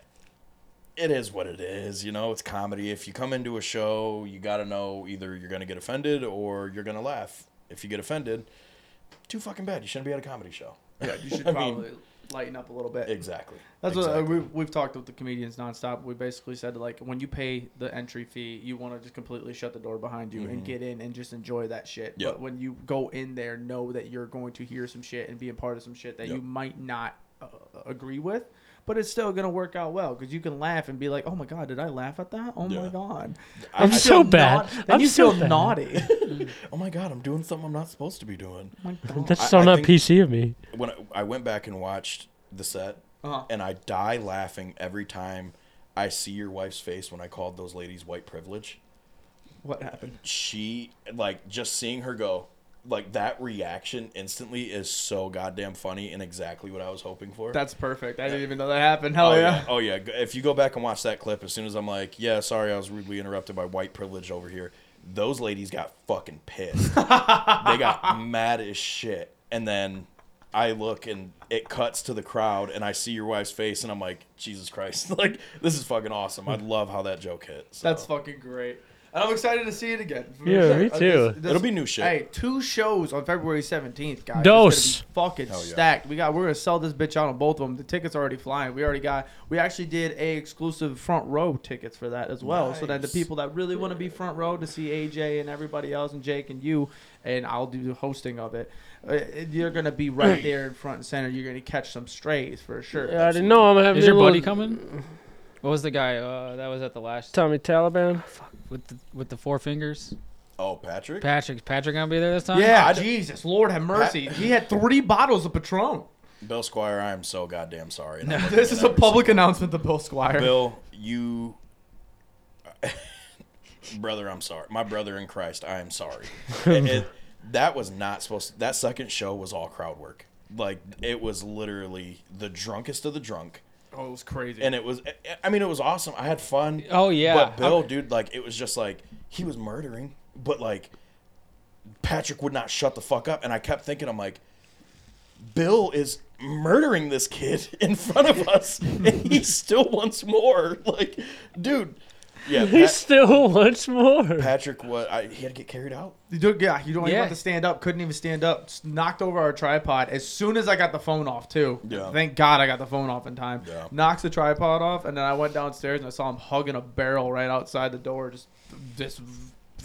[SPEAKER 3] it is what it is. You know, it's comedy. If you come into a show, you got to know either you're gonna get offended or you're gonna laugh. If you get offended, too fucking bad. You shouldn't be at a comedy show.
[SPEAKER 2] Yeah, you should
[SPEAKER 3] I mean-
[SPEAKER 2] probably lighten up a little bit.
[SPEAKER 3] Exactly.
[SPEAKER 2] That's
[SPEAKER 3] exactly.
[SPEAKER 2] what uh, we've, we've talked with the comedians nonstop. We basically said like when you pay the entry fee, you want to just completely shut the door behind you and get in and just enjoy that shit.
[SPEAKER 3] Yep.
[SPEAKER 2] But when you go in there, know that you're going to hear some shit and be a part of some shit that you
[SPEAKER 3] Yep.
[SPEAKER 2] might not uh, agree with. But it's still gonna work out well because you can laugh and be like, "Oh my god, did I laugh at that? Oh my
[SPEAKER 3] Yeah.
[SPEAKER 2] god,
[SPEAKER 3] I-
[SPEAKER 1] I'm
[SPEAKER 2] You
[SPEAKER 3] I-
[SPEAKER 1] so
[SPEAKER 2] feel
[SPEAKER 1] bad.
[SPEAKER 2] Then
[SPEAKER 1] I'm
[SPEAKER 2] you
[SPEAKER 1] so
[SPEAKER 2] feel
[SPEAKER 1] bad.
[SPEAKER 2] naughty. oh
[SPEAKER 3] oh my god, I'm doing something I'm not supposed to be doing.
[SPEAKER 2] my god.
[SPEAKER 1] That's
[SPEAKER 3] I-
[SPEAKER 1] so
[SPEAKER 3] I
[SPEAKER 1] not
[SPEAKER 3] think-
[SPEAKER 1] PC of me.
[SPEAKER 3] when I, I went back and watched the set,
[SPEAKER 2] Uh-huh.
[SPEAKER 3] and I die laughing every time I see your wife's face when I called those ladies white privilege.
[SPEAKER 2] What happened?
[SPEAKER 3] She like just seeing her go like that reaction instantly is so goddamn funny and exactly what I was hoping for.
[SPEAKER 2] That's perfect. I didn't even know that happened. Hell
[SPEAKER 3] Oh
[SPEAKER 2] yeah.
[SPEAKER 3] yeah. Oh yeah. G- If you go back and watch that clip, as soon as I'm like, "Yeah, sorry, I was rudely interrupted by white privilege over here," those ladies got fucking pissed. they got mad as shit. And then I look and it cuts to the crowd, and I see your wife's face, and I'm like, "Jesus Christ! like this is fucking awesome. I love how that joke hit." So.
[SPEAKER 2] That's fucking great. And I'm excited to see it again. For
[SPEAKER 1] Yeah, me
[SPEAKER 2] Uh,
[SPEAKER 1] too.
[SPEAKER 2] this-
[SPEAKER 3] It'll be new shit.
[SPEAKER 2] Hey, two shows on February 17th, guys. It's
[SPEAKER 1] Dose.
[SPEAKER 2] gonna be fucking
[SPEAKER 3] Hell yeah.
[SPEAKER 2] stacked. We got. We're gonna sell this bitch out on both of them. The tickets are already flying. We already got. We actually did a exclusive front row tickets for that as well. So that the
[SPEAKER 3] Nice.
[SPEAKER 2] people that really want to be front row to see AJ and everybody else and Jake and you, and I'll do the hosting of it. uh, You're gonna be right there in front and center. You're gonna catch some strays for sure.
[SPEAKER 1] I didn't know I'm having
[SPEAKER 4] Is your
[SPEAKER 1] a little-
[SPEAKER 4] buddy coming?
[SPEAKER 5] What was the guy uh, that was at the last
[SPEAKER 1] Tommy Taliban.
[SPEAKER 5] with the with the four fingers?
[SPEAKER 3] Oh, Patrick.
[SPEAKER 4] Patrick, Patrick gonna be there this time?
[SPEAKER 2] Yeah,
[SPEAKER 3] I d-
[SPEAKER 2] Jesus, Lord have mercy. He had three bottles of Patron.
[SPEAKER 3] Bill Squire, I am so goddamn sorry. And I'm looking
[SPEAKER 2] This
[SPEAKER 3] at
[SPEAKER 2] is a
[SPEAKER 3] every
[SPEAKER 2] public announcement to Bill Squire.
[SPEAKER 3] Bill, you. brother, I'm sorry. My brother in Christ, I am sorry. It- it- that was not supposed to. That second show was all crowd work. Like, it was literally the drunkest of the drunk.
[SPEAKER 2] Oh, it was crazy.
[SPEAKER 3] And it was, I- I mean, it was awesome. I had fun.
[SPEAKER 4] Oh, yeah.
[SPEAKER 3] But Bill, dude, like, it was just like, he was murdering, but like, Patrick would not shut the fuck up. And I kept thinking, I'm like, Bill is murdering this kid in front of us, and he still wants more. Like, dude, yeah,
[SPEAKER 1] He
[SPEAKER 3] Pat-
[SPEAKER 1] still wants more.
[SPEAKER 3] Patrick, what? I, he had to get carried out.
[SPEAKER 2] You do- yeah, you don't even
[SPEAKER 4] Yeah.
[SPEAKER 2] have to stand up. Couldn't even stand up. S- Knocked over our tripod as soon as I got the phone off too.
[SPEAKER 3] Yeah.
[SPEAKER 2] Thank God I got the phone off in time.
[SPEAKER 3] Yeah.
[SPEAKER 2] Knocks the tripod off, and then I went downstairs and I saw him hugging a barrel right outside the door. Just, just.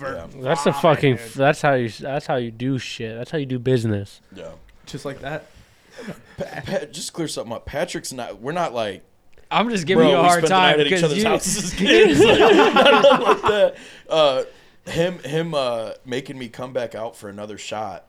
[SPEAKER 3] Yeah.
[SPEAKER 1] That's the fucking. That's how you. That's how you do shit. That's how you do business.
[SPEAKER 3] Yeah,
[SPEAKER 2] Just like that.
[SPEAKER 3] Pa- Pa- just clear something up. Patrick's not. We're not like
[SPEAKER 4] I'm just giving
[SPEAKER 3] bro.
[SPEAKER 4] you a
[SPEAKER 3] we
[SPEAKER 4] hard
[SPEAKER 3] spent the
[SPEAKER 4] time
[SPEAKER 3] night at each
[SPEAKER 4] because
[SPEAKER 3] other's
[SPEAKER 4] you.
[SPEAKER 3] houses as kids. Like, nothing like that. Uh, him, him, uh, making me come back out for another shot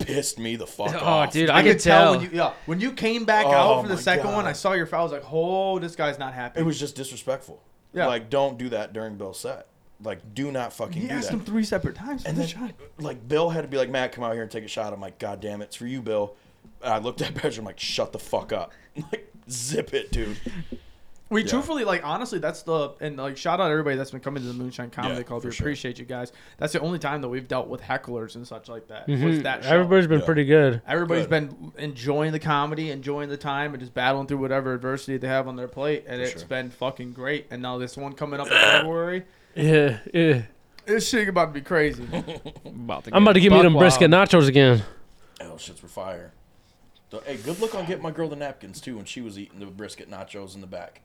[SPEAKER 3] pissed me the fuck
[SPEAKER 4] Oh,
[SPEAKER 3] off.
[SPEAKER 4] dude, I, could tell.
[SPEAKER 2] when you yeah, when you came back
[SPEAKER 3] Oh,
[SPEAKER 2] out for
[SPEAKER 3] my
[SPEAKER 2] the second
[SPEAKER 3] God.
[SPEAKER 2] one. I saw your foul. I was like, oh, this guy's not happy.
[SPEAKER 3] It was just disrespectful.
[SPEAKER 2] Yeah.
[SPEAKER 3] Like, don't do that during Bill's set. Like, do not fucking
[SPEAKER 2] He
[SPEAKER 3] do
[SPEAKER 2] asked
[SPEAKER 3] that.
[SPEAKER 2] him three separate times.
[SPEAKER 3] and
[SPEAKER 2] for the
[SPEAKER 3] then,
[SPEAKER 2] shot.
[SPEAKER 3] like, Bill had to be like, Matt, come out here and take a shot. I'm like, God damn it, it's for you, Bill. And I looked at Badger, I'm like, shut the fuck up. Like, zip it, dude.
[SPEAKER 2] We
[SPEAKER 3] Yeah.
[SPEAKER 2] truthfully, like, honestly, that's the and like shout out everybody that's been coming to the Moonshine Comedy
[SPEAKER 3] Yeah,
[SPEAKER 2] Club.
[SPEAKER 3] for
[SPEAKER 2] We
[SPEAKER 3] sure.
[SPEAKER 2] appreciate you guys. That's the only time that we've dealt with hecklers and such like that. Was
[SPEAKER 1] Mhm.
[SPEAKER 2] that show.
[SPEAKER 1] Everybody's been
[SPEAKER 3] Yeah.
[SPEAKER 1] pretty good.
[SPEAKER 2] Everybody's
[SPEAKER 3] Mm-hmm. Good.
[SPEAKER 2] been enjoying the comedy, enjoying the time, and just battling through whatever adversity they have on their plate, and
[SPEAKER 3] For
[SPEAKER 2] it's
[SPEAKER 3] sure.
[SPEAKER 2] been fucking great. And now this one coming up in February,
[SPEAKER 1] Yeah, yeah.
[SPEAKER 2] this shit about to be crazy.
[SPEAKER 5] About to
[SPEAKER 1] I'm about to give me
[SPEAKER 5] buck
[SPEAKER 1] them brisket
[SPEAKER 5] wild.
[SPEAKER 1] nachos again.
[SPEAKER 3] Oh, shits were fire. So, hey, good look on getting my girl the napkins, too, when she was eating the brisket nachos in the back.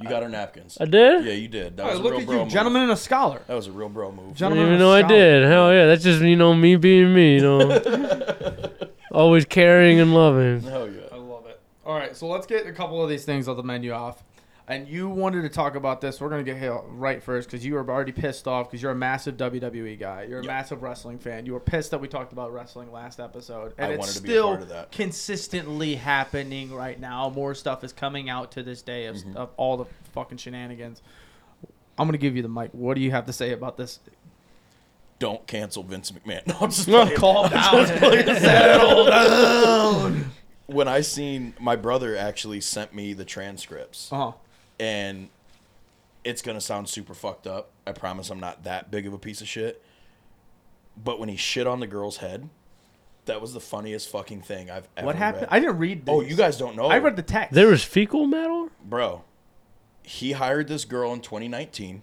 [SPEAKER 3] You got her napkins.
[SPEAKER 1] I did.
[SPEAKER 3] Yeah, you did. That
[SPEAKER 2] Hey,
[SPEAKER 3] was a
[SPEAKER 2] look
[SPEAKER 3] real
[SPEAKER 2] at
[SPEAKER 3] bro
[SPEAKER 2] you,
[SPEAKER 3] move.
[SPEAKER 2] gentleman and a scholar.
[SPEAKER 3] That was a real bro move.
[SPEAKER 1] I
[SPEAKER 2] Gentleman
[SPEAKER 1] didn't even
[SPEAKER 2] and a
[SPEAKER 1] know I
[SPEAKER 2] scholar.
[SPEAKER 1] did. Hell yeah, that's just you know me being me. You know, always caring and loving.
[SPEAKER 3] Hell
[SPEAKER 2] I
[SPEAKER 3] yeah.
[SPEAKER 2] love it. All right, so let's get a couple of these things off the menu off. And you wanted to talk about this. We're going to get hit right first because you were already pissed off because you're a massive WWE guy. You're a
[SPEAKER 3] Yep.
[SPEAKER 2] massive wrestling fan. You were pissed that we talked about wrestling last episode. And
[SPEAKER 3] I
[SPEAKER 2] it's
[SPEAKER 3] wanted to be a
[SPEAKER 2] still
[SPEAKER 3] part of that.
[SPEAKER 2] consistently happening right now. More stuff is coming out to this day of,
[SPEAKER 3] Mm-hmm.
[SPEAKER 2] of all the fucking shenanigans. I'm going to give you the mic. What do you have to say about this?
[SPEAKER 3] Don't cancel Vince McMahon. No, I'm just playing.
[SPEAKER 2] Calm down.
[SPEAKER 3] when I seen my brother actually sent me the transcripts,
[SPEAKER 2] uh-huh.
[SPEAKER 3] and it's gonna sound super fucked up. I promise I'm not that big of a piece of shit. But when he shit on the girl's head, that was the funniest fucking thing I've ever.
[SPEAKER 2] What happened?
[SPEAKER 3] read.
[SPEAKER 2] I didn't read this.
[SPEAKER 3] oh, you guys don't know,
[SPEAKER 2] I read the text.
[SPEAKER 1] There was fecal matter.
[SPEAKER 3] bro. He hired this girl in 2019,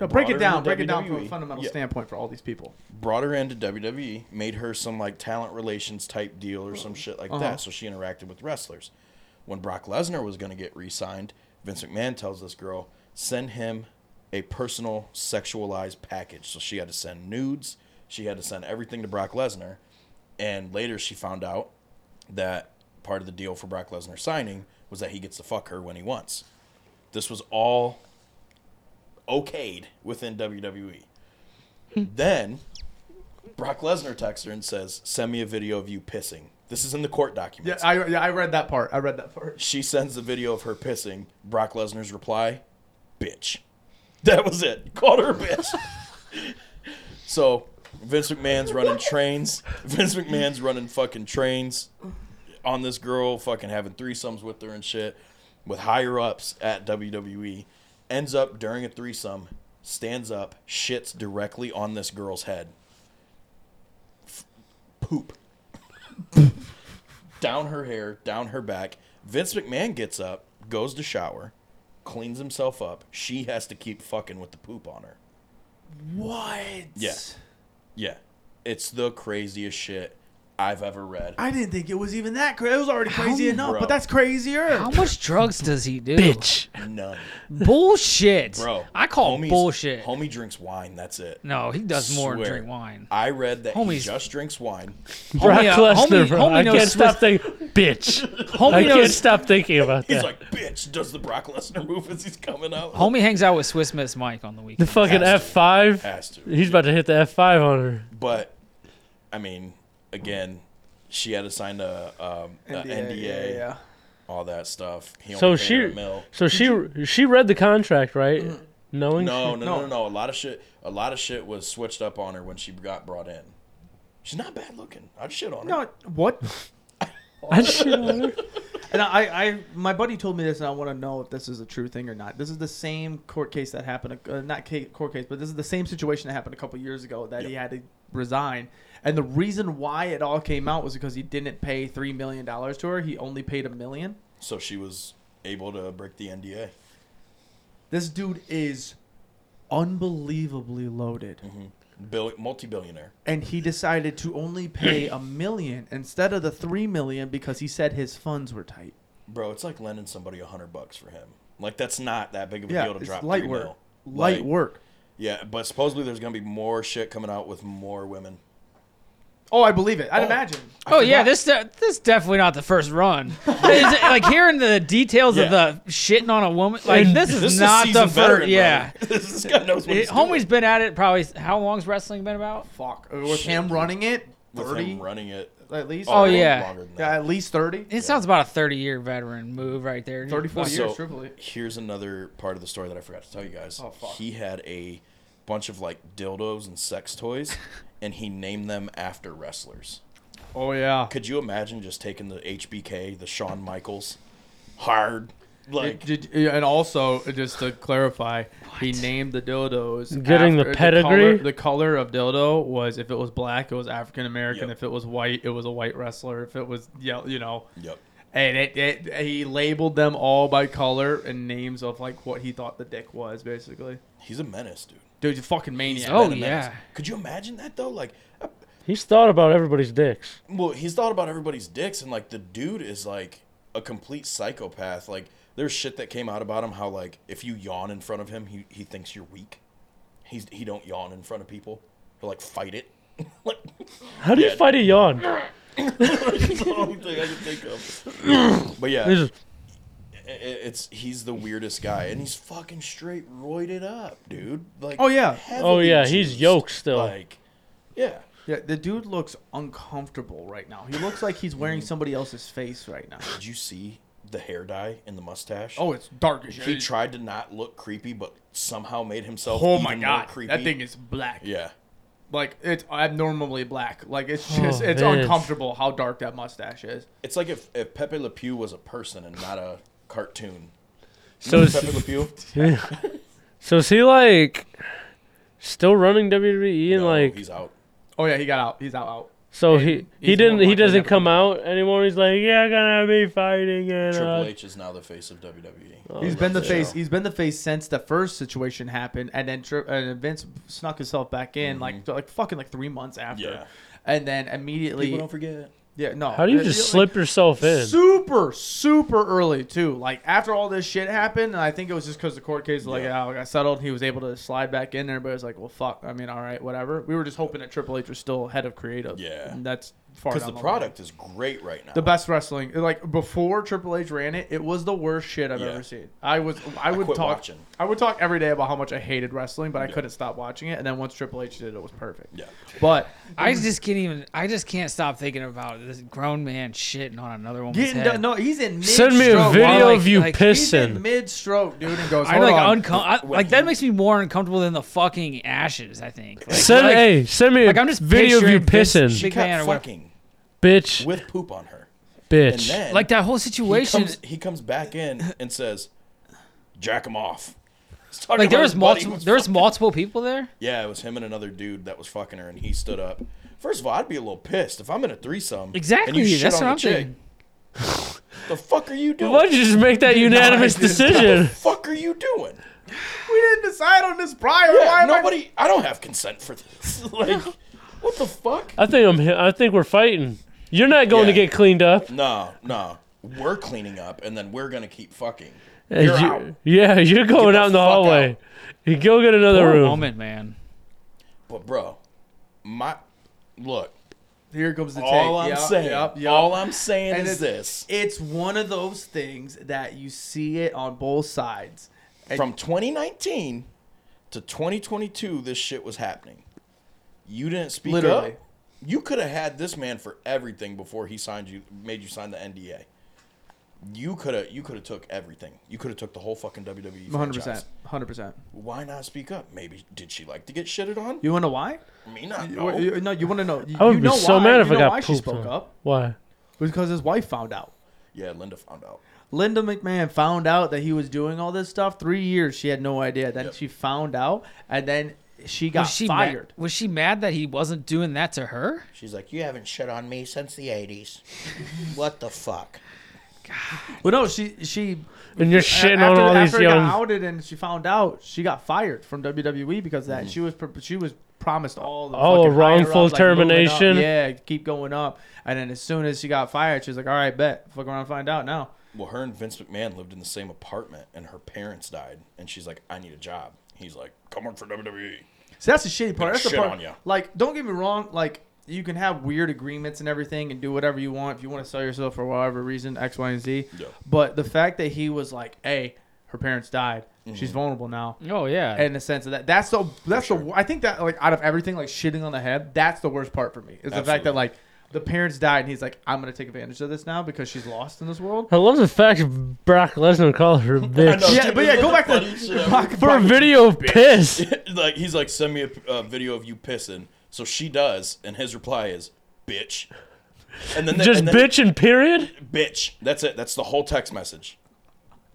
[SPEAKER 2] No, break
[SPEAKER 3] broader
[SPEAKER 2] it down.
[SPEAKER 3] than
[SPEAKER 2] Break it down from a
[SPEAKER 3] WWE.
[SPEAKER 2] fundamental
[SPEAKER 3] E. Yeah.
[SPEAKER 2] standpoint for all these people.
[SPEAKER 3] brought her into WWE, made her some like talent relations type deal or some shit like
[SPEAKER 2] Uh-huh.
[SPEAKER 3] that. So she interacted with wrestlers. When Brock Lesnar was going to get re signed, Vince McMahon tells this girl, send him a personal sexualized package. So she had to send nudes, she had to send everything to Brock Lesnar. And later she found out that part of the deal for Brock Lesnar signing was that he gets to fuck her when he wants. This was all okayed within WWE. then Brock Lesnar texts her and says, "Send me a video of you pissing." This is in the court
[SPEAKER 2] Yeah,
[SPEAKER 3] documents.
[SPEAKER 2] I, yeah, I read that part. I read that part.
[SPEAKER 3] she sends the video of her pissing. Brock Lesnar's reply, "Bitch." That was it. Called her a bitch. so Vince McMahon's running trains. Vince McMahon's running fucking trains on this girl, fucking having threesomes with her and shit, with higher ups at WWE. Ends up during a threesome, stands up, shits directly on this girl's head. F- poop. down her hair, down her back. Vince McMahon gets up, goes to shower, cleans himself up. She has to keep fucking with the poop on her.
[SPEAKER 2] What?
[SPEAKER 3] Yeah. Yeah. It's the craziest shit I've ever read.
[SPEAKER 2] I didn't think it was even that crazy. It was already crazy
[SPEAKER 4] How-
[SPEAKER 2] enough,
[SPEAKER 3] Bro.
[SPEAKER 2] but that's crazier.
[SPEAKER 4] How much drugs does he do?
[SPEAKER 1] Bitch.
[SPEAKER 3] None.
[SPEAKER 4] Bullshit.
[SPEAKER 3] Bro.
[SPEAKER 4] I call
[SPEAKER 3] homie's-
[SPEAKER 4] bullshit.
[SPEAKER 3] Homie drinks wine. That's it.
[SPEAKER 4] no, he does more than
[SPEAKER 3] Swear.
[SPEAKER 4] drink wine.
[SPEAKER 3] I read that he
[SPEAKER 4] Homie's-
[SPEAKER 3] just drinks wine.
[SPEAKER 4] Homie, uh,
[SPEAKER 1] Lackluster,
[SPEAKER 4] homie-
[SPEAKER 1] bro.
[SPEAKER 4] homie
[SPEAKER 1] I
[SPEAKER 4] knows
[SPEAKER 1] can't
[SPEAKER 4] spec-
[SPEAKER 1] stop thinking. Bitch. I
[SPEAKER 4] Homie
[SPEAKER 1] can't
[SPEAKER 4] knows.
[SPEAKER 1] stop thinking about
[SPEAKER 3] He's
[SPEAKER 1] that.
[SPEAKER 3] like, bitch, does the Brock Lesnar move as he's coming out?
[SPEAKER 4] Homie hangs out with Swiss Miss Mike on the
[SPEAKER 1] the
[SPEAKER 4] weekend.
[SPEAKER 1] fucking
[SPEAKER 3] Has to.
[SPEAKER 1] F5.
[SPEAKER 3] Has to.
[SPEAKER 1] He's about to hit the F5 on her.
[SPEAKER 3] But, I mean, again, she had to sign a um, a NDA, all that stuff. He only
[SPEAKER 1] So
[SPEAKER 3] paid her a
[SPEAKER 1] she,
[SPEAKER 3] mil.
[SPEAKER 1] so she, she read the contract, right? Knowing she-
[SPEAKER 3] Mm. No, no, no, no, no. A lot of shit. A lot of shit was switched up on her when she got brought in. She's not bad looking. I'd shit on her.
[SPEAKER 2] No, what?
[SPEAKER 1] I shit on her.
[SPEAKER 2] And I, I, my buddy told me this, and I want to know if this is a true thing or not. This is the same court case that happened, uh, not ca- court case, but this is the same situation that happened a couple years ago that he had to resign. And the reason why it all came out was because he didn't pay three million dollars to her; he only paid a million.
[SPEAKER 3] So she was able to break the NDA.
[SPEAKER 2] This dude is unbelievably loaded,
[SPEAKER 3] Bill, multi-billionaire.
[SPEAKER 2] and he decided to only pay a million instead of the three million because he said his funds were tight.
[SPEAKER 3] Bro, it's like lending somebody a hundred bucks for him. Like that's not that big of a
[SPEAKER 2] Yeah,
[SPEAKER 3] deal to
[SPEAKER 2] it's
[SPEAKER 3] drop
[SPEAKER 2] light
[SPEAKER 3] three
[SPEAKER 2] work,
[SPEAKER 3] mil.
[SPEAKER 2] light
[SPEAKER 3] Like,
[SPEAKER 2] work.
[SPEAKER 3] Yeah, but supposedly there's gonna be more shit coming out with more women.
[SPEAKER 2] Oh, I believe it. I'd
[SPEAKER 3] Oh.
[SPEAKER 2] imagine.
[SPEAKER 4] Oh yeah, this de- this is definitely not the first run. It's, like hearing the details
[SPEAKER 3] Yeah.
[SPEAKER 4] of the shitting on a woman, like this is
[SPEAKER 3] This
[SPEAKER 4] not
[SPEAKER 3] is
[SPEAKER 4] the
[SPEAKER 3] seasoned
[SPEAKER 4] first.
[SPEAKER 3] veteran,
[SPEAKER 4] yeah,
[SPEAKER 3] brother. this guy knows what
[SPEAKER 4] It,
[SPEAKER 3] he's
[SPEAKER 4] homie's
[SPEAKER 3] doing.
[SPEAKER 4] been at it probably. How long's wrestling been about?
[SPEAKER 2] Fuck. Uh, With
[SPEAKER 3] Shit.
[SPEAKER 2] him running it,
[SPEAKER 3] With him
[SPEAKER 2] 30
[SPEAKER 3] running it.
[SPEAKER 2] at least.
[SPEAKER 4] Oh,
[SPEAKER 2] yeah.
[SPEAKER 4] yeah.
[SPEAKER 3] longer than that.
[SPEAKER 2] At least 30.
[SPEAKER 4] It sounds about a 30 year veteran move right there.
[SPEAKER 2] 30, 40
[SPEAKER 3] So-
[SPEAKER 2] years, triple E.
[SPEAKER 3] Here's another part of the story that I forgot to tell you guys.
[SPEAKER 2] Oh, fuck.
[SPEAKER 3] He had a bunch of like dildos and sex toys, and he named them after wrestlers.
[SPEAKER 2] Oh, yeah.
[SPEAKER 3] Could you imagine just taking the HBK, the Shawn Michaels, hard? Like,
[SPEAKER 2] and also, uh, just to clarify, he named the dildos.
[SPEAKER 1] Getting the pedigree?
[SPEAKER 2] The color, the color of dildo was if it was black, it was African American.
[SPEAKER 3] Yep.
[SPEAKER 2] If it was white, it was a white wrestler. If it was yellow, you know.
[SPEAKER 3] yep.
[SPEAKER 2] And it, it, he labeled them all by color and names of like what he thought the dick was, basically.
[SPEAKER 3] He's a menace, dude.
[SPEAKER 2] Dude, you fucking maniac.
[SPEAKER 4] Oh,
[SPEAKER 3] Been a menace.
[SPEAKER 4] yeah.
[SPEAKER 3] Could you imagine that though? Like, uh,
[SPEAKER 1] He's thought about everybody's dicks.
[SPEAKER 3] well, he's thought about everybody's dicks, and like the dude is like a complete psychopath. Like, there's shit that came out about him how like if you yawn in front of him, he he thinks you're weak. He's he don't yawn in front of people. He'll like fight it. like,
[SPEAKER 1] How do you
[SPEAKER 3] Yeah.
[SPEAKER 1] fight a yawn?
[SPEAKER 3] that's the only thing I can think of. But yeah,
[SPEAKER 1] This is-
[SPEAKER 3] i- i- it's he's the weirdest guy, and he's fucking straight roided up, dude. Like,
[SPEAKER 2] Oh, yeah.
[SPEAKER 1] oh
[SPEAKER 3] heavily
[SPEAKER 1] yeah, he's
[SPEAKER 3] juiced.
[SPEAKER 1] yoked still.
[SPEAKER 3] Like, yeah.
[SPEAKER 2] Yeah, the dude looks uncomfortable right now. He looks like he's wearing somebody else's face right now.
[SPEAKER 3] Did you see the hair dye in the mustache?
[SPEAKER 2] Oh, it's dark as
[SPEAKER 3] he
[SPEAKER 2] shit.
[SPEAKER 3] tried to not look creepy, but somehow made himself.
[SPEAKER 2] Oh my
[SPEAKER 3] even
[SPEAKER 2] god,
[SPEAKER 3] more creepy.
[SPEAKER 2] that thing is black.
[SPEAKER 3] Yeah,
[SPEAKER 2] Like it's abnormally black. Like it's just
[SPEAKER 1] Oh,
[SPEAKER 2] it's
[SPEAKER 1] man.
[SPEAKER 2] uncomfortable how dark that mustache is.
[SPEAKER 3] it's like if, if Pepe Le Pew was a person and not a cartoon.
[SPEAKER 1] so
[SPEAKER 3] Pepe Le
[SPEAKER 1] is,
[SPEAKER 3] Pew.
[SPEAKER 1] so is he like still running WWE and
[SPEAKER 3] No,
[SPEAKER 1] like
[SPEAKER 3] he's out.
[SPEAKER 2] Oh yeah, he got out. He's out. out.
[SPEAKER 1] so he he
[SPEAKER 2] he's
[SPEAKER 1] didn't
[SPEAKER 2] more
[SPEAKER 1] he
[SPEAKER 2] likely
[SPEAKER 1] doesn't
[SPEAKER 2] never
[SPEAKER 1] come
[SPEAKER 2] coming
[SPEAKER 1] out anymore. He's like yeah, gonna be fighting and
[SPEAKER 3] Triple
[SPEAKER 1] uh,
[SPEAKER 3] H is now the face of E. WWE.
[SPEAKER 2] He's been the
[SPEAKER 3] Yeah.
[SPEAKER 2] face. He's been the face since the first situation happened, and then tri- and then Vince snuck himself back in like like fucking like three months after,
[SPEAKER 3] Mm-hmm. Yeah.
[SPEAKER 2] and then immediately
[SPEAKER 3] People don't forget.
[SPEAKER 2] yeah no.
[SPEAKER 1] how do you
[SPEAKER 2] Uh,
[SPEAKER 1] just
[SPEAKER 2] like,
[SPEAKER 1] slip yourself in?
[SPEAKER 2] super super early too like after all this shit happened and i think it was just because the court case like
[SPEAKER 3] Yeah.
[SPEAKER 2] yeah. got settled he was able to slide back in there but it was like well fuck i mean all right whatever we were just hoping that triple h was still head of creative
[SPEAKER 3] Yeah.
[SPEAKER 2] and that's far
[SPEAKER 3] Because
[SPEAKER 2] down
[SPEAKER 3] the
[SPEAKER 2] the line.
[SPEAKER 3] product is great right now.
[SPEAKER 2] the best wrestling like before triple h ran it it was the worst shit i've
[SPEAKER 3] Yeah.
[SPEAKER 2] ever seen i was i would
[SPEAKER 3] quit
[SPEAKER 2] talk
[SPEAKER 3] watching.
[SPEAKER 2] i would talk every day about how much i hated wrestling but i couldn't stop watching it and then once triple h did it it was perfect
[SPEAKER 3] Yeah.
[SPEAKER 2] but
[SPEAKER 4] I just can't even. I just can't stop thinking about this grown man shitting on another woman's
[SPEAKER 2] getting
[SPEAKER 4] head.
[SPEAKER 2] done, no he's in mid
[SPEAKER 1] Send me a video
[SPEAKER 4] like-
[SPEAKER 1] of you
[SPEAKER 4] like-
[SPEAKER 2] He's in
[SPEAKER 1] pissing.
[SPEAKER 2] mid stroke, dude, and goes.
[SPEAKER 4] I
[SPEAKER 2] Hold
[SPEAKER 4] like
[SPEAKER 2] on.
[SPEAKER 4] uncom- I, like that makes me more uncomfortable than the fucking ashes. I think. Like,
[SPEAKER 1] Send
[SPEAKER 4] like-
[SPEAKER 1] hey, send me a
[SPEAKER 4] like, I'm just
[SPEAKER 1] video of you
[SPEAKER 4] picturing Vince
[SPEAKER 1] pissing,
[SPEAKER 4] Big
[SPEAKER 3] She
[SPEAKER 4] man or
[SPEAKER 3] kept
[SPEAKER 4] whatever.
[SPEAKER 3] fucking
[SPEAKER 1] bitch,
[SPEAKER 3] with poop on her, and
[SPEAKER 1] bitch.
[SPEAKER 3] then
[SPEAKER 4] like that whole
[SPEAKER 3] he
[SPEAKER 4] situation.
[SPEAKER 3] comes, he comes back in and says, "Jack him off." He's talking
[SPEAKER 4] like there
[SPEAKER 3] about
[SPEAKER 4] was
[SPEAKER 3] his buddy
[SPEAKER 4] multiple.
[SPEAKER 3] who's
[SPEAKER 4] There was multiple people there.
[SPEAKER 3] Yeah, it was him and another dude that was fucking her, and he stood up. First of all, I'd be a little pissed if I'm in a threesome. And
[SPEAKER 4] Exactly,
[SPEAKER 3] you shit
[SPEAKER 4] that's
[SPEAKER 3] on
[SPEAKER 4] what
[SPEAKER 3] a
[SPEAKER 4] I'm
[SPEAKER 3] chick.
[SPEAKER 4] thinking.
[SPEAKER 3] The fuck are you doing?
[SPEAKER 1] Why'd you just make that unanimous
[SPEAKER 2] I just-
[SPEAKER 1] decision?
[SPEAKER 3] The fuck are you doing?
[SPEAKER 2] We didn't didn't decide on this prior.
[SPEAKER 3] Yeah,
[SPEAKER 2] Why am I
[SPEAKER 3] nobody. I don't have consent for this. like, what the fuck?
[SPEAKER 1] I think I'm. hi- I think we're fighting. You're not going to
[SPEAKER 3] Yeah.
[SPEAKER 1] get cleaned up.
[SPEAKER 3] No, no. We're cleaning up, and then we're gonna keep fucking.
[SPEAKER 4] Uh,
[SPEAKER 1] Hey,
[SPEAKER 3] You're
[SPEAKER 1] you-
[SPEAKER 3] out.
[SPEAKER 1] Yeah, you're going
[SPEAKER 3] the
[SPEAKER 1] out in the
[SPEAKER 3] fuck
[SPEAKER 1] hallway.
[SPEAKER 3] out.
[SPEAKER 1] You go get another
[SPEAKER 4] Poor
[SPEAKER 1] room.
[SPEAKER 4] woman, man.
[SPEAKER 3] But bro, my look.
[SPEAKER 2] Here comes the
[SPEAKER 3] all
[SPEAKER 2] take.
[SPEAKER 3] I'm
[SPEAKER 2] Yep,
[SPEAKER 3] saying,
[SPEAKER 2] yep, yep.
[SPEAKER 3] all I'm saying
[SPEAKER 2] And
[SPEAKER 3] is
[SPEAKER 2] it's-
[SPEAKER 3] this:
[SPEAKER 2] It's one of those things that you see it on both sides. And-
[SPEAKER 3] from 2019 to 2022, this shit was happening. You didn't speak
[SPEAKER 2] Literally.
[SPEAKER 3] up. You could have had this man for everything before he signed you, made you sign the NDA. You could have, you could have took everything. You could have took the whole fucking WWE.
[SPEAKER 2] 100%.
[SPEAKER 3] franchise.
[SPEAKER 2] 100%.
[SPEAKER 3] Why not speak up? Maybe did she like to get shitted on?
[SPEAKER 2] You want to know why?
[SPEAKER 3] Me not
[SPEAKER 2] You-
[SPEAKER 3] know.
[SPEAKER 2] you- No, you want to know. You,
[SPEAKER 1] I would
[SPEAKER 2] you
[SPEAKER 1] be
[SPEAKER 2] know
[SPEAKER 1] so
[SPEAKER 2] why.
[SPEAKER 1] mad
[SPEAKER 2] You
[SPEAKER 1] if I
[SPEAKER 2] know
[SPEAKER 1] got
[SPEAKER 2] why
[SPEAKER 1] pooped
[SPEAKER 2] she spoke
[SPEAKER 1] on.
[SPEAKER 2] up.
[SPEAKER 1] Why?
[SPEAKER 2] It was because his wife found out.
[SPEAKER 3] yeah, Linda found out.
[SPEAKER 2] Linda McMahon found out that he was doing all this stuff. Three years she had no idea. Then
[SPEAKER 3] Yep.
[SPEAKER 2] she found out, and then she got
[SPEAKER 4] Was she ma-
[SPEAKER 2] fired.
[SPEAKER 4] was she mad that he wasn't doing that to her?
[SPEAKER 3] She's like, you haven't shit on me since the '80s. what the fuck?
[SPEAKER 2] Well, no, she she
[SPEAKER 1] And you're shitting on
[SPEAKER 2] after,
[SPEAKER 1] all
[SPEAKER 2] after
[SPEAKER 1] these
[SPEAKER 2] it
[SPEAKER 1] young.
[SPEAKER 2] got outed and she found out, she got fired from WWE because of that she was pr- she was promised all the
[SPEAKER 1] Oh, a
[SPEAKER 2] fucking higher
[SPEAKER 1] Mm. wrongful
[SPEAKER 2] ups, like, moving up.
[SPEAKER 1] termination?
[SPEAKER 2] yeah, keep going up. And then as soon as she got fired, she was like, "All right, bet, fuck around, and find out now."
[SPEAKER 3] Well, her and Vince McMahon lived in the same apartment, and her parents died, and she's like, "I need a job." He's like, "Come work for E." WWE."
[SPEAKER 2] So that's the shitty part. That's the
[SPEAKER 3] Shit
[SPEAKER 2] part.
[SPEAKER 3] on ya.
[SPEAKER 2] Like, don't get me wrong. Like, you can have weird agreements and everything, and do whatever you want if you want to sell yourself for whatever reason, X, Y, and Z.
[SPEAKER 3] Yeah.
[SPEAKER 2] But the fact that he was like, "Hey, her parents died. She's vulnerable now."
[SPEAKER 4] Oh yeah.
[SPEAKER 2] In the sense of that, that's the that's
[SPEAKER 3] Mm-hmm. For
[SPEAKER 2] the
[SPEAKER 3] sure.
[SPEAKER 2] I think that like out of everything, like shitting on the head, that's the worst part for me is the fact
[SPEAKER 3] Absolutely.
[SPEAKER 2] that like the parents died, and he's like, "I'm gonna take advantage of this now because she's lost in this world."
[SPEAKER 1] I love the fact Brock Lesnar called her
[SPEAKER 3] I know.
[SPEAKER 1] bitch
[SPEAKER 2] Yeah, but yeah, go back to
[SPEAKER 3] Funniest shit ever.
[SPEAKER 2] Brock-
[SPEAKER 1] for a
[SPEAKER 2] Brock-
[SPEAKER 1] video of piss.
[SPEAKER 3] like, he's like, "Send me a uh, video of you pissing." So she does, and his reply is, "Bitch." And then
[SPEAKER 1] Just
[SPEAKER 3] and then-
[SPEAKER 1] bitch and period.
[SPEAKER 3] bitch. That's it. That's the whole text message,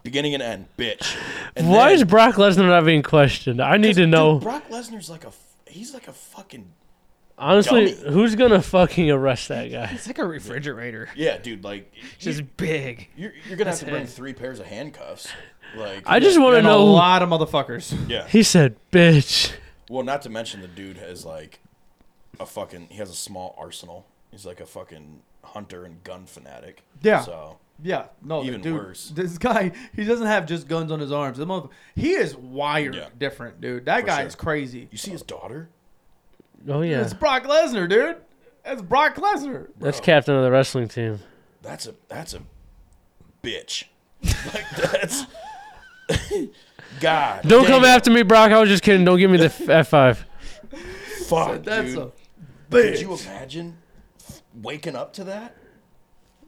[SPEAKER 3] beginning and end, bitch. And
[SPEAKER 1] Why
[SPEAKER 3] then-
[SPEAKER 1] is Brock Lesnar not being questioned? I need to
[SPEAKER 3] Dude,
[SPEAKER 1] know.
[SPEAKER 3] Brock Lesnar's like a f- he's like a fucking
[SPEAKER 1] Honestly,
[SPEAKER 3] dummy.
[SPEAKER 1] who's gonna fucking arrest that guy?
[SPEAKER 4] it's like a refrigerator.
[SPEAKER 3] yeah, dude. Like,
[SPEAKER 4] Just big.
[SPEAKER 3] you're, you're gonna have to bring
[SPEAKER 4] it.
[SPEAKER 3] three pairs of handcuffs. Like,
[SPEAKER 1] I just want to
[SPEAKER 2] And a
[SPEAKER 1] know.
[SPEAKER 2] lot of motherfuckers.
[SPEAKER 3] yeah.
[SPEAKER 1] He said, "Bitch."
[SPEAKER 3] Well, not to mention the dude has like a fucking he has a small arsenal. He's like a fucking hunter and gun fanatic.
[SPEAKER 2] Yeah.
[SPEAKER 3] So
[SPEAKER 2] Yeah, no,
[SPEAKER 3] Even
[SPEAKER 2] dude,
[SPEAKER 3] worse.
[SPEAKER 2] This guy, he doesn't have just guns on his arms. The motherf- he is wired
[SPEAKER 3] Yeah.
[SPEAKER 2] different, dude. That
[SPEAKER 3] For
[SPEAKER 2] guy
[SPEAKER 3] sure.
[SPEAKER 2] is crazy.
[SPEAKER 3] you see his daughter?
[SPEAKER 1] Oh yeah,
[SPEAKER 2] It's Brock Lesnar, dude. That's Brock Lesnar.
[SPEAKER 1] that's captain of the wrestling team.
[SPEAKER 3] That's a that's a bitch. like that's God.
[SPEAKER 1] Don't
[SPEAKER 3] damn,
[SPEAKER 1] come after me, Brock. I was just kidding. Don't give me the F five.
[SPEAKER 3] Fuck,
[SPEAKER 2] That's
[SPEAKER 3] dude.
[SPEAKER 2] a
[SPEAKER 3] Could
[SPEAKER 2] bitch.
[SPEAKER 3] you imagine waking up to that?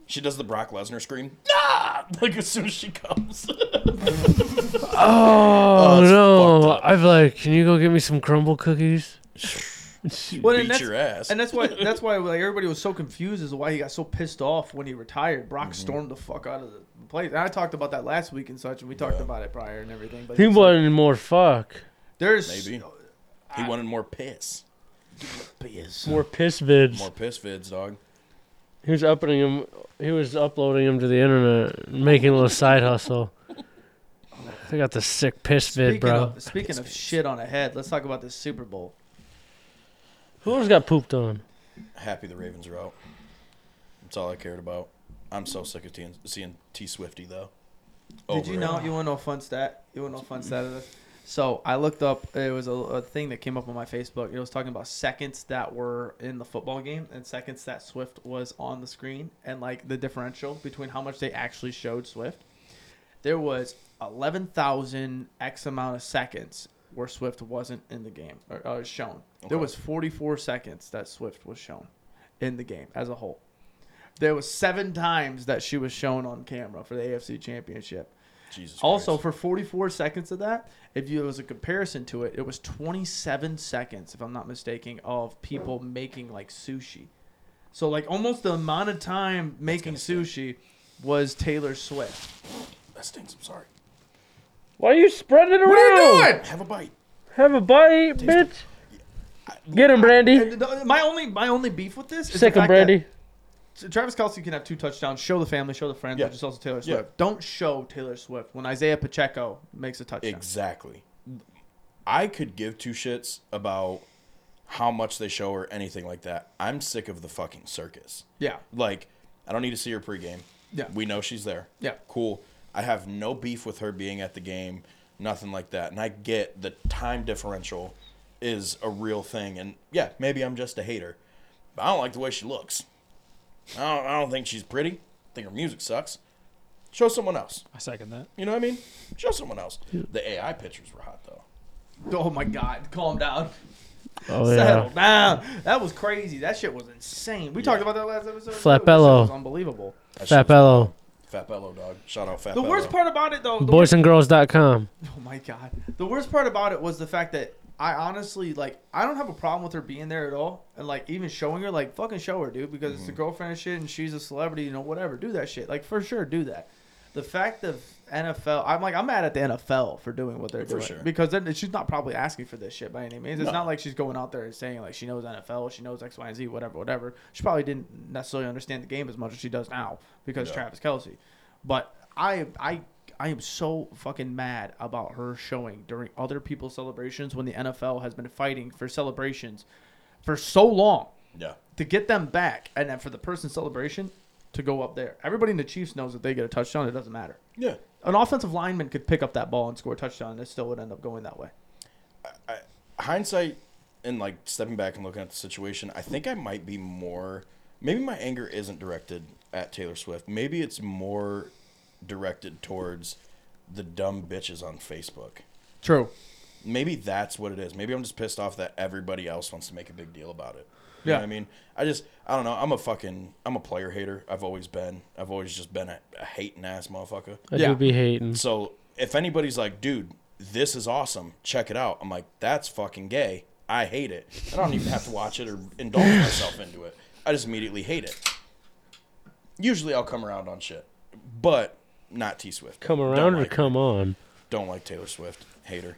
[SPEAKER 3] She does the Brock Lesnar scream. Nah! Like as soon as she comes.
[SPEAKER 1] Oh,
[SPEAKER 3] that's
[SPEAKER 1] no!
[SPEAKER 3] fucked up.
[SPEAKER 1] I've like, can you go get me some crumble cookies?
[SPEAKER 2] Well, and
[SPEAKER 3] Beat
[SPEAKER 2] that's-
[SPEAKER 3] your ass.
[SPEAKER 2] And that's why that's why like everybody was so confused as to why he got so pissed off when he retired. Brock
[SPEAKER 3] Mm-hmm.
[SPEAKER 2] stormed the fuck out of the place. And I talked about that last week and such, and we talked
[SPEAKER 3] Yeah.
[SPEAKER 2] about it prior and everything. But
[SPEAKER 1] He
[SPEAKER 2] it's-
[SPEAKER 1] wanted more fuck,
[SPEAKER 2] there's
[SPEAKER 3] Maybe. He wanted more piss.
[SPEAKER 1] more piss vids.
[SPEAKER 3] More piss vids, dog.
[SPEAKER 1] He was upping him. He was uploading him to the internet, making a little side hustle. I got the sick piss vid,
[SPEAKER 2] Speaking,
[SPEAKER 1] bro.
[SPEAKER 2] of, speaking of shit on a head, let's talk about this Super Bowl.
[SPEAKER 1] Who else got pooped on?
[SPEAKER 3] Happy the Ravens are out. That's all I cared about. I'm so sick of teeing- seeing T Swifty though.
[SPEAKER 2] Did you
[SPEAKER 3] Over
[SPEAKER 2] know?
[SPEAKER 3] it.
[SPEAKER 2] You want to know a fun stat? You want to know a fun stat of this? So I looked up. It was a, a thing that came up on my Facebook. It was talking about seconds that were in the football game and seconds that Swift was on the screen, and like the differential between how much they actually showed Swift. There was eleven thousand x amount of seconds where Swift wasn't in the game or uh, shown. There
[SPEAKER 3] Okay.
[SPEAKER 2] was forty-four seconds that Swift was shown in the game as a whole. There was seven times that she was shown on camera for the AFC Championship.
[SPEAKER 3] Jesus.
[SPEAKER 2] Also,
[SPEAKER 3] Christ.
[SPEAKER 2] for 44 seconds of that, if you, it was a comparison to it, it was 27 seconds, if I'm not mistaken, of people making like sushi. So, like, almost the amount of time making sushi was Taylor Swift.
[SPEAKER 3] that stinks. I'm sorry.
[SPEAKER 1] Why are you spreading it around?
[SPEAKER 3] Have a bite.
[SPEAKER 1] Have a bite, bitch. Get him, Brandy.
[SPEAKER 2] And the- my only my only beef with this is the
[SPEAKER 1] Sick him,
[SPEAKER 2] fact that
[SPEAKER 1] Brandy.
[SPEAKER 2] Travis Kelsey can have two touchdowns. Show the family, show the friends,
[SPEAKER 3] Yeah.
[SPEAKER 2] which is also Taylor
[SPEAKER 3] Yeah.
[SPEAKER 2] Swift. Don't show Taylor Swift when Isaiah Pacheco makes a touchdown.
[SPEAKER 3] Exactly. I could give two shits about how much they show or anything like that. I'm sick of the fucking circus.
[SPEAKER 2] Yeah.
[SPEAKER 3] Like, I don't need to see her pregame.
[SPEAKER 2] Yeah.
[SPEAKER 3] We know she's there.
[SPEAKER 2] Yeah.
[SPEAKER 3] Cool. I have no beef with her being at the game, nothing like that. And I get the time differential is a real thing. And yeah, maybe I'm just a hater. But I don't like the way she looks. I don't, I don't think she's pretty. I think her music sucks. Show someone else.
[SPEAKER 4] I second that.
[SPEAKER 3] You know what I mean? Show someone else. The AI pictures were hot though.
[SPEAKER 2] Oh my God, calm down.
[SPEAKER 1] Oh
[SPEAKER 2] Settle
[SPEAKER 1] yeah.
[SPEAKER 2] down. That was crazy. That shit was insane. We talked about that last episode. too.
[SPEAKER 1] Flapello.
[SPEAKER 2] That shit was unbelievable.
[SPEAKER 3] That shit was-
[SPEAKER 1] Fapello.
[SPEAKER 3] Fat Bello dog. Shout out Fat
[SPEAKER 2] The
[SPEAKER 3] Bello.
[SPEAKER 2] worst part about it, though, the worst-
[SPEAKER 1] Boysandgirls.com.
[SPEAKER 2] Oh my god. The worst part about it was the fact that I honestly like I don't have a problem with her being there at all. And like even showing her, like fucking show her, dude, because it's
[SPEAKER 3] Mm-hmm.
[SPEAKER 2] a girlfriend and shit and she's a celebrity, you know, whatever. Do that shit. Like for sure do that. The fact of NFL I'm like I'm mad at the NFL for doing what they're
[SPEAKER 3] For
[SPEAKER 2] doing.
[SPEAKER 3] sure.
[SPEAKER 2] Because then she's not probably asking for this shit by any means. It's
[SPEAKER 3] No.
[SPEAKER 2] not like she's going out there and saying like she knows NFL, she knows X, Y, and Z, whatever, whatever. She probably didn't necessarily understand the game as much as she does now because
[SPEAKER 3] Yeah.
[SPEAKER 2] Travis Kelsey. But I I I am so fucking mad about her showing during other people's celebrations when the NFL has been fighting for celebrations for so long
[SPEAKER 3] Yeah.
[SPEAKER 2] to get them back and then for the person's celebration to go up there. Everybody in the Chiefs knows that they get a touchdown, it doesn't matter.
[SPEAKER 3] Yeah.
[SPEAKER 2] An offensive lineman could pick up that ball and score a touchdown and it still would end up going that way.
[SPEAKER 3] Hindsight and like stepping back and looking at the situation, I think I might be more maybe my anger isn't directed at Taylor Swift. Maybe it's more directed towards the dumb bitches on Facebook.
[SPEAKER 2] True.
[SPEAKER 3] maybe that's what it is. Maybe I'm just pissed off that everybody else wants to make a big deal about it. You
[SPEAKER 2] Yeah.
[SPEAKER 3] know what I mean, I just I don't know. I'm a fucking I'm a player hater. I've always been. I've always just been a, a hating ass motherfucker.
[SPEAKER 1] I
[SPEAKER 2] Yeah.
[SPEAKER 1] do be hating.
[SPEAKER 3] So if anybody's like, dude, this is awesome, check it out. I'm like, that's fucking gay. I hate it. I don't even have to watch it or indulge myself into it. I just immediately hate it. Usually I'll come around on shit, but not T Swift.
[SPEAKER 1] Come
[SPEAKER 3] don't
[SPEAKER 1] around or
[SPEAKER 3] like,
[SPEAKER 1] come on.
[SPEAKER 3] Don't like Taylor Swift. Hater.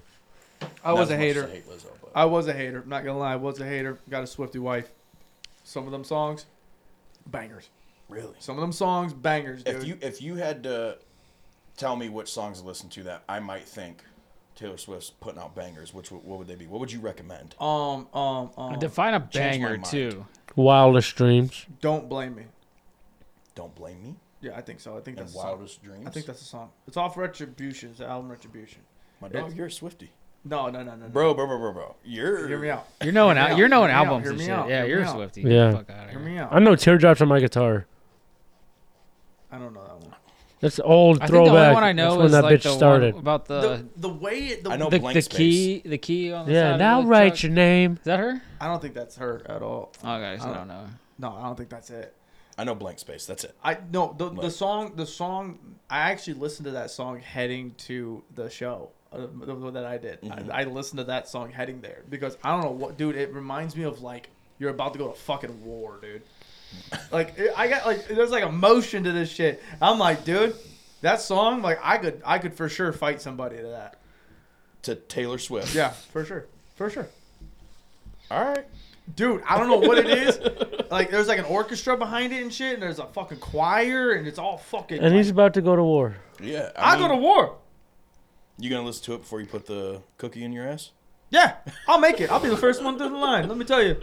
[SPEAKER 2] I
[SPEAKER 3] Not
[SPEAKER 2] was
[SPEAKER 3] as
[SPEAKER 2] a
[SPEAKER 3] much as
[SPEAKER 2] hater.
[SPEAKER 3] I hate Lizzo, but-
[SPEAKER 2] I was a hater. I'm not gonna lie, I was a hater. Got a Swifty wife. Some of them songs, bangers.
[SPEAKER 3] Really?
[SPEAKER 2] Some of them songs, bangers, dude.
[SPEAKER 3] If you if you had to tell me which songs to listen to that I might think Taylor Swift's putting out bangers, which would- what would they be? What would you recommend?
[SPEAKER 2] um um um
[SPEAKER 4] Define a
[SPEAKER 3] my
[SPEAKER 4] banger
[SPEAKER 3] mind.
[SPEAKER 4] too.
[SPEAKER 1] Wildest dreams.
[SPEAKER 2] don't blame me.
[SPEAKER 3] Don't blame me.
[SPEAKER 2] Yeah, I think so. I think
[SPEAKER 3] And
[SPEAKER 2] that's a song.
[SPEAKER 3] wildest dreams.
[SPEAKER 2] I think that's a song. It's off Retribution. It's the album Retribution.
[SPEAKER 3] my dog. You're a Swifty,
[SPEAKER 2] No, no, no, no, no.
[SPEAKER 3] bro, bro, bro, bro, bro. You're
[SPEAKER 2] hear me out.
[SPEAKER 4] You're knowing
[SPEAKER 2] Hear me
[SPEAKER 4] out.
[SPEAKER 2] out,
[SPEAKER 4] You're knowing
[SPEAKER 2] hear me out,
[SPEAKER 4] albums
[SPEAKER 2] hear
[SPEAKER 4] and
[SPEAKER 2] me
[SPEAKER 4] shit.
[SPEAKER 2] out,
[SPEAKER 4] yeah,
[SPEAKER 2] hear
[SPEAKER 4] you're
[SPEAKER 2] me
[SPEAKER 4] a
[SPEAKER 2] out.
[SPEAKER 4] Swifty.
[SPEAKER 1] Yeah.
[SPEAKER 4] Fuck out
[SPEAKER 2] Hear
[SPEAKER 4] here.
[SPEAKER 2] me out.
[SPEAKER 1] I know teardrops on my guitar.
[SPEAKER 2] I don't know that one.
[SPEAKER 1] That's old
[SPEAKER 4] I think
[SPEAKER 1] throwback.
[SPEAKER 4] the only one I know
[SPEAKER 1] That's when
[SPEAKER 4] is
[SPEAKER 1] that
[SPEAKER 4] like
[SPEAKER 1] bitch
[SPEAKER 4] the one
[SPEAKER 1] started.
[SPEAKER 4] about the
[SPEAKER 2] The, the way it, the,
[SPEAKER 3] Uh, I know
[SPEAKER 4] the,
[SPEAKER 3] blank
[SPEAKER 4] the
[SPEAKER 3] space.
[SPEAKER 4] key the key on the
[SPEAKER 1] yeah,
[SPEAKER 4] side
[SPEAKER 1] now
[SPEAKER 4] of the
[SPEAKER 1] write
[SPEAKER 4] truck.
[SPEAKER 1] your name.
[SPEAKER 4] Is that her?
[SPEAKER 2] I don't think that's her at all.
[SPEAKER 4] Okay, so I
[SPEAKER 2] Oh, don't-
[SPEAKER 4] don't know.
[SPEAKER 2] No, I don't think that's it.
[SPEAKER 3] I know blank space. That's it.
[SPEAKER 2] I no the, the
[SPEAKER 3] Like-
[SPEAKER 2] song the song I actually listened to that song heading to the show uh, the one that I did
[SPEAKER 1] Mm-hmm.
[SPEAKER 2] I, I listened to that song heading there because I don't know what dude it reminds me of like you're about to go to fucking war dude like it- I got like there's like emotion to this shit I'm like dude that song like I could I could for sure fight somebody to that
[SPEAKER 3] To Taylor Swift.
[SPEAKER 2] yeah for sure for sure
[SPEAKER 3] All right.
[SPEAKER 2] dude i don't know what it is like there's like an orchestra behind it and shit and there's a fucking choir and it's all fucking
[SPEAKER 1] And he's about to go to war.
[SPEAKER 3] Yeah.
[SPEAKER 2] i
[SPEAKER 3] I,
[SPEAKER 2] go to
[SPEAKER 3] mean,
[SPEAKER 2] war
[SPEAKER 3] You gonna listen to it before you put the cookie in your ass?
[SPEAKER 2] yeah i'll make it i'll be the first one through the line let me tell you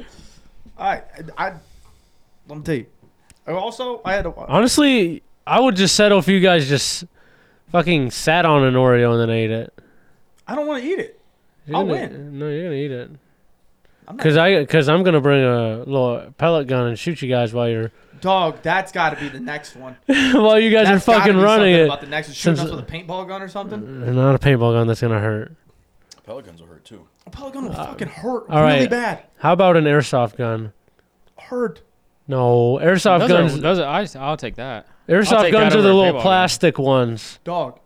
[SPEAKER 2] all right i, I let me tell you And also i had to
[SPEAKER 1] Honestly, I would just settle if you guys just fucking sat on an Oreo and then ate it.
[SPEAKER 2] i don't want to eat it
[SPEAKER 1] You're
[SPEAKER 2] I'll
[SPEAKER 1] gonna-
[SPEAKER 2] win.
[SPEAKER 1] No, you're gonna eat it.
[SPEAKER 2] I'm not-
[SPEAKER 1] Cause I, cause I'm gonna bring a little pellet gun and shoot you guys while you're,
[SPEAKER 2] dog that's got to be the next one
[SPEAKER 1] while you guys
[SPEAKER 2] That's
[SPEAKER 1] are
[SPEAKER 2] gotta
[SPEAKER 1] fucking
[SPEAKER 2] be
[SPEAKER 1] running
[SPEAKER 2] something
[SPEAKER 1] it.
[SPEAKER 2] about the next one. shooting us
[SPEAKER 1] Since- Mm.
[SPEAKER 2] with a paintball gun or something
[SPEAKER 1] Not a paintball gun that's gonna hurt.
[SPEAKER 3] Pelicans will hurt too.
[SPEAKER 2] a paintball gun will fucking hurt
[SPEAKER 1] Uh, all
[SPEAKER 2] really
[SPEAKER 1] right.
[SPEAKER 2] bad
[SPEAKER 1] How about an airsoft gun?
[SPEAKER 2] hurt
[SPEAKER 1] No, airsoft
[SPEAKER 4] Those
[SPEAKER 1] guns.
[SPEAKER 4] are, those are, I just, I'll take that. I'll
[SPEAKER 1] airsoft
[SPEAKER 4] take
[SPEAKER 1] guns
[SPEAKER 4] that
[SPEAKER 1] are the
[SPEAKER 4] over a
[SPEAKER 1] little
[SPEAKER 4] paintball gun.
[SPEAKER 1] plastic ones.
[SPEAKER 2] dog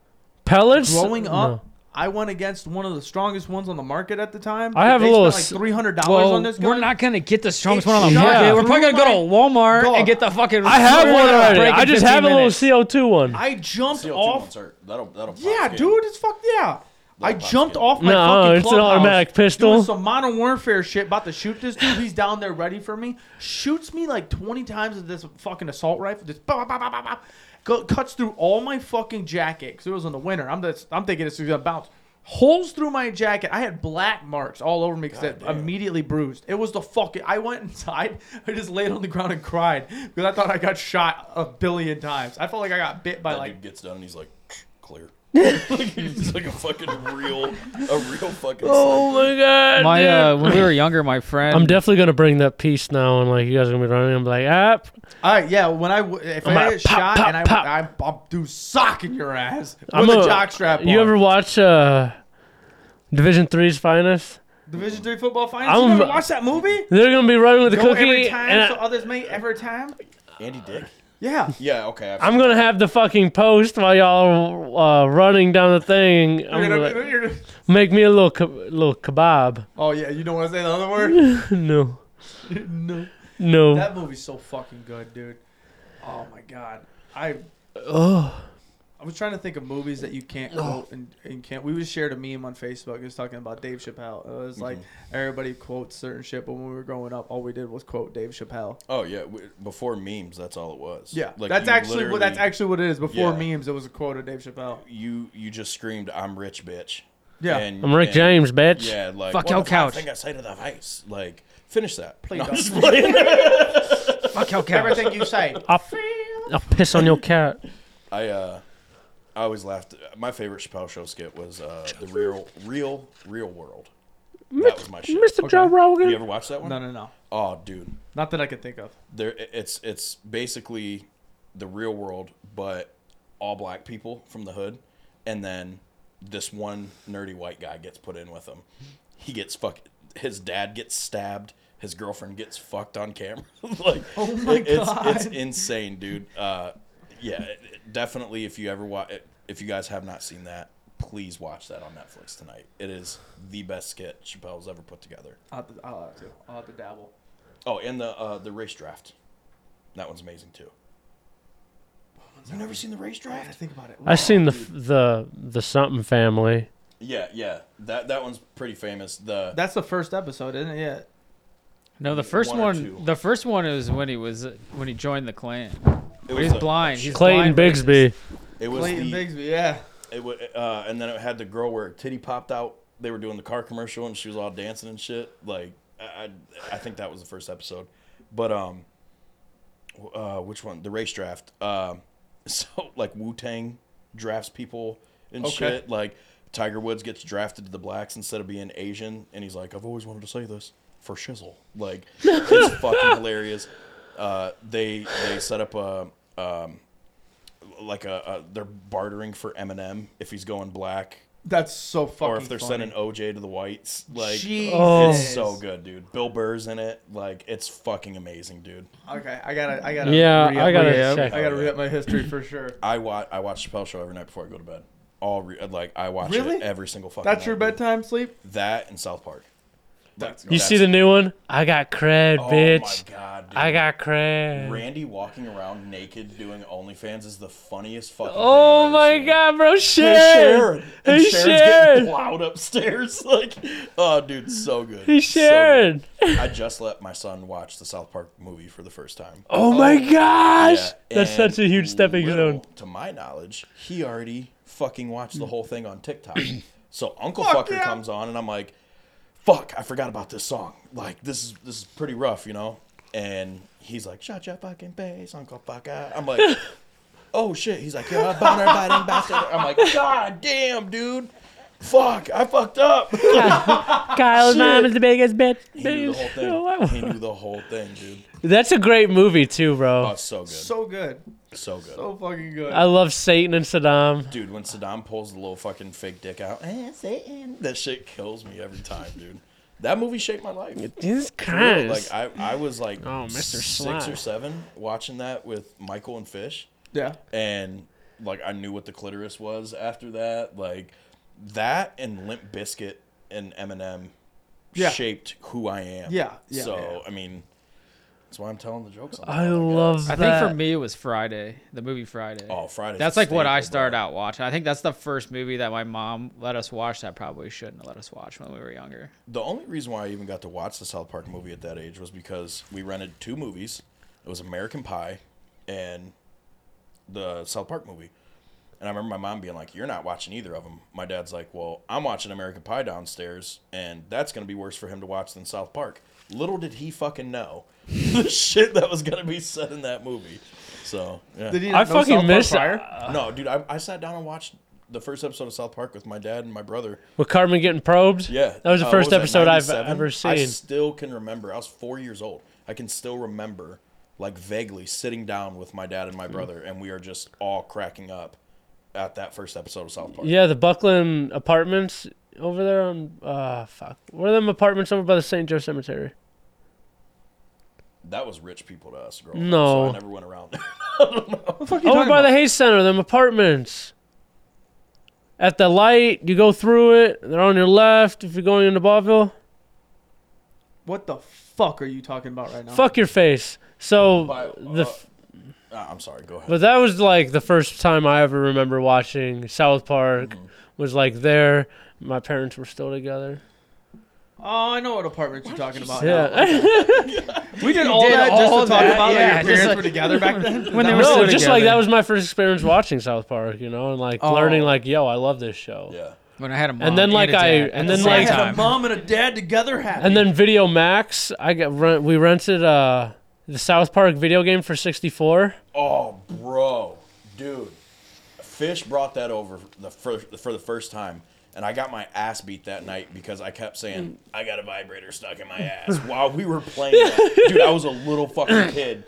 [SPEAKER 1] Pellets.
[SPEAKER 2] growing
[SPEAKER 1] No.
[SPEAKER 2] up I went against one of the strongest ones on the market at the time.
[SPEAKER 1] I have a
[SPEAKER 2] They
[SPEAKER 1] little
[SPEAKER 2] spent
[SPEAKER 1] s-
[SPEAKER 2] like three hundred dollars
[SPEAKER 4] Well,
[SPEAKER 2] on this gun.
[SPEAKER 4] we're not gonna get the strongest one
[SPEAKER 2] It
[SPEAKER 4] on the
[SPEAKER 1] shot
[SPEAKER 4] market.
[SPEAKER 1] through
[SPEAKER 4] We're probably gonna go to Walmart
[SPEAKER 2] Dog.
[SPEAKER 4] and get the fucking.
[SPEAKER 1] I have
[SPEAKER 4] We're
[SPEAKER 1] one
[SPEAKER 4] gonna
[SPEAKER 1] already.
[SPEAKER 4] break in
[SPEAKER 1] I just
[SPEAKER 4] 15
[SPEAKER 1] have a little
[SPEAKER 4] minutes.
[SPEAKER 1] CO2 one.
[SPEAKER 2] I jumped
[SPEAKER 3] CO2
[SPEAKER 2] off.
[SPEAKER 3] won't hurt. That'll that'll.
[SPEAKER 2] Yeah,
[SPEAKER 3] pop
[SPEAKER 2] dude,
[SPEAKER 3] in.
[SPEAKER 2] it's fuck yeah. I
[SPEAKER 3] box
[SPEAKER 2] jumped
[SPEAKER 3] game.
[SPEAKER 2] off my
[SPEAKER 1] No,
[SPEAKER 2] fucking
[SPEAKER 1] it's an
[SPEAKER 2] clubhouse,
[SPEAKER 1] automatic pistol.
[SPEAKER 2] Doing some modern warfare shit. About to shoot this dude. He's down there ready for me. Shoots me like twenty times with this fucking assault rifle. Just bop, bop, bop, bop, bop. Go, cuts through all my fucking jacket because it was in the winter. I'm just, I'm thinking it's gonna bounce. holes through my jacket. I had black marks all over me because it
[SPEAKER 3] damn.
[SPEAKER 2] immediately bruised. It was the fucking. I went inside. I just laid on the ground and cried because I thought I got shot a billion times. I felt like I got bit by
[SPEAKER 3] That
[SPEAKER 2] like
[SPEAKER 3] dude gets done and he's like, clear. like he's like a fucking real, a real fucking. Oh,
[SPEAKER 1] my god.
[SPEAKER 4] My uh, when we were younger, my friend.
[SPEAKER 1] I'm definitely gonna bring that piece now, and like you guys are gonna be running. I'm like, ah,
[SPEAKER 2] All right, yeah. When I w- if
[SPEAKER 1] I'm
[SPEAKER 2] i
[SPEAKER 1] gonna
[SPEAKER 2] get
[SPEAKER 1] pop,
[SPEAKER 2] shot
[SPEAKER 1] pop,
[SPEAKER 2] and I,
[SPEAKER 1] pop.
[SPEAKER 2] I, I am do socking your ass with
[SPEAKER 1] I'm
[SPEAKER 2] a
[SPEAKER 1] a-
[SPEAKER 2] jockstrap.
[SPEAKER 1] You
[SPEAKER 2] on.
[SPEAKER 1] ever watch uh, Division Three's Finest?
[SPEAKER 2] Division three football finals?
[SPEAKER 1] I'm-
[SPEAKER 2] you ever watch that movie?
[SPEAKER 1] They're gonna be running with the
[SPEAKER 2] Go
[SPEAKER 1] cookie,
[SPEAKER 2] every time,
[SPEAKER 1] and I,
[SPEAKER 2] so others may every time.
[SPEAKER 3] Andy Dick.
[SPEAKER 2] Yeah,
[SPEAKER 3] Yeah. Okay. I've
[SPEAKER 1] am gonna have the fucking post while y'all are uh, running down the thing. I'm
[SPEAKER 2] You're
[SPEAKER 1] gonna,
[SPEAKER 2] gonna-
[SPEAKER 1] like,
[SPEAKER 2] you're gonna-
[SPEAKER 1] make me a little ke- little kebab.
[SPEAKER 2] oh yeah, you don't want to say the other word.
[SPEAKER 1] no,
[SPEAKER 2] no,
[SPEAKER 1] no.
[SPEAKER 2] that movie's so fucking good, dude. Oh my god, I
[SPEAKER 1] Ugh.
[SPEAKER 2] I was trying to think of movies that you can't quote and, and can't. We just shared a meme on Facebook. It was talking about Dave Chappelle. It was like
[SPEAKER 3] Mm-hmm.
[SPEAKER 2] everybody quotes certain shit, but when we were growing up, all we did was quote Dave Chappelle.
[SPEAKER 3] Oh yeah, w- before memes, that's all it was.
[SPEAKER 2] Yeah,
[SPEAKER 3] Like,
[SPEAKER 2] that's
[SPEAKER 3] you
[SPEAKER 2] actually what that's
[SPEAKER 3] literally-
[SPEAKER 2] actually what it is. Before
[SPEAKER 3] Yeah.
[SPEAKER 2] memes, it was a quote of Dave Chappelle.
[SPEAKER 3] you. You just screamed, "I'm rich, bitch."
[SPEAKER 2] Yeah.
[SPEAKER 3] And-
[SPEAKER 1] I'm Rick
[SPEAKER 3] and-
[SPEAKER 1] James, bitch.
[SPEAKER 3] Yeah, like
[SPEAKER 4] Fuck
[SPEAKER 3] what
[SPEAKER 4] your
[SPEAKER 3] the fuck?
[SPEAKER 4] couch.
[SPEAKER 3] I think I said to the vice, like finish that.
[SPEAKER 2] Play
[SPEAKER 3] No, I'm
[SPEAKER 2] dumb.
[SPEAKER 3] just playing.
[SPEAKER 4] fuck how cat.
[SPEAKER 2] Everything you say.
[SPEAKER 1] I'll, I'll piss on your cat.
[SPEAKER 3] I uh, I always laughed. My favorite Chappelle show skit was uh, the real, real, real world. That was my shit.
[SPEAKER 1] Mr. Joe Rogan.
[SPEAKER 3] You ever watch that one?
[SPEAKER 2] No, no, no.
[SPEAKER 3] Oh, dude,
[SPEAKER 2] Not that I can think of.
[SPEAKER 3] there. i- It's it's basically the real world, but all black people from the hood, and then this one nerdy white guy gets put in with him. He gets fuck. His dad gets stabbed. His girlfriend gets fucked on camera. like, oh
[SPEAKER 2] my
[SPEAKER 3] It's, it's
[SPEAKER 2] God.
[SPEAKER 3] insane, dude. Uh, yeah, it- it- definitely. If you ever watch, if you guys have not seen that, please watch that on Netflix tonight. It is the best skit Chappelle's ever put together.
[SPEAKER 2] I'll have to, I'll have to, I'll have to dabble.
[SPEAKER 3] Oh, and the uh, the race draft. That one's amazing too. You've never seen the race
[SPEAKER 2] I gotta
[SPEAKER 3] draft?
[SPEAKER 2] think about it.
[SPEAKER 1] I seen the f- the the something family.
[SPEAKER 3] Yeah, yeah. That that one's pretty famous. The
[SPEAKER 2] That's the first episode, isn't it? Yeah.
[SPEAKER 4] No, the
[SPEAKER 3] first One
[SPEAKER 4] first
[SPEAKER 3] or one- two.
[SPEAKER 4] one. The first one is when he was when he joined the clan.
[SPEAKER 3] it
[SPEAKER 4] He's
[SPEAKER 3] the-
[SPEAKER 4] blind. He's
[SPEAKER 1] Clayton
[SPEAKER 4] blind
[SPEAKER 1] Bigsby.
[SPEAKER 3] It was
[SPEAKER 2] Clayton
[SPEAKER 3] the
[SPEAKER 2] Bigsby, yeah.
[SPEAKER 3] it wa- uh, and then it had the girl where her titty popped out. They were doing the car commercial and she was all dancing and shit. Like I I, I think that was the first episode. But um w- uh which one? The race draft. Um so like Wu-Tang drafts people and
[SPEAKER 2] Okay.
[SPEAKER 3] shit like Tiger Woods gets drafted to the blacks instead of being Asian and he's like I've always wanted to say this for shizzle. Like it's fucking hilarious. Uh they they set up a um like a, a they're bartering for Eminem if he's going black,
[SPEAKER 2] That's so fucking.
[SPEAKER 3] or if they're
[SPEAKER 2] funny.
[SPEAKER 3] sending OJ to the whites. Like
[SPEAKER 2] Jesus.
[SPEAKER 3] it's so good, dude. Bill Burr's in it. Like it's fucking amazing, dude.
[SPEAKER 2] Okay, I gotta, I gotta.
[SPEAKER 1] Yeah,
[SPEAKER 2] re-up
[SPEAKER 1] I gotta
[SPEAKER 2] my-
[SPEAKER 1] check.
[SPEAKER 2] I gotta re up my history for sure.
[SPEAKER 3] I watch I watch Chappelle show every night before I go to bed. All re- like I watch
[SPEAKER 2] Really?
[SPEAKER 3] it every single fucking.
[SPEAKER 2] That's your
[SPEAKER 3] night, dude.
[SPEAKER 2] bedtime sleep.
[SPEAKER 3] That and South Park. That's,
[SPEAKER 1] You see the new one? I got cred,
[SPEAKER 3] oh
[SPEAKER 1] bitch.
[SPEAKER 3] my god, dude.
[SPEAKER 1] I got cred.
[SPEAKER 3] Randy walking around naked doing OnlyFans is the funniest fucking. thing I've
[SPEAKER 1] Oh
[SPEAKER 3] ever
[SPEAKER 1] my
[SPEAKER 3] seen.
[SPEAKER 1] god, bro, shit.
[SPEAKER 3] And Sharon. And
[SPEAKER 1] Hey,
[SPEAKER 3] Sharon's
[SPEAKER 1] Sharon.
[SPEAKER 3] getting plowed upstairs. Like, oh, dude, so good.
[SPEAKER 1] Hey,
[SPEAKER 3] So
[SPEAKER 1] Sharon.
[SPEAKER 3] good. I just let my son watch the South Park movie for the first time.
[SPEAKER 1] Oh my gosh.
[SPEAKER 3] Yeah,
[SPEAKER 1] That's
[SPEAKER 3] and
[SPEAKER 1] such a huge stepping
[SPEAKER 3] little
[SPEAKER 1] stone.
[SPEAKER 3] To my knowledge, he already fucking watched the whole thing on TikTok. so Uncle
[SPEAKER 2] Fuck
[SPEAKER 3] Fucker
[SPEAKER 2] yeah.
[SPEAKER 3] comes on, and I'm like, "Fuck, I forgot about this song. Like, this is this is pretty rough, you know." And he's like, "Shut your fucking face, Uncle Fucker." I'm like, "Oh shit." He's like, "You're a boner biting bastard." I'm like, "God damn, dude." Fuck, I fucked up.
[SPEAKER 1] Kyle's mom is the biggest bitch. Oh,
[SPEAKER 3] He knew the whole thing. He knew the whole thing, dude.
[SPEAKER 1] That's a great movie too,
[SPEAKER 3] Oh,
[SPEAKER 1] bro.
[SPEAKER 3] it's so good. So,
[SPEAKER 2] So good,
[SPEAKER 3] good.
[SPEAKER 2] so fucking good.
[SPEAKER 1] I love Satan and Saddam.
[SPEAKER 3] Dude, when Saddam pulls the little fucking fake dick out, eh, Satan, that shit kills me every time, dude. That movie shaped my life.
[SPEAKER 1] Jesus
[SPEAKER 3] For real,
[SPEAKER 1] Christ.
[SPEAKER 3] Like I, I was like
[SPEAKER 1] Oh, Mr.
[SPEAKER 3] six
[SPEAKER 1] Sly.
[SPEAKER 3] or seven watching that with Michael and Fish,
[SPEAKER 2] yeah,
[SPEAKER 3] and like I knew what the clitoris was after that. Like that and Limp Biscuit and Eminem
[SPEAKER 2] Yeah.
[SPEAKER 3] shaped who I am.
[SPEAKER 2] Yeah, yeah,
[SPEAKER 3] so
[SPEAKER 2] yeah.
[SPEAKER 3] I mean, that's why I'm telling the jokes. On
[SPEAKER 1] I
[SPEAKER 3] that, guess.
[SPEAKER 1] love
[SPEAKER 4] I
[SPEAKER 1] that.
[SPEAKER 4] think for me it was Friday, the movie Friday.
[SPEAKER 3] Oh, Friday.
[SPEAKER 4] that's like what I started out watching. I think that's the first movie that my mom let us watch that probably shouldn't have let us watch when we were younger.
[SPEAKER 3] The only reason why I even got to watch the South Park movie at that age was because we rented two movies. It was American Pie and the South Park movie. And I remember my mom being like, "You're not watching either of them." My dad's like, "Well, I'm watching American Pie downstairs, and that's gonna be worse for him to watch than South Park." Little did he fucking know the shit that was gonna be said in that movie. So yeah.
[SPEAKER 2] Did he
[SPEAKER 1] I
[SPEAKER 2] not know South
[SPEAKER 1] fucking
[SPEAKER 2] Park
[SPEAKER 1] missed
[SPEAKER 2] prior?
[SPEAKER 3] no, dude, I, I sat down and watched the first episode of South Park with my dad and my brother.
[SPEAKER 1] with Cartman getting probed.
[SPEAKER 3] Yeah,
[SPEAKER 1] that was the
[SPEAKER 3] uh,
[SPEAKER 1] first
[SPEAKER 3] what was that,
[SPEAKER 1] episode I've
[SPEAKER 3] 97?
[SPEAKER 1] ever
[SPEAKER 3] I
[SPEAKER 1] seen.
[SPEAKER 3] still can remember. I was four years old. I can still remember, like vaguely, sitting down with my dad and
[SPEAKER 1] Hmm.
[SPEAKER 3] my brother, and we are just all cracking up at that first episode of South Park.
[SPEAKER 1] yeah, the Buckland apartments over there on uh fuck. What are them apartments over by the St. Joe Cemetery?
[SPEAKER 3] That was rich people to us, growing
[SPEAKER 1] No.
[SPEAKER 3] up, so I never went around there.
[SPEAKER 1] Over by the Hayes Center, them apartments. At the light, you go through it. They're on your left if you're going into Bonneville.
[SPEAKER 2] What the fuck are you talking about right now?
[SPEAKER 4] Oh.
[SPEAKER 1] Fuck your face. So
[SPEAKER 3] By-
[SPEAKER 4] uh,
[SPEAKER 1] the f-
[SPEAKER 3] Ah, I'm sorry. Go ahead.
[SPEAKER 1] But that was like the first time I ever remember watching South Park.
[SPEAKER 4] Mm-hmm.
[SPEAKER 1] Was like there. My parents were still together.
[SPEAKER 2] Oh, I know what apartment you're talking about.
[SPEAKER 1] Yeah.
[SPEAKER 2] now. We did all
[SPEAKER 4] did
[SPEAKER 2] that
[SPEAKER 4] all
[SPEAKER 2] just to talk
[SPEAKER 4] that,
[SPEAKER 2] about
[SPEAKER 4] yeah,
[SPEAKER 2] that
[SPEAKER 4] just
[SPEAKER 2] your parents
[SPEAKER 4] like-
[SPEAKER 2] were together back then.
[SPEAKER 4] When
[SPEAKER 2] That
[SPEAKER 4] they
[SPEAKER 2] was-
[SPEAKER 4] were
[SPEAKER 1] no,
[SPEAKER 4] still
[SPEAKER 1] just like
[SPEAKER 4] together.
[SPEAKER 1] that was my first experience watching South Park. You know, and like
[SPEAKER 2] Oh.
[SPEAKER 1] learning like, yo, I love this show.
[SPEAKER 3] yeah.
[SPEAKER 4] When I had a mom
[SPEAKER 1] then, like,
[SPEAKER 4] a dad
[SPEAKER 1] I-
[SPEAKER 4] at
[SPEAKER 1] and
[SPEAKER 4] the
[SPEAKER 1] then,
[SPEAKER 4] same
[SPEAKER 1] like-
[SPEAKER 2] I had
[SPEAKER 4] time.
[SPEAKER 2] a mom and a dad together happy.
[SPEAKER 1] And then Video Max, I got rent, we rented uh the South Park video game for 64.
[SPEAKER 3] Oh, bro, dude, Fish brought that over the first for the first time, and I got my ass beat that night because I kept saying I got a vibrator stuck in my ass while we were playing. That. Dude, I was a little fucking kid.